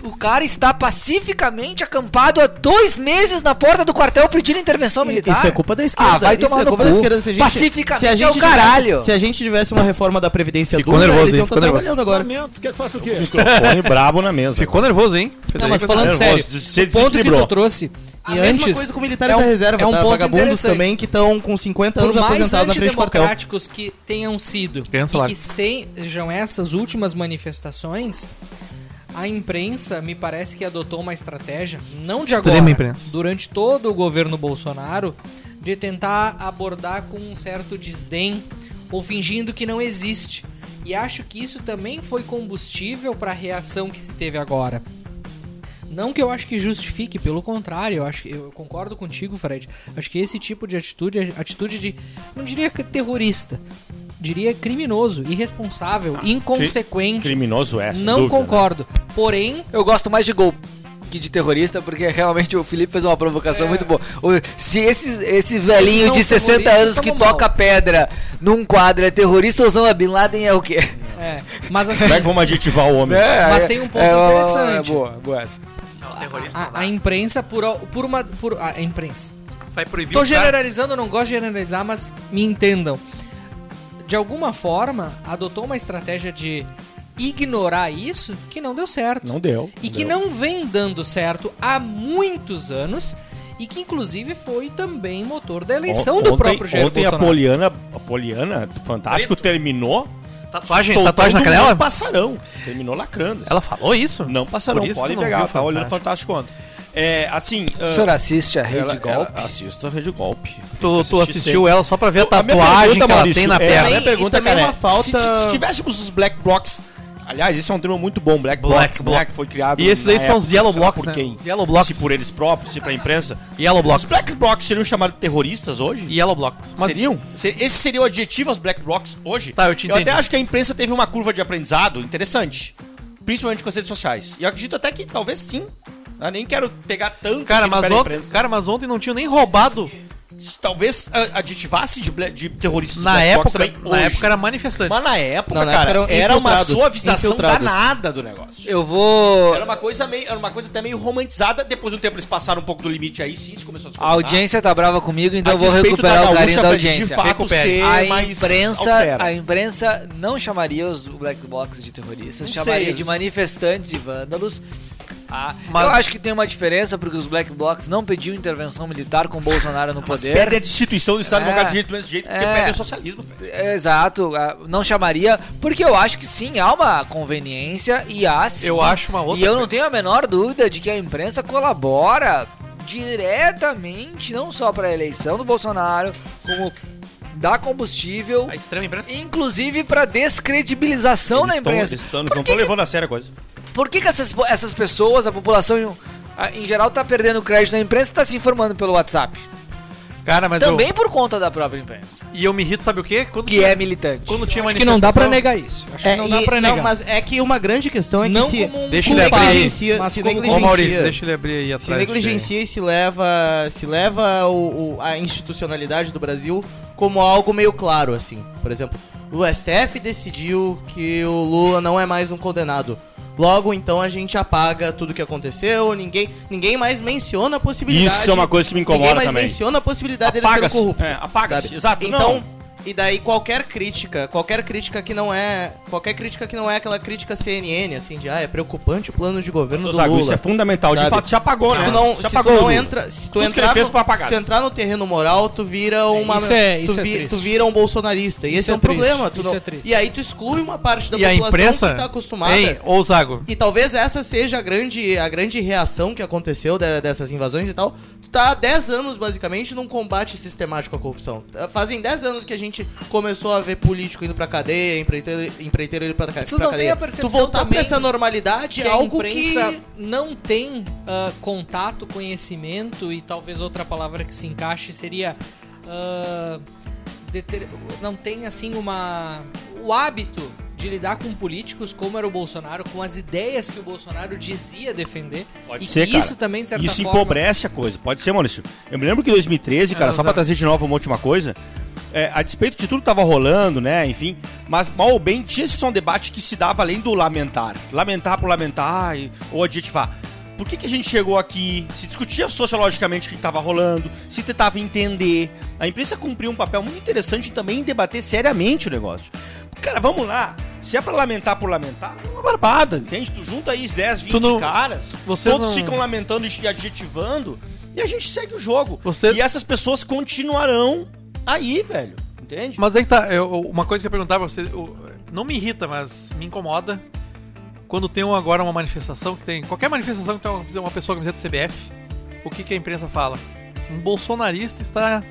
Speaker 6: o cara está pacificamente acampado há dois meses na porta do quartel pedindo intervenção militar.
Speaker 5: Isso é culpa da esquerda.
Speaker 6: Ah, vai
Speaker 5: isso
Speaker 6: tomar
Speaker 5: é
Speaker 6: no
Speaker 5: culpa
Speaker 6: cu.
Speaker 5: da esquerda. Se a gente,
Speaker 6: Pacificamente
Speaker 5: se a gente
Speaker 6: é o caralho.
Speaker 5: Tivesse, se a gente tivesse uma reforma da Previdência
Speaker 2: Ficou
Speaker 5: dupla,
Speaker 2: nervoso,
Speaker 5: eles
Speaker 2: hein?
Speaker 5: iam estar
Speaker 2: Ficou nervoso.
Speaker 5: trabalhando agora.
Speaker 8: Quer que eu faça o quê?
Speaker 4: Microfone brabo na mesa.
Speaker 2: Ficou nervoso, hein?
Speaker 3: Não,
Speaker 2: Federico?
Speaker 3: mas falando
Speaker 4: Nervoso,
Speaker 3: sério,
Speaker 4: se
Speaker 3: o ponto que
Speaker 4: desequilibrou.
Speaker 3: tu trouxe,
Speaker 5: A
Speaker 3: e
Speaker 5: mesma
Speaker 3: antes,
Speaker 5: coisa com militares
Speaker 3: é um-
Speaker 5: da reserva,
Speaker 3: é um
Speaker 5: tá?
Speaker 3: ponto
Speaker 5: Vagabundos
Speaker 3: interessante.
Speaker 5: também que estão com 50
Speaker 3: por
Speaker 5: anos
Speaker 3: mais
Speaker 5: aposentados na frente do quartel.
Speaker 3: antidemocráticos que tenham sido
Speaker 2: Ganha
Speaker 3: e
Speaker 2: salário.
Speaker 3: que sejam essas últimas manifestações, a imprensa me parece que adotou uma estratégia, não de agora,
Speaker 2: Extrema imprensa.
Speaker 3: durante todo o governo Bolsonaro, de tentar abordar com um certo desdém ou fingindo que não existe. E acho que isso também foi combustível para a reação que se teve agora. Não que eu acho que justifique, pelo contrário, eu acho que- eu concordo contigo, Fred. Acho que esse tipo de atitude, é atitude de, não diria que terrorista, diria criminoso, irresponsável, inconsequente.
Speaker 4: Ah, Criminoso é. sem
Speaker 3: não
Speaker 4: dúvida,
Speaker 3: concordo. Porém,
Speaker 6: Eu gosto mais de gol que de terrorista, porque realmente o Felipe fez uma
Speaker 4: É.
Speaker 6: provocação muito boa. O- Se esse, esse velhinho
Speaker 3: são
Speaker 6: de 60
Speaker 3: terroristas,
Speaker 6: anos que
Speaker 3: tamo mal.
Speaker 6: toca pedra num quadro é terrorista, Osama Bin Laden é o quê?
Speaker 3: é, mas
Speaker 4: Né?
Speaker 3: assim,
Speaker 4: Como é que vamos adjetivar o homem?
Speaker 6: É.
Speaker 3: Mas tem um ponto
Speaker 6: ó,
Speaker 3: interessante.
Speaker 6: É boa, boa essa. Ah,
Speaker 2: tá?
Speaker 3: a, a imprensa por, por uma por a imprensa.
Speaker 2: Vai proibir
Speaker 3: Tô
Speaker 2: o cara?
Speaker 3: generalizando, eu não gosto de generalizar, mas me entendam. De alguma forma, adotou uma estratégia de ignorar isso que não deu certo.
Speaker 8: Não deu.
Speaker 3: e que não vem dando certo há muitos anos e que inclusive foi também motor da eleição
Speaker 4: On-
Speaker 3: do
Speaker 4: ontem,
Speaker 3: próprio Jair
Speaker 4: Ontem
Speaker 3: Bolsonaro.
Speaker 4: a Poliana, a Poliana, do Fantástico, terminou
Speaker 2: Tatuagem,
Speaker 4: soltando
Speaker 2: tatuagem na
Speaker 4: Não
Speaker 2: canela?
Speaker 4: passarão. Terminou lacrando. assim.
Speaker 2: Ela falou isso?
Speaker 4: Não passarão,
Speaker 2: Por isso
Speaker 4: pode
Speaker 2: que eu não vi
Speaker 4: pegar.
Speaker 2: o
Speaker 4: Tá olhando
Speaker 2: Fantástico.
Speaker 4: Fantástico ontem. É, assim... ah,
Speaker 6: O senhor assiste a Rede
Speaker 4: ela- é,
Speaker 6: Golpe?
Speaker 4: ela- Assisto a Rede Golpe.
Speaker 2: Tu, tu
Speaker 4: Assisti
Speaker 2: assistiu ela só pra ver a
Speaker 4: Eu- a minha
Speaker 2: tatuagem
Speaker 4: pergunta,
Speaker 2: que ela
Speaker 4: Maurício,
Speaker 2: tem na
Speaker 4: é-
Speaker 2: perna.
Speaker 4: a minha pergunta,
Speaker 5: e também
Speaker 4: cara,
Speaker 5: uma
Speaker 4: é,
Speaker 5: falta-
Speaker 4: se, se tivéssemos os Black Blocks... Aliás, esse é um termo muito bom,
Speaker 2: Black
Speaker 4: Black, Blocks,
Speaker 2: Bloc.
Speaker 4: né, que foi criado
Speaker 2: E esses
Speaker 4: na
Speaker 2: aí são os
Speaker 4: época,
Speaker 2: Yellow
Speaker 4: sei lá
Speaker 2: Blocks,
Speaker 4: por
Speaker 2: né?
Speaker 4: quem.
Speaker 2: Os Yellow Blocks.
Speaker 4: Se por eles próprios, se pra imprensa.
Speaker 2: Yellow
Speaker 4: Os
Speaker 2: Blocks.
Speaker 4: Black Blocks seriam chamados de terroristas hoje?
Speaker 2: Yellow Blocks. Mas
Speaker 4: Seriam? Se- Esse seria o adjetivo aos Black Blocks hoje?
Speaker 2: Tá, eu te
Speaker 4: até
Speaker 2: entendi.
Speaker 4: acho que a imprensa teve uma curva de aprendizado interessante. Principalmente com as redes sociais. E eu acredito até que talvez sim. Eu nem quero pegar tanto
Speaker 2: Cara
Speaker 4: assim
Speaker 2: mas,
Speaker 4: pela
Speaker 2: ontem, cara, mas ontem não tinha nem roubado.
Speaker 4: Talvez ah, adjetivasse de, bla- de terroristas
Speaker 2: Na
Speaker 4: Black Blocs
Speaker 2: época,
Speaker 4: também
Speaker 2: na
Speaker 4: hoje.
Speaker 2: época era manifestante.
Speaker 4: Mas na época,
Speaker 5: Não, na
Speaker 4: cara,
Speaker 5: época eram
Speaker 4: era uma
Speaker 5: infiltrados,
Speaker 4: suavização
Speaker 5: infiltrados.
Speaker 4: danada do negócio.
Speaker 6: Eu vou...
Speaker 4: Era uma coisa meio, era uma coisa até meio romantizada. Depois de um tempo eles passaram um pouco do limite aí, sim, isso começou a se
Speaker 6: A audiência tá brava comigo, então
Speaker 4: A
Speaker 6: eu vou
Speaker 4: despeito da
Speaker 6: recuperar o
Speaker 4: gaúcha,
Speaker 6: carinho da
Speaker 4: Fred, de
Speaker 6: audiência.
Speaker 4: fato,
Speaker 6: Recupere.
Speaker 4: ser
Speaker 6: a
Speaker 4: mais
Speaker 6: imprensa,
Speaker 4: austera.
Speaker 6: a imprensa não chamaria os Black Blocs de terroristas,
Speaker 4: Não
Speaker 6: chamaria
Speaker 4: sei,
Speaker 6: de
Speaker 4: os-
Speaker 6: manifestantes e vândalos. Ah,
Speaker 2: Mas-
Speaker 6: Eu acho que tem uma diferença porque os Black Blocs não pediam intervenção militar com Bolsonaro no
Speaker 4: Mas
Speaker 6: poder.
Speaker 4: perde a destituição do Estado
Speaker 6: É.
Speaker 4: Democrático de Direito do mesmo jeito, porque
Speaker 6: É.
Speaker 4: perde o socialismo, velho.
Speaker 6: Exato, ah, não chamaria, porque eu acho que sim, há uma conveniência e há sim.
Speaker 2: Eu acho uma outra
Speaker 6: E eu não
Speaker 2: coisa.
Speaker 6: tenho a menor dúvida de que a imprensa colabora diretamente, não só para a eleição do Bolsonaro, como dá combustível,
Speaker 2: A extrema imprensa.
Speaker 6: inclusive para descredibilização
Speaker 4: Eles
Speaker 6: da
Speaker 4: tão-
Speaker 6: imprensa.
Speaker 4: eles tão- eles
Speaker 6: Por
Speaker 4: não
Speaker 6: que
Speaker 4: estão
Speaker 6: que-
Speaker 4: levando a sério a coisa.
Speaker 6: por que, que essas, essas pessoas, a população em, a- em geral, tá perdendo crédito na imprensa e tá se informando pelo WhatsApp?
Speaker 2: Cara, mas
Speaker 6: Também por conta da própria imprensa,
Speaker 2: eu... E eu me irrito, sabe o quê? Quando
Speaker 6: que
Speaker 2: tinha-
Speaker 6: é militante.
Speaker 2: Quando tinha
Speaker 3: Acho que não dá pra
Speaker 2: manifestação-
Speaker 3: negar isso. Acho
Speaker 5: É,
Speaker 3: que não dá
Speaker 5: e-
Speaker 3: pra
Speaker 5: não,
Speaker 3: negar.
Speaker 5: mas é que uma grande questão é que
Speaker 3: Não
Speaker 5: se,
Speaker 3: como um
Speaker 2: Deixa
Speaker 5: se
Speaker 2: ele abrir aí.
Speaker 5: negligencia,
Speaker 3: Mas
Speaker 5: se
Speaker 3: como- Ô,
Speaker 2: Ô,
Speaker 5: negligencia,
Speaker 2: Maurício, deixa ele abrir aí
Speaker 5: se
Speaker 2: atrás.
Speaker 5: negligencia e se leva, se leva o- o- a institucionalidade do Brasil como algo meio claro, assim. Por exemplo, o STF decidiu que o Lula não é mais um condenado. Logo, então, a gente apaga tudo que aconteceu, ninguém, ninguém mais menciona a possibilidade...
Speaker 4: Isso é uma coisa que me incomoda
Speaker 5: Ninguém mais
Speaker 4: também.
Speaker 5: menciona a possibilidade de ele ser
Speaker 4: Apaga-se.
Speaker 5: um corrupto.
Speaker 4: É, apaga-se,
Speaker 5: sabe?
Speaker 4: exato,
Speaker 5: Então,
Speaker 4: não.
Speaker 5: e daí qualquer crítica, qualquer crítica que não é, qualquer crítica que não é aquela crítica CNN, assim, de, ah, é preocupante o plano de governo
Speaker 4: Ô,
Speaker 5: do
Speaker 4: Zago,
Speaker 5: Lula.
Speaker 4: isso é fundamental. De
Speaker 5: sabe?
Speaker 4: fato, já apagou,
Speaker 5: se
Speaker 4: né?
Speaker 5: Tu não,
Speaker 4: Já
Speaker 5: se tu
Speaker 4: apagou,
Speaker 5: não
Speaker 4: Lula.
Speaker 5: entra, se tu
Speaker 4: Tudo que
Speaker 5: entrar,
Speaker 4: ele fez
Speaker 5: no,
Speaker 4: foi apagado.
Speaker 5: se tu entrar no terreno moral, tu vira uma
Speaker 3: isso é- isso
Speaker 5: tu,
Speaker 3: é triste.
Speaker 5: tu vira um bolsonarista. E
Speaker 3: Isso
Speaker 5: esse é,
Speaker 3: é
Speaker 5: um
Speaker 3: triste,
Speaker 5: problema, tu
Speaker 3: isso
Speaker 5: não-
Speaker 3: é triste.
Speaker 5: E aí tu exclui uma parte da
Speaker 2: E a
Speaker 5: população
Speaker 2: imprensa...
Speaker 5: que tá acostumada.
Speaker 2: Hein, ô Zago.
Speaker 5: E talvez essa seja a grande, a grande reação que aconteceu de- dessas invasões e tal. Tu tá há 10 anos, basicamente, num combate sistemático à corrupção. Eh, Fazem 10 anos que a gente começou a ver político indo pra cadeia, empreiteiro, empreiteiro indo pra, ca
Speaker 3: Vocês
Speaker 5: pra
Speaker 3: não têm
Speaker 5: cadeia.
Speaker 3: a percepção
Speaker 5: tu voltar
Speaker 3: também
Speaker 5: pra essa normalidade
Speaker 3: que
Speaker 5: é
Speaker 3: a
Speaker 5: algo
Speaker 3: imprensa
Speaker 5: que...
Speaker 3: não tem ah, contato, conhecimento e talvez outra palavra que se encaixe seria ah, deter- não tem assim uma o hábito de lidar com políticos como era o Bolsonaro, com as ideias que o Bolsonaro dizia defender.
Speaker 4: Pode
Speaker 3: e
Speaker 4: ser,
Speaker 3: que
Speaker 4: cara.
Speaker 3: isso também, de certa
Speaker 4: Isso
Speaker 3: forma,
Speaker 4: empobrece a coisa. Pode ser, Maurício. Eu me lembro que em 2013, cara,
Speaker 3: Ah,
Speaker 2: É,
Speaker 4: só
Speaker 2: exato.
Speaker 4: pra trazer de novo uma última coisa, é, a despeito de tudo que tava rolando, né, enfim, mas mal ou bem tinha esse só um debate que se dava além do lamentar. Lamentar por lamentar e- ou adjetivar. Por que, que a gente chegou aqui? Se discutia sociologicamente o que estava rolando, se tentava entender. A imprensa cumpriu um papel muito interessante também em debater seriamente o negócio. Cara, vamos lá. Se é pra lamentar por lamentar, é uma barbada, entende? Tu junta aí 10, 20
Speaker 2: Tu não-
Speaker 4: caras,
Speaker 2: vocês
Speaker 4: todos
Speaker 2: não-
Speaker 4: ficam lamentando e adjetivando e a gente segue o jogo.
Speaker 2: Você-
Speaker 4: E essas pessoas continuarão aí, velho. Entende?
Speaker 2: Mas aí que tá, eu- uma coisa que eu ia perguntar pra você, eu- não me irrita, mas me incomoda quando tem um- agora uma manifestação que tem. Qualquer manifestação que tem uma, uma pessoa com camiseta do CBF, o que, que a imprensa fala? Um bolsonarista está.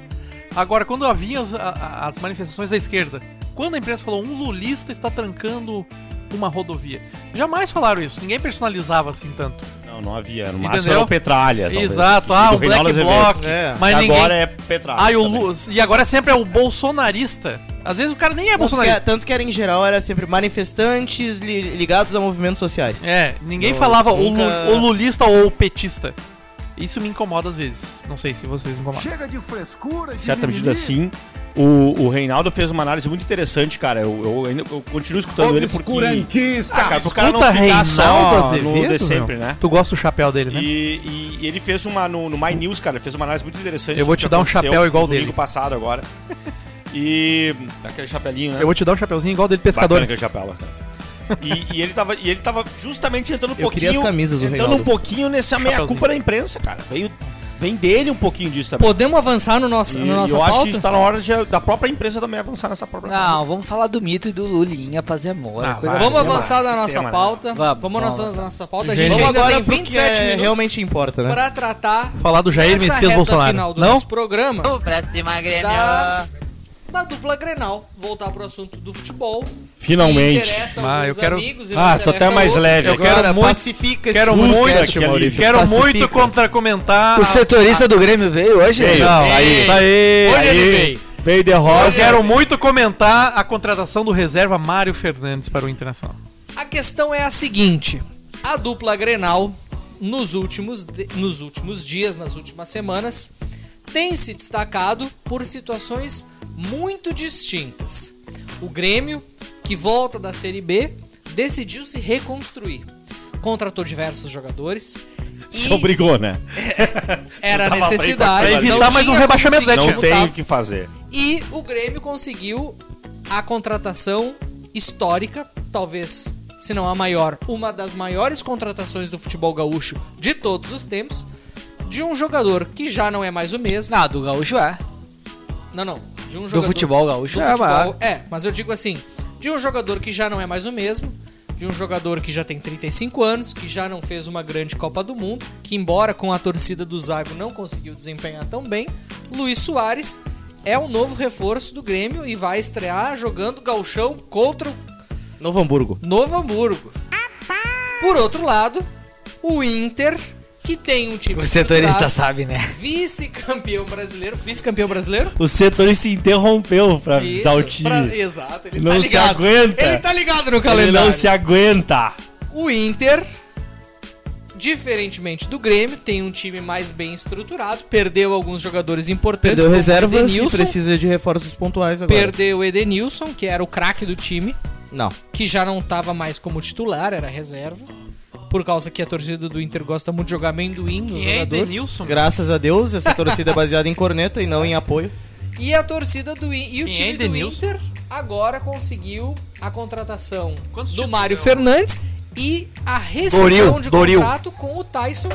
Speaker 2: Agora, quando havia as, a- a- as manifestações da esquerda, quando a imprensa falou um lulista está trancando uma rodovia, jamais falaram isso, ninguém personalizava assim tanto.
Speaker 4: Não, não havia. No
Speaker 2: máximo Entendeu? era o
Speaker 4: Petralha.
Speaker 2: Exato, ah, o Black Bloc,
Speaker 5: É.
Speaker 2: mas ninguém.
Speaker 4: é Petralha.
Speaker 2: Ah, e, o Lu- e agora sempre é o bolsonarista. Às vezes o cara nem é
Speaker 5: Tanto que,
Speaker 2: bolsonarista.
Speaker 5: tanto que era em geral, era sempre manifestantes li- ligados a movimentos sociais.
Speaker 2: É, ninguém
Speaker 5: Não,
Speaker 2: falava o,
Speaker 5: nunca-
Speaker 2: lu- o lulista ou o petista. Isso me incomoda às vezes. Não sei se vocês me incomodam.
Speaker 8: Chega de frescura,
Speaker 4: De certa medida, sim. O, o Reinaldo fez uma análise muito interessante, cara. Eu, eu ainda- eu continuo escutando ele porque.
Speaker 8: Obscurantista.
Speaker 4: Ah, cara, pro cara não
Speaker 2: Escuta
Speaker 4: ficar
Speaker 2: Reinaldo
Speaker 4: só no
Speaker 2: Azevedo,
Speaker 4: de sempre,
Speaker 2: meu.
Speaker 4: né?
Speaker 2: Tu gosta do chapéu dele, né?
Speaker 4: E, e ele fez uma no, no My News, cara, ele fez uma análise muito interessante.
Speaker 2: Eu vou
Speaker 4: sobre
Speaker 2: te
Speaker 4: o que
Speaker 2: dar um
Speaker 4: aconteceu
Speaker 2: chapéu igual
Speaker 4: no domingo
Speaker 2: dele.
Speaker 4: passado agora. E. Aquele chapelinho, né?
Speaker 2: Eu vou te dar um chapéuzinho igual dele pescador.
Speaker 4: Bacana aquele chapéu lá, cara. E, e ele tava, e ele tava justamente entrando um
Speaker 5: Eu queria
Speaker 4: pouquinho.
Speaker 5: as camisas do
Speaker 4: entrando
Speaker 5: Reinaldo.
Speaker 4: um pouquinho nessa meia culpa é
Speaker 2: Chapeuzinho.
Speaker 4: da imprensa, cara. Veio, vem dele um pouquinho disso também.
Speaker 3: Podemos avançar no nosso,
Speaker 4: E,
Speaker 3: na
Speaker 4: e
Speaker 3: nossa
Speaker 4: eu acho
Speaker 3: pauta?
Speaker 4: que está na hora de- da própria imprensa também avançar nessa própria.
Speaker 6: Não, vamos falar do mito e do Lulinha, paz e amor.
Speaker 2: Ah,
Speaker 6: coisa
Speaker 4: vai.
Speaker 3: Vamos
Speaker 4: Tema,
Speaker 3: avançar na nossa
Speaker 4: tema, né?
Speaker 3: pauta.
Speaker 6: Vamos,
Speaker 3: Vamos
Speaker 6: vamos
Speaker 3: avançar na nossa pauta. A
Speaker 2: Gente,
Speaker 3: gente
Speaker 5: Vamos
Speaker 3: ainda
Speaker 5: agora
Speaker 3: tem
Speaker 5: pro que
Speaker 3: 27
Speaker 5: é,
Speaker 3: minutos
Speaker 5: realmente importa, né?
Speaker 3: para tratar
Speaker 2: Falar do Jair
Speaker 3: nessa
Speaker 2: Messias
Speaker 3: reta
Speaker 2: Bolsonaro.
Speaker 3: final do
Speaker 2: Não?
Speaker 3: nosso programa
Speaker 9: Pra cima, Grêmio.
Speaker 3: da, da dupla Grenal. Voltar pro assunto do futebol. Que interessa
Speaker 2: Ah,
Speaker 3: alguns
Speaker 2: eu quero-
Speaker 3: amigos e não
Speaker 4: Ah, tô
Speaker 3: interessa
Speaker 4: até mais
Speaker 3: outros.
Speaker 4: leve.
Speaker 2: Eu quero muito-
Speaker 5: pacifica esse
Speaker 2: quero muito
Speaker 5: podcast,
Speaker 4: aquele-
Speaker 5: Maurício,
Speaker 2: Quero
Speaker 5: pacifica.
Speaker 2: muito contra comentar.
Speaker 6: O setorista do Grêmio veio hoje?
Speaker 4: Veio.
Speaker 2: Não,
Speaker 4: Aí.
Speaker 2: tá aí.
Speaker 4: Hoje ele veio. Veio de
Speaker 2: Eu
Speaker 4: rosa.
Speaker 2: quero muito comentar a contratação do reserva Mário Fernandes para o Internacional.
Speaker 3: A questão é a seguinte: a dupla Grenal, nos últimos, de- nos últimos dias, nas últimas semanas, tem se destacado por situações muito distintas. O Grêmio, que volta da Série B, decidiu se reconstruir. Contratou diversos jogadores.
Speaker 4: Se obrigou, né?
Speaker 3: era
Speaker 4: Tava bem
Speaker 3: necessidade.
Speaker 4: pra
Speaker 3: não
Speaker 2: evitar mais um
Speaker 3: tinha
Speaker 2: rebaixamento, né,
Speaker 3: conseguido
Speaker 2: Tchê?
Speaker 4: Não tem
Speaker 3: lutar.
Speaker 4: o que fazer.
Speaker 3: E o Grêmio conseguiu a contratação histórica, talvez, se não a maior, uma das maiores contratações do futebol gaúcho de todos os tempos, de um jogador que já não é mais o mesmo.
Speaker 6: Ah, do Gaúcho é.
Speaker 3: Não, não, de um jogador
Speaker 6: futebol gaúcho
Speaker 3: do
Speaker 6: é a
Speaker 3: futebol-
Speaker 6: maior.
Speaker 3: é, mas eu digo assim, de um jogador que já não é mais o mesmo, de um jogador que já tem 35 anos, que já não fez uma grande Copa do Mundo, que embora com a torcida do Zago não conseguiu desempenhar tão bem, Luiz Soares é o novo reforço do Grêmio e vai estrear jogando gauchão contra o
Speaker 5: Novo Hamburgo.
Speaker 3: Novo Hamburgo. Por outro lado, o Inter, que tem um time
Speaker 6: O setorista
Speaker 3: estruturado,
Speaker 6: sabe, né?
Speaker 3: vice-campeão brasileiro, vice-campeão brasileiro,
Speaker 10: O setor se interrompeu pra avisar o
Speaker 3: isso,
Speaker 10: time.
Speaker 3: pra- Exato, ele
Speaker 10: Não
Speaker 3: tá
Speaker 10: se
Speaker 3: ligado.
Speaker 10: aguenta.
Speaker 3: Ele tá ligado no
Speaker 10: Ele
Speaker 3: calendário.
Speaker 10: não se aguenta.
Speaker 3: O Inter, diferentemente do Grêmio, tem um time mais bem estruturado, perdeu alguns jogadores importantes.
Speaker 5: Perdeu
Speaker 3: como o
Speaker 5: reservas e
Speaker 3: Edenilson,
Speaker 5: precisa de reforços pontuais agora.
Speaker 3: Perdeu o Edenilson, que era o craque do time,
Speaker 5: Não.
Speaker 3: que já não tava mais como titular, era reserva. Por causa que a torcida do Inter gosta muito de jogar amendoim nos jogadores.
Speaker 2: Denilson?
Speaker 5: Graças a Deus, essa torcida é baseada em corneta e não em apoio.
Speaker 3: E a torcida do In- e o
Speaker 2: Quem é
Speaker 3: time do
Speaker 2: Edenilson?
Speaker 3: Inter agora conseguiu a contratação
Speaker 2: Quantos
Speaker 3: do
Speaker 2: títulos
Speaker 3: Mário
Speaker 2: ganhou?
Speaker 3: Fernandes e a rescisão
Speaker 6: Doril,
Speaker 3: de
Speaker 6: Doril.
Speaker 3: contrato com o Tyson,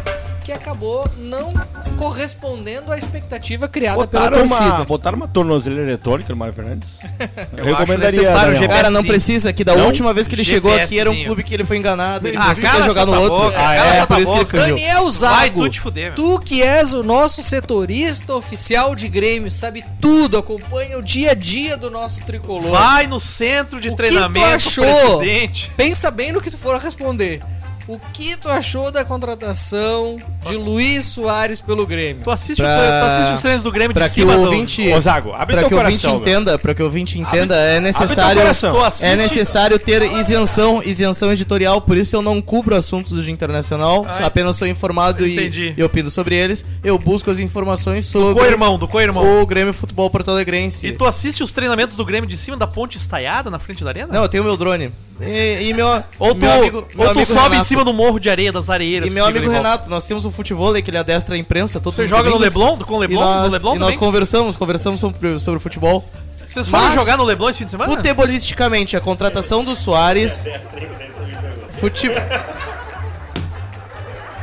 Speaker 3: que acabou não correspondendo à expectativa criada
Speaker 4: Botaram
Speaker 3: pela torcida.
Speaker 4: uma, botaram uma tornozeleira eletrônica no Mário Fernandes. Eu,
Speaker 2: acho
Speaker 4: recomendaria.
Speaker 2: necessário,
Speaker 4: Daniel.
Speaker 2: GP.
Speaker 5: Cara, não
Speaker 2: Sim.
Speaker 5: precisa, que da
Speaker 4: Não?
Speaker 5: última vez que ele chegou aqui era um
Speaker 2: GPSzinho.
Speaker 5: clube que ele foi enganado, ele
Speaker 2: Ah,
Speaker 5: conseguiu
Speaker 2: cala
Speaker 5: jogar
Speaker 2: essa
Speaker 5: no
Speaker 2: tua
Speaker 5: outro.
Speaker 2: boca,
Speaker 5: Ah,
Speaker 2: cala
Speaker 5: é,
Speaker 2: essa
Speaker 5: por isso que ele
Speaker 2: boca.
Speaker 5: fugiu.
Speaker 3: Daniel
Speaker 2: Vai
Speaker 3: Zago,
Speaker 2: tu te fuder, meu.
Speaker 3: tu que és o nosso setorista oficial de Grêmio, sabe tudo, acompanha o dia a dia do nosso tricolor.
Speaker 2: Vai no centro de
Speaker 3: O que tu
Speaker 2: treinamento,
Speaker 3: achou?
Speaker 2: presidente.
Speaker 3: Pensa bem no que tu for responder. O que tu achou da contratação de Luiz Soares pelo Grêmio?
Speaker 2: Tu assiste,
Speaker 5: Pra-
Speaker 2: o, tu assiste os treinos do Grêmio
Speaker 5: Pra
Speaker 2: de
Speaker 5: que
Speaker 2: cima
Speaker 5: o
Speaker 2: do...
Speaker 5: ouvinte,
Speaker 4: Ô, Zago, abre
Speaker 5: pra
Speaker 4: teu
Speaker 5: que o ouvinte
Speaker 4: coração, meu.
Speaker 5: entenda, para que o ouvinte entenda, é
Speaker 4: Abre teu
Speaker 5: necessário
Speaker 4: coração.
Speaker 2: Tu assiste...
Speaker 5: É necessário ter
Speaker 2: assim.
Speaker 5: isenção, isenção editorial, por isso eu não cubro assuntos de internacional,
Speaker 2: Ah,
Speaker 5: só- apenas sou informado
Speaker 2: entendi.
Speaker 5: e, e opino sobre eles. Eu busco as informações sobre
Speaker 2: Co-irmão, do co-irmão.
Speaker 5: o Grêmio Futebol Porto Alegrense.
Speaker 2: E tu assiste os treinamentos do Grêmio de cima da ponte estaiada na frente da arena?
Speaker 5: Não, eu tenho meu drone. E, e meu,
Speaker 2: Ou tu,
Speaker 5: meu amigo,
Speaker 2: ou
Speaker 5: meu
Speaker 2: tu
Speaker 5: amigo
Speaker 2: sobe em
Speaker 5: Renato.
Speaker 2: cima do morro de areia das areieiras.
Speaker 5: E meu
Speaker 2: que fica
Speaker 5: amigo
Speaker 2: ali em volta.
Speaker 5: Renato, nós temos um futebol que ele adestra a imprensa. todos
Speaker 2: Você
Speaker 5: os
Speaker 2: joga no
Speaker 5: domingos.
Speaker 2: Leblon? Com o
Speaker 5: E
Speaker 2: Leblon?
Speaker 5: nós,
Speaker 2: no Leblon
Speaker 5: e nós
Speaker 2: também?
Speaker 5: conversamos, conversamos sobre, sobre futebol.
Speaker 2: Vocês foram
Speaker 5: Mas-
Speaker 2: jogar no Leblon esse fim de semana?
Speaker 5: Futebolisticamente, a contratação do Soares. Fute...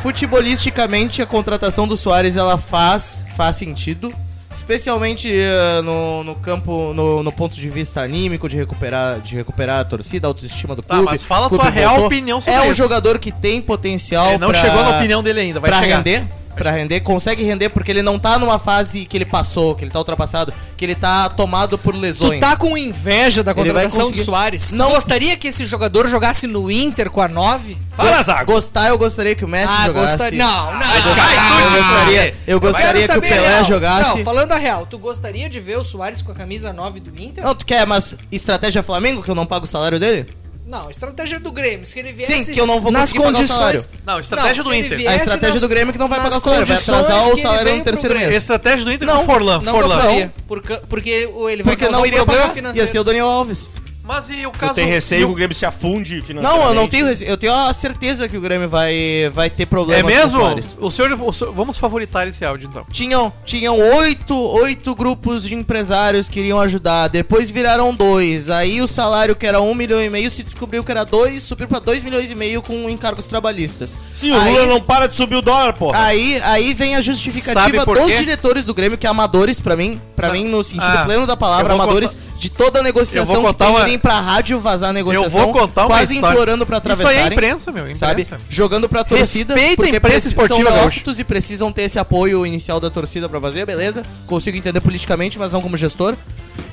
Speaker 5: Futebolisticamente, a contratação do Soares ela faz, faz sentido. Especialmente eh, no, no campo, no, no ponto de vista anímico, de recuperar, de recuperar a torcida, a autoestima do
Speaker 2: Tá,
Speaker 5: clube.
Speaker 2: mas fala
Speaker 5: O clube
Speaker 2: tua real
Speaker 5: voltou.
Speaker 2: opinião sobre
Speaker 5: É um
Speaker 2: isso.
Speaker 5: jogador que tem potencial
Speaker 2: Ele não
Speaker 5: pra-
Speaker 2: chegou na opinião dele ainda, vai
Speaker 5: pra
Speaker 2: chegar.
Speaker 5: render, pra render, consegue render porque ele não tá numa fase que ele passou, que ele tá ultrapassado, que ele tá tomado por lesões.
Speaker 3: Tu tá com inveja da
Speaker 5: Ele vai
Speaker 3: contratação do
Speaker 5: conseguir.
Speaker 3: Soares?
Speaker 5: Não.
Speaker 3: Não gostaria que esse jogador jogasse no Inter com a 9?
Speaker 4: Fala, Zago.
Speaker 5: Gostar, eu Ah, gostaria que o Messi jogasse.
Speaker 3: gostaria. Ah, Não, não.
Speaker 5: eu gostaria, eu
Speaker 3: Quero
Speaker 5: gostaria que o
Speaker 3: saber a
Speaker 5: Pelé
Speaker 3: real.
Speaker 5: jogasse.
Speaker 3: Não, falando a real, tu gostaria de ver o Soares com a camisa 9 do Inter?
Speaker 5: Não, tu quer, mas estratégia Flamengo, que eu não pago o salário dele?
Speaker 3: Não, estratégia do Grêmio. Se ele viesse
Speaker 5: Sim, que eu não vou
Speaker 3: nas
Speaker 5: conseguir pagar o
Speaker 3: condições.
Speaker 5: salário.
Speaker 2: Não, estratégia
Speaker 3: se
Speaker 2: do
Speaker 3: ele
Speaker 2: Inter.
Speaker 5: A
Speaker 3: viesse
Speaker 5: estratégia
Speaker 3: nas-
Speaker 5: do Grêmio é que não vai
Speaker 3: nas
Speaker 5: pagar o salário, vai
Speaker 3: condições
Speaker 5: atrasar
Speaker 3: que
Speaker 5: o
Speaker 3: ele
Speaker 5: salário
Speaker 3: veio
Speaker 5: no terceiro
Speaker 3: pro
Speaker 5: mês.
Speaker 3: Grêmio.
Speaker 2: Estratégia do Inter
Speaker 5: Não,
Speaker 2: com Forlan.
Speaker 3: Não
Speaker 2: Forlan.
Speaker 3: gostaria. Porque, porque o- ele vai
Speaker 5: Porque não iria
Speaker 3: um problema
Speaker 5: pagar, ia
Speaker 3: financeiro.
Speaker 5: ser o Daniel Alves.
Speaker 2: Mas e o
Speaker 4: Tu
Speaker 2: caso...
Speaker 4: tem
Speaker 2: e
Speaker 4: receio que o
Speaker 2: o-
Speaker 4: Grêmio se afunde financeiramente?
Speaker 5: Não, eu não tenho, rece- eu tenho a certeza que o Grêmio vai, vai ter
Speaker 2: É
Speaker 5: problemas com o
Speaker 2: mesmo?
Speaker 5: Soares.
Speaker 2: O senhor, o senhor- Vamos favoritar esse áudio, então.
Speaker 5: Tinham, tinham oito, oito grupos de empresários que iriam ajudar, depois viraram dois, aí o salário que era um milhão e meio se descobriu que era dois, subiu pra dois milhões e meio com encargos trabalhistas.
Speaker 4: Sim, o Lula
Speaker 5: Aí-
Speaker 4: não para de subir o dólar, porra.
Speaker 5: Aí, aí vem a justificativa
Speaker 2: Sabe por
Speaker 5: dos
Speaker 2: quê?
Speaker 5: diretores do Grêmio, que é amadores pra mim, pra
Speaker 2: Ah,
Speaker 5: mim no sentido
Speaker 2: ah,
Speaker 5: pleno da palavra,
Speaker 2: eu vou
Speaker 5: amadores de toda a
Speaker 2: eu
Speaker 5: negociação
Speaker 2: vou
Speaker 5: que
Speaker 2: contar
Speaker 5: tem
Speaker 2: uma-
Speaker 5: irem pra rádio vazar a negociação,
Speaker 2: vou contar uma
Speaker 5: quase
Speaker 2: história.
Speaker 5: implorando pra
Speaker 2: Isso aí é
Speaker 5: atravessarem.
Speaker 2: imprensa, meu. Imprensa.
Speaker 5: Sabe? Jogando pra torcida.
Speaker 2: Respeita a imprensa
Speaker 5: preci-
Speaker 2: esportiva,
Speaker 5: são
Speaker 2: gaúcho.
Speaker 5: adeptos e precisam ter esse apoio inicial da torcida pra fazer, beleza? Consigo entender politicamente, mas não como gestor.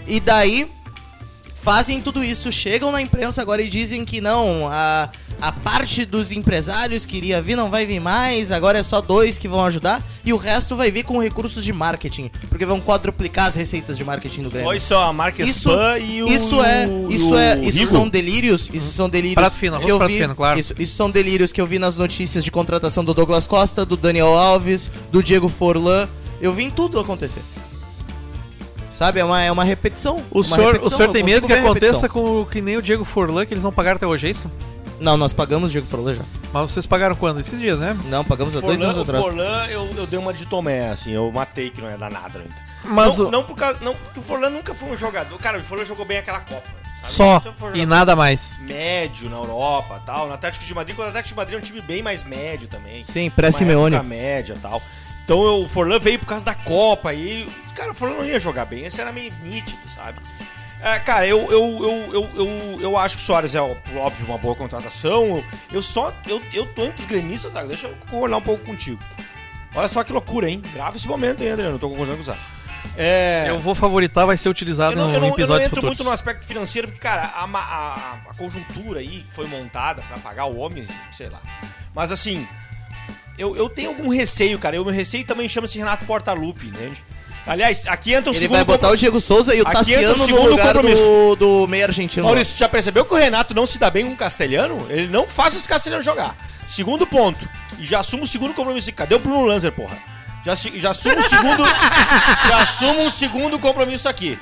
Speaker 5: E daí, fazem tudo isso, chegam na imprensa agora e dizem que não, a, a parte dos empresários que iria vir não vai vir mais, agora é só dois que vão ajudar e o resto vai vir com recursos de marketing, porque vão quadruplicar as receitas de marketing do Grêmio.
Speaker 4: Foi só a marca
Speaker 5: Isso,
Speaker 4: é Spam e o.
Speaker 5: isso é, isso
Speaker 4: o
Speaker 5: é, isso
Speaker 4: Rigo.
Speaker 5: são delírios, isso são delírios.
Speaker 2: Prato fino, arroz
Speaker 5: que eu
Speaker 2: prato
Speaker 5: vi-
Speaker 2: fino, claro.
Speaker 5: Isso, isso são delírios que eu vi nas notícias de contratação do Douglas Costa, do Daniel Alves, do Diego Forlan. Eu vi em tudo acontecer. Sabe, é uma, é uma repetição.
Speaker 2: O
Speaker 5: uma
Speaker 2: senhor, o
Speaker 5: repetição,
Speaker 2: senhor
Speaker 5: eu
Speaker 2: tem medo
Speaker 5: consigo
Speaker 2: que
Speaker 5: ver a repetição.
Speaker 2: aconteça com o que nem o Diego Forlan, que eles não pagaram até hoje, é isso?
Speaker 5: Não, nós pagamos o Diego Forlan já.
Speaker 2: Mas vocês pagaram quando? Esses dias, né?
Speaker 5: Não, pagamos há dois
Speaker 4: Forlan,
Speaker 5: anos
Speaker 4: o
Speaker 5: atrás.
Speaker 4: Forlan, eu, eu dei uma de Tomé, assim, eu matei que não ia dar nada. né?
Speaker 2: Mas
Speaker 4: não,
Speaker 2: o-
Speaker 4: não por causa. Não, porque o Forlan nunca foi um jogador. Cara, o Forlan jogou bem aquela Copa. sabe?
Speaker 2: Só
Speaker 4: Sempre foi um
Speaker 2: e
Speaker 4: jogador
Speaker 2: nada mais.
Speaker 4: Médio na Europa tal. No Atlético de Madrid, quando o Atlético de Madrid é um time bem mais médio também.
Speaker 5: Sim, pré
Speaker 4: Uma
Speaker 5: Simeone.
Speaker 4: época média tal. Então eu- o Forlan veio por causa da Copa e. Cara, o Forlan não ia jogar bem. Esse era meio nítido, sabe? É, cara, eu, eu, eu, eu, eu, eu acho que o Soares é, ó, óbvio, uma boa contratação. Eu, eu só. Eu, eu tô entre os gremistas, Zago. Deixa eu concordar um pouco contigo. Olha só que loucura, hein? Grava esse momento, hein, Adriano? Eu tô concordando com o Zago. É.
Speaker 2: Eu vou favoritar, vai ser utilizado
Speaker 4: Eu não,
Speaker 2: no
Speaker 4: eu não- eu não
Speaker 2: episódio
Speaker 4: entro muito no
Speaker 2: futuro.
Speaker 4: aspecto financeiro, porque, cara, a, ma- a- a conjuntura aí que foi montada pra pagar o homem, sei lá. Mas assim, eu, eu tenho algum receio, cara. E O meu receio também chama-se Renato Portaluppi, entende? Aliás, aqui entra o
Speaker 5: Ele
Speaker 4: segundo
Speaker 5: vai botar o
Speaker 4: compro-
Speaker 5: Diego Souza e o
Speaker 4: Aqui entra o
Speaker 5: Tassiano no
Speaker 4: segundo
Speaker 5: lugar do,
Speaker 4: compromisso.
Speaker 5: do meio argentino.
Speaker 4: Maurício, já percebeu que o Renato não se dá bem com o castelhano? Ele não faz os castelhanos jogar. Segundo ponto. E já assumo o segundo compromisso. Cadê o Bruno Lanzer, porra? Já, se- já assumo o segundo. já assumo um segundo compromisso aqui.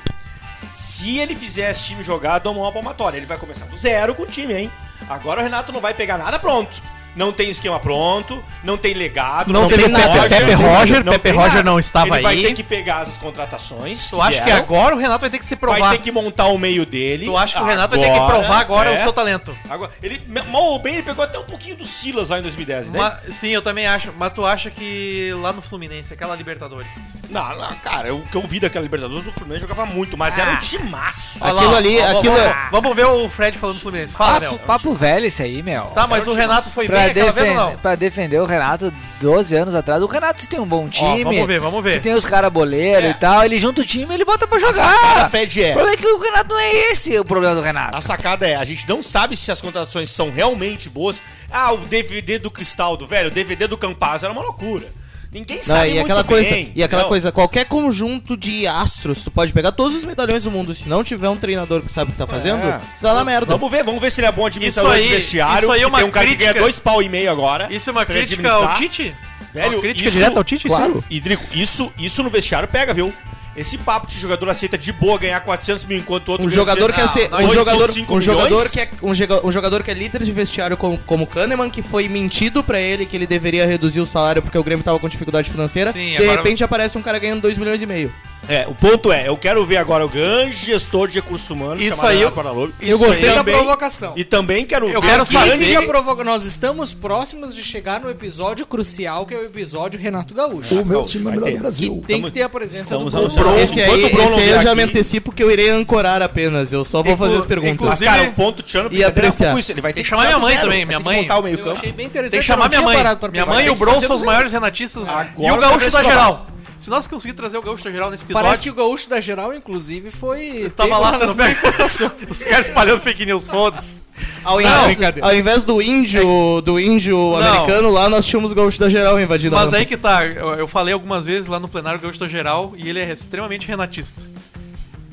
Speaker 4: Se ele fizer esse time jogar, dou uma palmatória. Ele vai começar do zero com o time, hein? Agora o Renato não vai pegar nada pronto. Não tem esquema pronto, não tem legado,
Speaker 2: Não teve
Speaker 4: tem
Speaker 2: o Pepe- Pepe Roger, Pepe
Speaker 4: tem
Speaker 2: Roger
Speaker 4: nada.
Speaker 2: não estava
Speaker 4: ele
Speaker 2: aí.
Speaker 4: Vai ter que pegar as contratações.
Speaker 2: Tu acha que
Speaker 4: vieram,
Speaker 2: agora o Renato vai ter que se
Speaker 4: Vai
Speaker 2: provar?
Speaker 4: ter que montar o meio dele.
Speaker 2: Tu acha que o Renato vai ter que provar agora
Speaker 4: é.
Speaker 2: o seu talento?
Speaker 4: Agora, ele, mal ou bem, ele pegou até um pouquinho do Silas lá em 2010, né?
Speaker 2: Ma- sim, eu também acho. Mas tu acha que lá no Fluminense, aquela Libertadores,
Speaker 4: Não, não, cara, o que eu vi daquela Libertadores, o Fluminense jogava muito, mas
Speaker 2: Ah.
Speaker 4: era um timaço.
Speaker 5: Aquilo ali,
Speaker 2: Ó,
Speaker 5: aquilo.
Speaker 2: vamos, vamos ver o Fred falando do Fluminense. Fala,
Speaker 6: papo,
Speaker 2: Léo.
Speaker 6: papo velho isso aí, meu.
Speaker 2: Tá, mas o Renato foi bem
Speaker 6: Pra,
Speaker 2: aquela vez ou
Speaker 6: defen-
Speaker 2: não?
Speaker 6: pra defender o Renato 12 anos atrás. O Renato tem um bom time.
Speaker 2: vamos ver, vamos ver.
Speaker 6: Se tem os caras boleiro
Speaker 4: É.
Speaker 6: e tal, ele junta o time ele bota pra
Speaker 4: Sacada,
Speaker 6: jogar.
Speaker 4: Fred,
Speaker 6: O
Speaker 4: é.
Speaker 6: problema é que o Renato não é esse o problema do Renato.
Speaker 4: A sacada é, a gente não sabe se as contratações são realmente boas. Ah, o DVD do Cristaldo, velho, o DVD do Campaz era uma loucura. Ninguém
Speaker 5: Não,
Speaker 4: sabe
Speaker 5: e
Speaker 4: muito
Speaker 5: aquela
Speaker 4: bem,
Speaker 5: coisa, e aquela
Speaker 4: não.
Speaker 5: coisa, qualquer conjunto de astros, tu pode pegar todos os medalhões do mundo, se não tiver um treinador que sabe o que tá fazendo, tu tá na merda.
Speaker 4: É. Vamos ver, vamos ver se ele é bom administrador
Speaker 2: Isso aí-
Speaker 4: de vestiário.
Speaker 2: isso aí é
Speaker 4: que
Speaker 2: uma
Speaker 4: tem um cara que ganha
Speaker 2: crítica.
Speaker 4: dois pau e meio agora.
Speaker 2: Isso é uma
Speaker 4: pra
Speaker 2: crítica
Speaker 4: administrar.
Speaker 2: ao Tite?
Speaker 4: Velho,
Speaker 2: uma crítica
Speaker 4: isso-
Speaker 2: direta ao Tite? isso é aí?
Speaker 5: Claro.
Speaker 4: E, Drico, isso, isso no vestiário pega, viu? Esse papo de jogador aceita de boa ganhar 400 mil enquanto o outro
Speaker 5: Um
Speaker 4: ganha
Speaker 5: jogador que é
Speaker 4: 200,
Speaker 5: ser,
Speaker 4: ah,
Speaker 5: um jogador,
Speaker 4: 2,5
Speaker 5: um jogador
Speaker 4: milhões?
Speaker 5: que é um, joga- um jogador que é líder de vestiário como, como Kahneman, que foi mentido pra ele que ele deveria reduzir o salário porque o Grêmio tava com dificuldade financeira.
Speaker 2: Sim,
Speaker 5: de
Speaker 2: agora-
Speaker 5: repente aparece um cara ganhando 2 milhões e meio.
Speaker 4: É, o ponto é, eu quero ver agora o grande gestor de recursos humanos
Speaker 2: Isso aí eu-
Speaker 4: Leonardo Paralobo.
Speaker 2: Eu gostei
Speaker 4: E
Speaker 2: da
Speaker 4: também-
Speaker 3: provocação.
Speaker 4: E também quero
Speaker 2: Eu
Speaker 4: ver
Speaker 2: quero
Speaker 4: o
Speaker 2: saber-
Speaker 4: grande-
Speaker 3: Diga provoca, nós estamos próximos de chegar no episódio crucial, que é o episódio Renato Gaúcho.
Speaker 8: O meu time é o melhor do
Speaker 3: Que
Speaker 8: Brasil.
Speaker 3: tem
Speaker 4: Tamo-
Speaker 3: que ter a presença do
Speaker 4: estamos
Speaker 3: Bruno.
Speaker 4: anunciando.
Speaker 5: esse
Speaker 4: enquanto
Speaker 5: aí,
Speaker 4: o Bruno
Speaker 5: esse aí eu
Speaker 4: vier
Speaker 5: já
Speaker 4: aqui-
Speaker 5: me antecipo que eu irei ancorar apenas, eu só
Speaker 4: É
Speaker 5: vou
Speaker 2: Inclu-
Speaker 5: fazer as perguntas.
Speaker 4: Mas,
Speaker 2: inclusive-
Speaker 4: cara, o ponto Tiano
Speaker 5: E apreciar.
Speaker 4: isso. Ele vai ter
Speaker 2: Tem que chamar minha
Speaker 4: tirar do
Speaker 2: mãe
Speaker 4: zero,
Speaker 2: também,
Speaker 4: vai
Speaker 2: minha
Speaker 4: ter que
Speaker 2: mãe.
Speaker 4: montar o meio
Speaker 3: Eu
Speaker 4: campo.
Speaker 3: achei bem interessante.
Speaker 2: Tem que
Speaker 3: eu
Speaker 2: chamar
Speaker 3: não
Speaker 2: minha
Speaker 3: tinha
Speaker 2: mãe.
Speaker 3: parado pra
Speaker 2: Minha
Speaker 3: pensar
Speaker 2: mãe e o
Speaker 3: nisso.
Speaker 2: Bron são os maiores renatistas.
Speaker 4: Agora
Speaker 2: e o
Speaker 4: eu quero
Speaker 2: Gaúcho da
Speaker 4: esse
Speaker 2: Geral. Se nós conseguirmos trazer o Gaúcho da Geral nesse episódio...
Speaker 3: Parece que o gaúcho da geral, inclusive, foi.
Speaker 2: tava
Speaker 3: pego
Speaker 2: lá
Speaker 3: nas
Speaker 2: nas manifestações. Os caras espalhando fake news, foda-se.
Speaker 5: Ao
Speaker 2: Não,
Speaker 5: invés,
Speaker 2: brincadeira. É
Speaker 5: ao invés do índio, do índio americano lá, nós tínhamos o gaúcho da geral invadindo
Speaker 2: Mas
Speaker 5: a
Speaker 2: aí que tá, eu, eu falei algumas vezes lá no plenário Gaúcho da Geral e ele é extremamente renatista.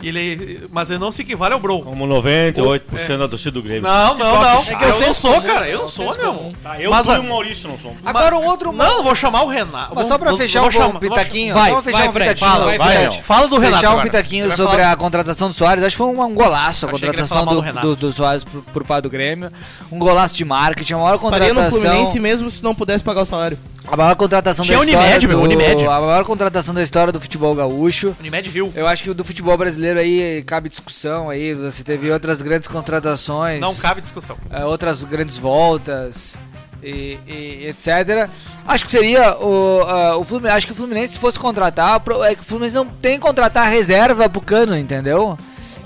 Speaker 2: E Ele, mas ele não se equivale ao Bron.
Speaker 4: Como 98% da torcida do Grêmio.
Speaker 2: é Não,
Speaker 4: Que
Speaker 2: não,
Speaker 4: troço
Speaker 2: não.
Speaker 4: chato.
Speaker 2: É eu não
Speaker 3: senso
Speaker 2: sou,
Speaker 3: comum,
Speaker 2: cara. Eu
Speaker 3: é o
Speaker 2: não sou,
Speaker 3: senso comum.
Speaker 2: meu.
Speaker 4: Tá, eu,
Speaker 2: Mas
Speaker 4: tu
Speaker 2: a-
Speaker 4: e o Maurício não somos.
Speaker 3: Agora um outro
Speaker 2: Não, eu vou chamar o Renato.
Speaker 6: Mas só pra fechar o pitaquinho,
Speaker 3: Vai,
Speaker 6: só pra fechar
Speaker 3: vai,
Speaker 6: o
Speaker 3: Fred,
Speaker 6: pitaquinho,
Speaker 3: fala, vai,
Speaker 6: Fred.
Speaker 4: Fred.
Speaker 2: Fala do Renato.
Speaker 6: Fechar um
Speaker 2: agora. Ele
Speaker 6: pitaquinho
Speaker 2: vai
Speaker 6: sobre
Speaker 2: falar-
Speaker 6: a contratação do Soares. Acho que foi um, um golaço a
Speaker 2: Achei que ele ia falar
Speaker 6: contratação
Speaker 2: mal
Speaker 6: do,
Speaker 2: do Renato.
Speaker 6: do, do Soares por, por parte do Grêmio. Um golaço de marketing, a maior
Speaker 5: Faria no
Speaker 6: contratação.
Speaker 5: Fluminense mesmo se não pudesse pagar o salário.
Speaker 6: A maior contratação
Speaker 2: Tinha
Speaker 6: da história.
Speaker 2: Unimed,
Speaker 6: do,
Speaker 2: meu, Unimed.
Speaker 6: A maior contratação da história do futebol gaúcho.
Speaker 2: Unimed Rio.
Speaker 6: Eu acho que o do futebol brasileiro aí cabe discussão aí. Você teve outras grandes contratações.
Speaker 2: Não cabe discussão.
Speaker 6: eh, outras grandes voltas e, e etc. Acho que seria o, ah, o Fluminense. Acho que o Fluminense se fosse contratar, pro- é que o Fluminense não tem que contratar reserva pro cano, entendeu?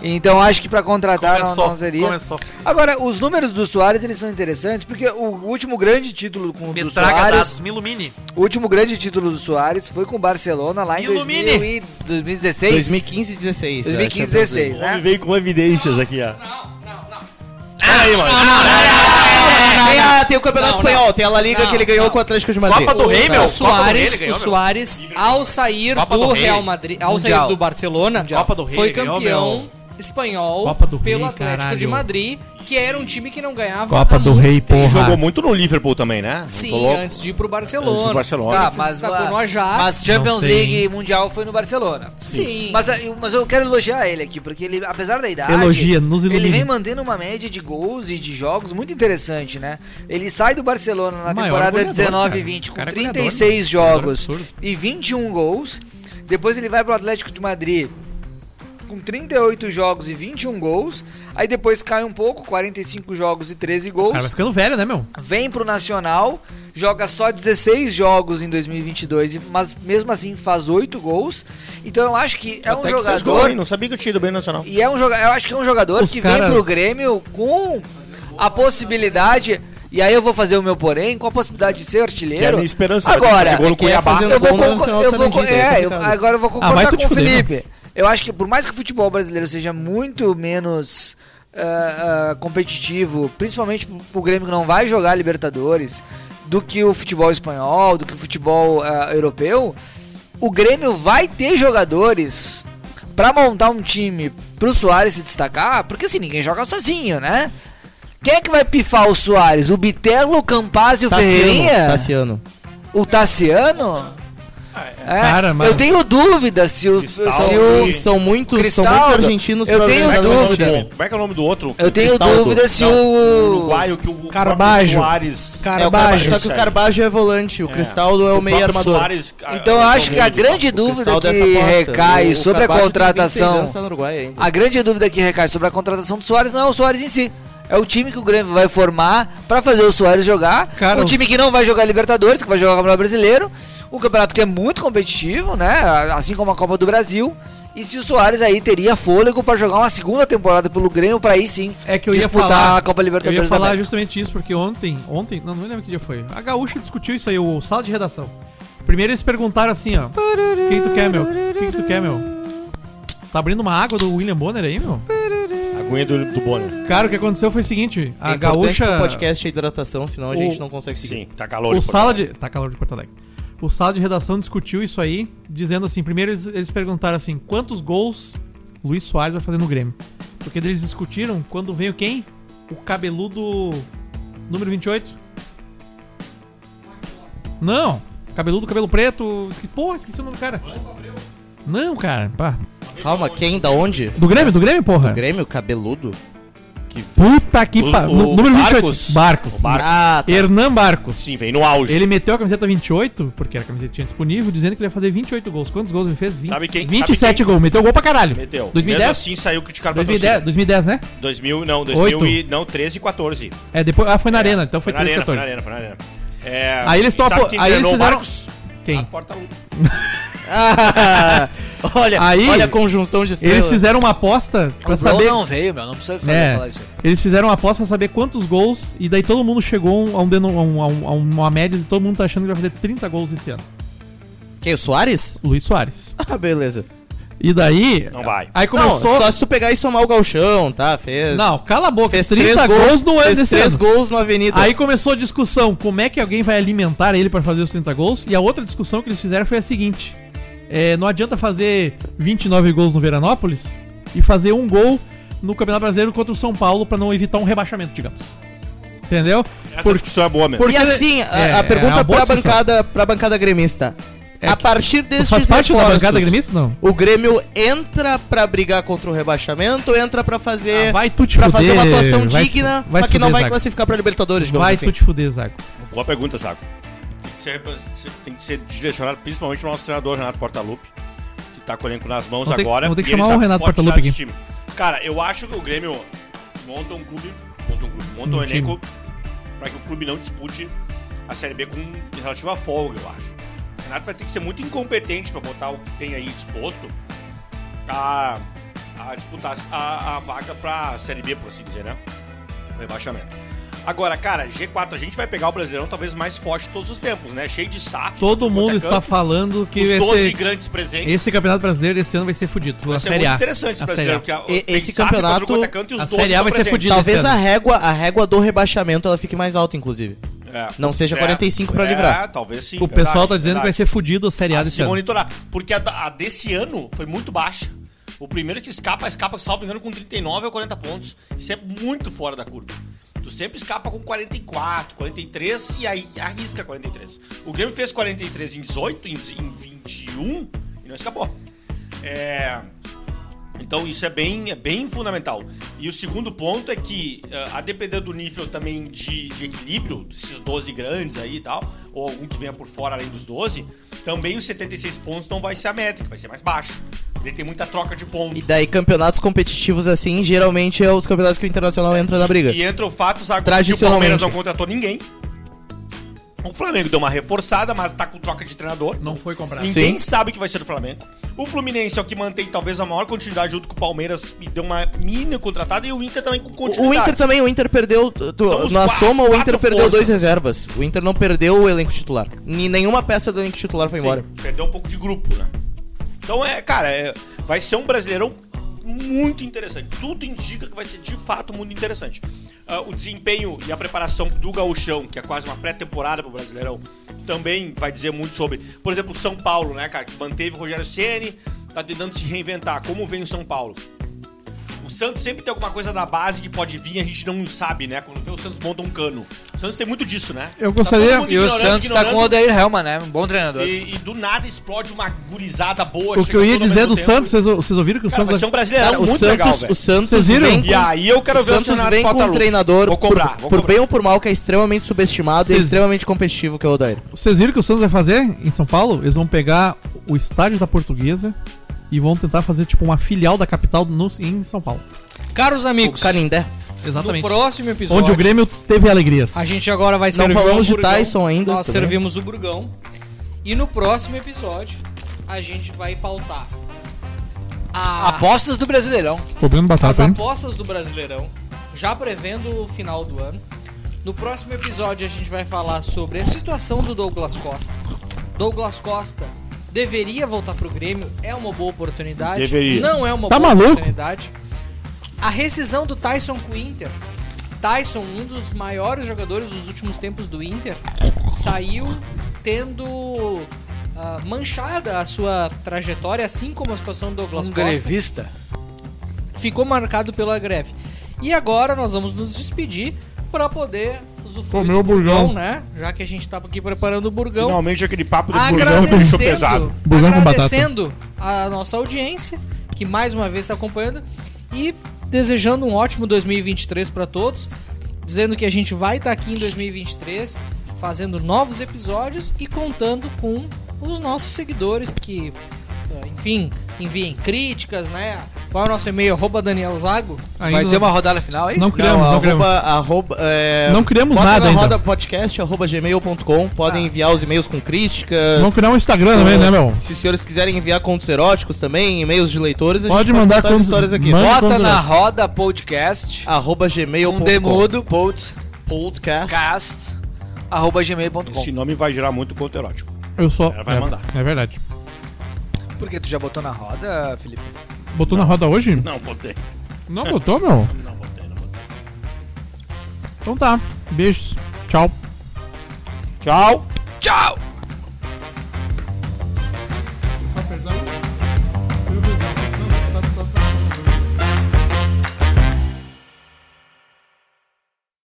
Speaker 6: Então acho que pra contratar não,
Speaker 2: Começou.
Speaker 6: não seria.
Speaker 2: Começou.
Speaker 6: Agora, os números do Soares eles são interessantes porque o último grande título com
Speaker 2: Me
Speaker 6: do
Speaker 2: traga
Speaker 6: Soares,
Speaker 2: dados, me ilumine.
Speaker 6: o último grande título do Soares foi com o Barcelona lá em
Speaker 2: Ilumine!
Speaker 6: 2000 e 2016.
Speaker 5: 2015 e
Speaker 8: é
Speaker 5: 16.
Speaker 6: 2015 16,
Speaker 10: O homem
Speaker 6: né?
Speaker 10: veio com evidências aqui, ó.
Speaker 5: tem, a- tem o Campeonato Espanhol, tem a La Liga
Speaker 3: Não,
Speaker 5: que ele ganhou com o Atlético de Madrid.
Speaker 2: Copa do Rei, meu.
Speaker 3: O
Speaker 2: Copa do Rei,
Speaker 3: Soares,
Speaker 2: ele ganhou,
Speaker 3: o
Speaker 2: meu.
Speaker 3: Soares, ao sair
Speaker 2: Copa
Speaker 3: do
Speaker 2: do Rei.
Speaker 3: Real Madrid, ao sair
Speaker 6: Mundial.
Speaker 3: do Barcelona,
Speaker 2: Copa do Rei,
Speaker 3: foi
Speaker 2: ele ganhou,
Speaker 3: campeão
Speaker 2: meu.
Speaker 3: espanhol
Speaker 8: Copa do Rei,
Speaker 3: pelo Atlético
Speaker 8: caralho.
Speaker 3: de Madrid, que era um time que não ganhava
Speaker 8: Copa
Speaker 3: há
Speaker 8: do
Speaker 3: muito
Speaker 8: Rei,
Speaker 4: Ele jogou
Speaker 8: porra.
Speaker 4: muito no Liverpool também, né? Não tô
Speaker 3: Sim,
Speaker 4: louco.
Speaker 3: antes de ir pro
Speaker 4: Antes
Speaker 3: Barcelona.
Speaker 4: do Barcelona.
Speaker 6: Tá,
Speaker 3: Se
Speaker 6: mas,
Speaker 3: destacou
Speaker 6: lá-
Speaker 3: no Ajax.
Speaker 6: mas Champions
Speaker 8: Não sei,
Speaker 6: League e Mundial foi no Barcelona.
Speaker 3: Sim.
Speaker 6: Mas, ah, eu- mas eu quero elogiar ele aqui, porque ele, apesar da idade.
Speaker 8: Elogia, nos
Speaker 6: Ele vem
Speaker 8: ilumina.
Speaker 6: mantendo uma média de gols e de jogos muito interessante, né? Ele sai do Barcelona na
Speaker 8: Maior
Speaker 6: temporada
Speaker 8: goleador,
Speaker 6: 19 e
Speaker 8: cara.
Speaker 6: 20 com
Speaker 8: Cara é goleador, Agora
Speaker 6: 36
Speaker 8: é
Speaker 6: jogos
Speaker 8: absurdo.
Speaker 6: e 21 gols. Depois ele vai pro Atlético de Madrid com 38 jogos e 21 gols. Aí depois cai um pouco, 45 jogos e 13
Speaker 8: O
Speaker 6: gols
Speaker 8: cara vai ficando velho, né, meu?
Speaker 6: vem pro Nacional, joga só 16 jogos em 2022, mas mesmo assim faz 8 gols. Então eu acho que é um
Speaker 4: Até que fez gol,
Speaker 6: jogador
Speaker 4: hein? Não sabia que eu tinha ido bem no Nacional.
Speaker 6: e é um jogador, eu acho que é um jogador
Speaker 8: Os
Speaker 6: que
Speaker 8: caras-
Speaker 6: vem pro Grêmio com a possibilidade e aí eu vou fazer o meu porém com a possibilidade de ser artilheiro.
Speaker 4: Que é a minha esperança, vai ter que fazer
Speaker 6: Agora,
Speaker 4: gol no Cuiabá.
Speaker 5: é fazendo
Speaker 6: eu vou
Speaker 5: gol no
Speaker 6: concor-
Speaker 5: Nacional
Speaker 6: eu
Speaker 5: de
Speaker 6: vou co-
Speaker 5: Sarandí, daí é
Speaker 6: é, eu-
Speaker 5: complicado.
Speaker 6: agora eu vou concordar
Speaker 8: vai Ah, tu
Speaker 6: com
Speaker 8: te
Speaker 6: o
Speaker 8: fuder,
Speaker 6: Felipe. Eu acho que por mais que o futebol brasileiro seja muito menos ah, ah, competitivo, principalmente pro- pro Grêmio que não vai jogar Libertadores, do que o futebol espanhol, do que o futebol ah, europeu, o Grêmio vai ter jogadores pra montar um time pro Soares se destacar, porque assim, ninguém joga sozinho, né? Quem é que vai pifar o Soares? O Bitelo, o Campaz
Speaker 5: Tá
Speaker 6: e o Ferreirinha?
Speaker 5: Tassiano, Tassiano.
Speaker 6: O Tassiano? É,
Speaker 8: Cara, mas-
Speaker 6: Eu tenho dúvida se o. Se
Speaker 4: Cristaldo.
Speaker 6: o
Speaker 5: E são muitos,
Speaker 6: Cristaldo,
Speaker 5: são muitos argentinos
Speaker 6: eu
Speaker 5: pra
Speaker 6: tenho
Speaker 5: organizar
Speaker 4: Como é
Speaker 5: no
Speaker 4: que é o nome
Speaker 6: dúvida.
Speaker 5: time.
Speaker 4: do- Como é que é o nome do outro?
Speaker 6: eu tenho
Speaker 5: Cristaldo.
Speaker 6: dúvida se
Speaker 4: Não,
Speaker 6: o.
Speaker 4: uruguaio que o próprio
Speaker 8: Carbajo.
Speaker 4: Soares...
Speaker 8: Car-
Speaker 5: É, o Carbajo.
Speaker 8: Carbajo.
Speaker 5: Só que o Carbajo é volante, o Cristaldo é o meio
Speaker 4: próprio
Speaker 5: armador.
Speaker 4: Soares, ah,
Speaker 6: Então eu acho que a
Speaker 4: muito
Speaker 6: grande
Speaker 4: bom.
Speaker 6: dúvida
Speaker 5: é Cristaldo é essa
Speaker 6: que
Speaker 5: aposta.
Speaker 6: recai
Speaker 5: O- o
Speaker 6: sobre a
Speaker 5: Carbajo tem 26
Speaker 6: contratação.
Speaker 5: anos, tá no Uruguai ainda.
Speaker 6: A grande dúvida que recai sobre a contratação do Soares não é o Soares em si. É É o time que o Grêmio vai formar pra fazer o Soares jogar.
Speaker 2: Cara,
Speaker 6: um time que não vai jogar Libertadores, que vai jogar o Campeonato Brasileiro. Um campeonato que é muito competitivo, né? Assim como a Copa do Brasil. E se o Soares aí teria fôlego pra jogar uma segunda temporada pelo Grêmio, pra aí sim
Speaker 2: É que eu ia
Speaker 6: disputar
Speaker 2: falar-
Speaker 6: a Copa
Speaker 2: Eu
Speaker 6: Libertadores
Speaker 2: ia
Speaker 6: da
Speaker 2: falar
Speaker 6: América.
Speaker 2: justamente isso, porque ontem, ontem, não, não lembro que dia foi. A Gaúcha discutiu isso aí, o sala de redação. Primeiro eles perguntaram assim, ó. Quem tu quer, meu? Quem que tu quer, meu? Tá abrindo uma água do William Bonner aí, meu?
Speaker 10: Aguinha do, do Bonner.
Speaker 2: Cara, o que aconteceu foi o seguinte, a
Speaker 5: é importante
Speaker 2: Gaúcha.
Speaker 5: pro podcast a hidratação, senão a
Speaker 2: O-
Speaker 5: gente não consegue seguir.
Speaker 4: Sim, tá calor.
Speaker 2: O
Speaker 4: em Porto
Speaker 2: sala
Speaker 4: Alegre.
Speaker 2: de. Tá calor de Porto Alegre. O sala de redação discutiu isso aí, dizendo assim: primeiro eles, eles perguntaram assim, quantos gols Luiz Soares vai fazer no Grêmio? Porque eles discutiram quando veio quem? O cabeludo número 28? Não! Cabeludo, cabelo preto. Que porra, esqueci o nome do cara. Não, cara. Pá.
Speaker 5: Calma, quem? Da onde?
Speaker 2: Do Grêmio, do Grêmio, porra.
Speaker 5: Grêmio cabeludo?
Speaker 2: Puta que
Speaker 4: O-
Speaker 2: pariu.
Speaker 4: o
Speaker 2: Número 28.
Speaker 4: Barcos?
Speaker 2: Barcos.
Speaker 4: O Barcos.
Speaker 5: Ah, tá.
Speaker 2: Hernan Barcos.
Speaker 4: Sim, vem no auge.
Speaker 2: Ele meteu a camiseta 28, porque era a camiseta que tinha disponível, dizendo que ele ia fazer 28 gols. Quantos gols ele fez? 20,
Speaker 4: Sabe quem-
Speaker 2: 27
Speaker 4: sabe quem-
Speaker 2: gols. Meteu gol pra caralho.
Speaker 4: Meteu.
Speaker 2: 2010?
Speaker 4: Mesmo assim saiu criticado pela
Speaker 2: 2010,
Speaker 4: torcida.
Speaker 2: 2010, né?
Speaker 4: 2000, não, 2000 e, não, 13 e 14.
Speaker 2: É, depois, ah, foi na Arena, então
Speaker 4: Foi
Speaker 2: foi
Speaker 4: na
Speaker 2: 3,
Speaker 4: arena, foi na
Speaker 2: 14.
Speaker 4: arena, foi na arena. É,
Speaker 2: Aí eles
Speaker 4: e
Speaker 2: tão
Speaker 4: sabe
Speaker 2: apo-
Speaker 4: quem
Speaker 2: aí eles
Speaker 4: treinou o
Speaker 2: fizeram-
Speaker 4: Marcos? A
Speaker 2: Quem?
Speaker 4: porta um.
Speaker 5: olha,
Speaker 2: Aí-
Speaker 5: olha a conjunção de
Speaker 2: Eles
Speaker 5: estrelas.
Speaker 2: fizeram uma aposta pra
Speaker 6: O Brown
Speaker 2: saber.
Speaker 6: não veio, meu. Não precisa falar,
Speaker 2: É.
Speaker 6: falar isso aí.
Speaker 2: Eles fizeram uma aposta pra saber quantos gols, e daí todo mundo chegou a, um deno- a um- a um- a uma média de todo mundo tá achando que vai fazer 30 gols esse ano.
Speaker 5: Quem, o Soares?
Speaker 2: O Luiz Soares.
Speaker 5: Ah, beleza.
Speaker 2: E daí.
Speaker 4: Não vai.
Speaker 2: Aí
Speaker 5: Não,
Speaker 2: começou.
Speaker 5: só se tu pegar e somar o galchão, tá? Fez...
Speaker 2: Não, cala a boca.
Speaker 5: Fez
Speaker 2: 30 gols no ano
Speaker 5: fez
Speaker 2: desse
Speaker 5: três
Speaker 2: ano.
Speaker 5: gols no Avenida.
Speaker 2: Aí começou a discussão, como é que alguém vai alimentar ele pra fazer os 30 gols? E a outra discussão que eles fizeram foi a seguinte: é, não adianta fazer 29 gols no Veranópolis e fazer um gol no Campeonato Brasileiro contra o São Paulo pra não evitar um rebaixamento, digamos. Entendeu?
Speaker 4: Essa
Speaker 2: Por-
Speaker 4: discussão é boa mesmo.
Speaker 2: por-
Speaker 5: E
Speaker 2: porque-
Speaker 5: assim, a,
Speaker 2: é,
Speaker 5: a
Speaker 2: é
Speaker 5: pergunta
Speaker 2: uma boa
Speaker 5: pra,
Speaker 2: discussão.
Speaker 5: bancada, pra bancada gremista.
Speaker 2: É
Speaker 5: a
Speaker 2: que-
Speaker 5: partir desses
Speaker 2: Faz parte da
Speaker 5: reforços,
Speaker 2: bancada gremista? Não.
Speaker 5: O Grêmio entra pra brigar contra o rebaixamento, ou entra É, pra fazer
Speaker 2: Ah, vai tu te
Speaker 5: para
Speaker 2: fuder.
Speaker 5: fazer uma atuação
Speaker 2: vai te-
Speaker 5: digna,
Speaker 2: vai
Speaker 5: mas que não vai
Speaker 2: Zago.
Speaker 5: classificar pra Libertadores, digamos
Speaker 2: Vai
Speaker 5: assim.
Speaker 2: tu te fuder, Zago.
Speaker 4: Boa pergunta, Saco. Tem que ser- é Tem que ser direcionado principalmente pro nosso treinador, Renato Portaluppi, que tá com o elenco nas mãos
Speaker 2: Vou ter que-
Speaker 4: agora.
Speaker 2: vou ter que
Speaker 4: e ele
Speaker 2: chamar o
Speaker 4: sabe
Speaker 2: Renato
Speaker 4: pode tirar
Speaker 2: Portaluppi
Speaker 4: esse time. Cara, eu acho que o Grêmio monta um clube, monta um, clube, monta um,
Speaker 2: Um time.
Speaker 4: elenco pra que o clube não dispute a Série B com relativa folga, eu acho. O Renato vai ter que ser muito incompetente pra botar o que tem aí disposto a, a disputar a, a vaga pra Série B, por assim dizer, né? O rebaixamento. Agora, cara, G4, a gente vai pegar o Brasileirão talvez mais forte de todos os tempos, né? Cheio de SAF.
Speaker 2: Todo mundo está
Speaker 4: falando
Speaker 2: falando que
Speaker 4: Os
Speaker 2: vai
Speaker 4: 12
Speaker 2: ser-
Speaker 4: grandes presentes.
Speaker 2: esse Campeonato Brasileiro esse ano vai ser fudido.
Speaker 4: vai
Speaker 2: a
Speaker 4: ser
Speaker 2: Série
Speaker 4: muito
Speaker 2: A.
Speaker 4: interessante esse
Speaker 2: A
Speaker 4: brasileiro.
Speaker 2: Série A.
Speaker 4: porque a-
Speaker 5: E-
Speaker 4: tem
Speaker 5: esse
Speaker 4: SAF,
Speaker 5: campeonato-
Speaker 4: contra o Contra é Canto e os
Speaker 2: a
Speaker 4: 12
Speaker 2: Série A
Speaker 4: estão
Speaker 2: vai ser
Speaker 4: presentes.
Speaker 2: fudida.
Speaker 5: Talvez
Speaker 2: esse
Speaker 5: a
Speaker 2: ano.
Speaker 5: régua, a régua do rebaixamento ela fique mais alta, inclusive.
Speaker 4: É.
Speaker 5: Não seja 45 pra
Speaker 4: É,
Speaker 5: livrar.
Speaker 4: talvez sim.
Speaker 2: O
Speaker 4: verdade,
Speaker 2: pessoal tá dizendo que vai
Speaker 4: verdade.
Speaker 2: ser fudido a Série A
Speaker 4: a
Speaker 2: desse
Speaker 4: se
Speaker 2: ano.
Speaker 4: monitorar. Porque a, da- a desse ano foi muito baixa. O primeiro que escapa, escapa, salvo engano, com 39 ou 40 pontos. Isso é muito fora da curva. Tu sempre escapa com 44, 43 e aí arrisca 43. O Grêmio fez 43 em 18, em, em 21 e não escapou. É, Então isso é bem, é bem fundamental. E o segundo ponto é que, eh, a depender do nível também de, de equilíbrio, desses 12 grandes aí e tal, ou algum que venha por fora além dos 12, também os 76 pontos não vai ser a métrica, vai ser mais baixo. Ele tem muita troca de
Speaker 5: E
Speaker 4: pontos.
Speaker 5: daí, campeonatos competitivos assim, geralmente é os campeonatos que o Internacional entra na briga.
Speaker 4: E entra o fato Zago, que o
Speaker 5: Tradicionalmente.
Speaker 4: Palmeiras não contratou ninguém. O Flamengo deu uma reforçada, mas tá com troca de treinador.
Speaker 2: Não foi comprado.
Speaker 4: Ninguém
Speaker 5: Sim.
Speaker 4: sabe o que vai ser do Flamengo. O Fluminense é o que mantém talvez a maior continuidade junto com o Palmeiras e deu uma mini contratada e o Inter também com
Speaker 5: O, o
Speaker 4: continuidade.
Speaker 5: Inter também, o Inter perdeu. tu- tu-
Speaker 4: São os
Speaker 5: na
Speaker 4: quatro-
Speaker 5: soma, o
Speaker 4: quatro
Speaker 5: Inter perdeu
Speaker 4: forças.
Speaker 5: dois reservas. O Inter não perdeu o elenco titular. Ni- Nenhuma peça do elenco titular foi
Speaker 4: Sim,
Speaker 5: embora.
Speaker 4: perdeu um pouco de grupo, né? Então é, cara, é- vai ser um brasileirão muito interessante. Tudo indica que vai ser de fato muito interessante. Ah, o desempenho e a preparação do Gauchão, que é quase uma pré-temporada pro Brasileirão, também vai dizer muito sobre. Por exemplo, o São Paulo, né, cara, que manteve o Rogério Ceni, tá tentando se reinventar. Como vem o São Paulo? O Santos sempre tem alguma coisa na base que pode vir, a gente não sabe, né? Quando vê o Santos monta um cano. O Santos tem muito disso, né?
Speaker 2: Eu gostaria-
Speaker 4: todo mundo
Speaker 6: E o
Speaker 4: ignorando,
Speaker 6: Santos tá com o
Speaker 4: ignorando.
Speaker 6: Odair Helma, né? Um bom treinador.
Speaker 4: E, e do nada explode uma gurizada boa.
Speaker 2: O que
Speaker 4: chega
Speaker 2: eu ia
Speaker 4: todo ao
Speaker 2: dizer
Speaker 4: mesmo
Speaker 2: do
Speaker 4: tempo.
Speaker 2: Santos, vocês, vocês ouviram que o
Speaker 4: Cara, vai
Speaker 2: Santos.
Speaker 4: ser um brasileirão
Speaker 5: Cara, o
Speaker 4: muito
Speaker 5: Santos,
Speaker 4: legal, velho.
Speaker 5: o Santos
Speaker 2: Vocês viram?
Speaker 5: vem
Speaker 4: E aí eu quero
Speaker 5: o
Speaker 4: ver o
Speaker 5: Santos
Speaker 4: Renato
Speaker 5: vem com um
Speaker 4: Portaluppi.
Speaker 5: treinador,
Speaker 4: Vou cobrar,
Speaker 5: por,
Speaker 4: vou
Speaker 5: por
Speaker 4: cobrar.
Speaker 5: bem ou por mal, que é extremamente subestimado e
Speaker 2: Vocês-
Speaker 5: extremamente competitivo, que é o Odair.
Speaker 2: Vocês viram que o Santos vai fazer em São Paulo? Eles vão pegar o estádio da Portuguesa e vão tentar fazer tipo uma filial da capital no- em São Paulo.
Speaker 3: Caros
Speaker 5: O
Speaker 3: amigos,
Speaker 5: Canindé.
Speaker 2: Exatamente.
Speaker 3: No próximo episódio.
Speaker 2: Onde o Grêmio teve alegrias.
Speaker 3: A gente agora vai
Speaker 5: Não
Speaker 3: servir
Speaker 5: falamos
Speaker 3: o
Speaker 5: de
Speaker 3: hamburgão.
Speaker 5: Tyson ainda.
Speaker 3: Nós
Speaker 5: também.
Speaker 3: servimos o Burgão. E no próximo episódio, a gente vai pautar a-
Speaker 6: Apostas do Brasileirão.
Speaker 2: Cobrando
Speaker 3: as
Speaker 2: batata, hein?
Speaker 3: apostas do Brasileirão, já prevendo o final do ano. No próximo episódio, a gente vai falar sobre a situação do Douglas Costa. Douglas Costa deveria voltar pro Grêmio, é uma boa oportunidade.
Speaker 4: Deveria.
Speaker 3: Não é uma
Speaker 2: Tá
Speaker 3: boa
Speaker 2: maluco?
Speaker 3: oportunidade. A rescisão do Tyson com o Inter. Tyson, um dos maiores jogadores dos últimos tempos do Inter, saiu tendo ah, manchada a sua trajetória, assim como a situação do Douglas
Speaker 6: Um
Speaker 3: Costa
Speaker 6: grevista.
Speaker 3: ficou marcado pela greve. E agora nós vamos nos despedir para poder usufruir
Speaker 2: Comer
Speaker 3: do
Speaker 2: o burgão.
Speaker 3: né? Já que a gente tá aqui preparando o burgão.
Speaker 4: Finalmente aquele papo do burgão deixou tá pesado.
Speaker 3: agradecendo,
Speaker 2: Burgão com batata.
Speaker 3: agradecendo a nossa audiência que mais uma vez está acompanhando e desejando um ótimo 2023 para todos, dizendo que a gente vai estar aqui em 2023 fazendo novos episódios e contando com os nossos seguidores que, eh, enfim, enviem críticas, né? Qual é o nosso e-mail? Arroba Daniel Zago.
Speaker 2: Ainda
Speaker 6: Vai ter uma rodada final aí?
Speaker 2: Não
Speaker 5: Não,
Speaker 2: criamos, não, criamos.
Speaker 5: arroba, arroba, é,
Speaker 2: Não criamos
Speaker 5: bota
Speaker 2: nada
Speaker 5: na
Speaker 2: ainda.
Speaker 5: roda podcast, arroba gmail.com. Podem enviar os e-mails com críticas.
Speaker 2: Vamos criar um Instagram também, né, meu?
Speaker 5: Se os senhores quiserem enviar contos eróticos também, e-mails de leitores, a
Speaker 2: Pode
Speaker 5: gente
Speaker 2: mandar
Speaker 5: contar essas
Speaker 2: contos-
Speaker 5: histórias aqui.
Speaker 2: manda-
Speaker 6: Bota
Speaker 2: Quando-
Speaker 6: na roda podcast.
Speaker 5: Arroba
Speaker 6: Um
Speaker 5: gmail.com.
Speaker 6: demudo podcast.
Speaker 5: Podcast.
Speaker 6: Arroba gmail.com.
Speaker 4: Esse nome vai gerar muito conto erótico.
Speaker 2: Eu só.
Speaker 4: Ela vai
Speaker 2: é,
Speaker 4: mandar.
Speaker 2: É verdade.
Speaker 6: Porque tu já botou na roda, Felipe?
Speaker 2: Botou na roda hoje?
Speaker 4: Não, botei.
Speaker 2: Não botou, meu?
Speaker 4: Não, botei, não botei.
Speaker 2: Então tá. Beijos. Tchau.
Speaker 4: Tchau.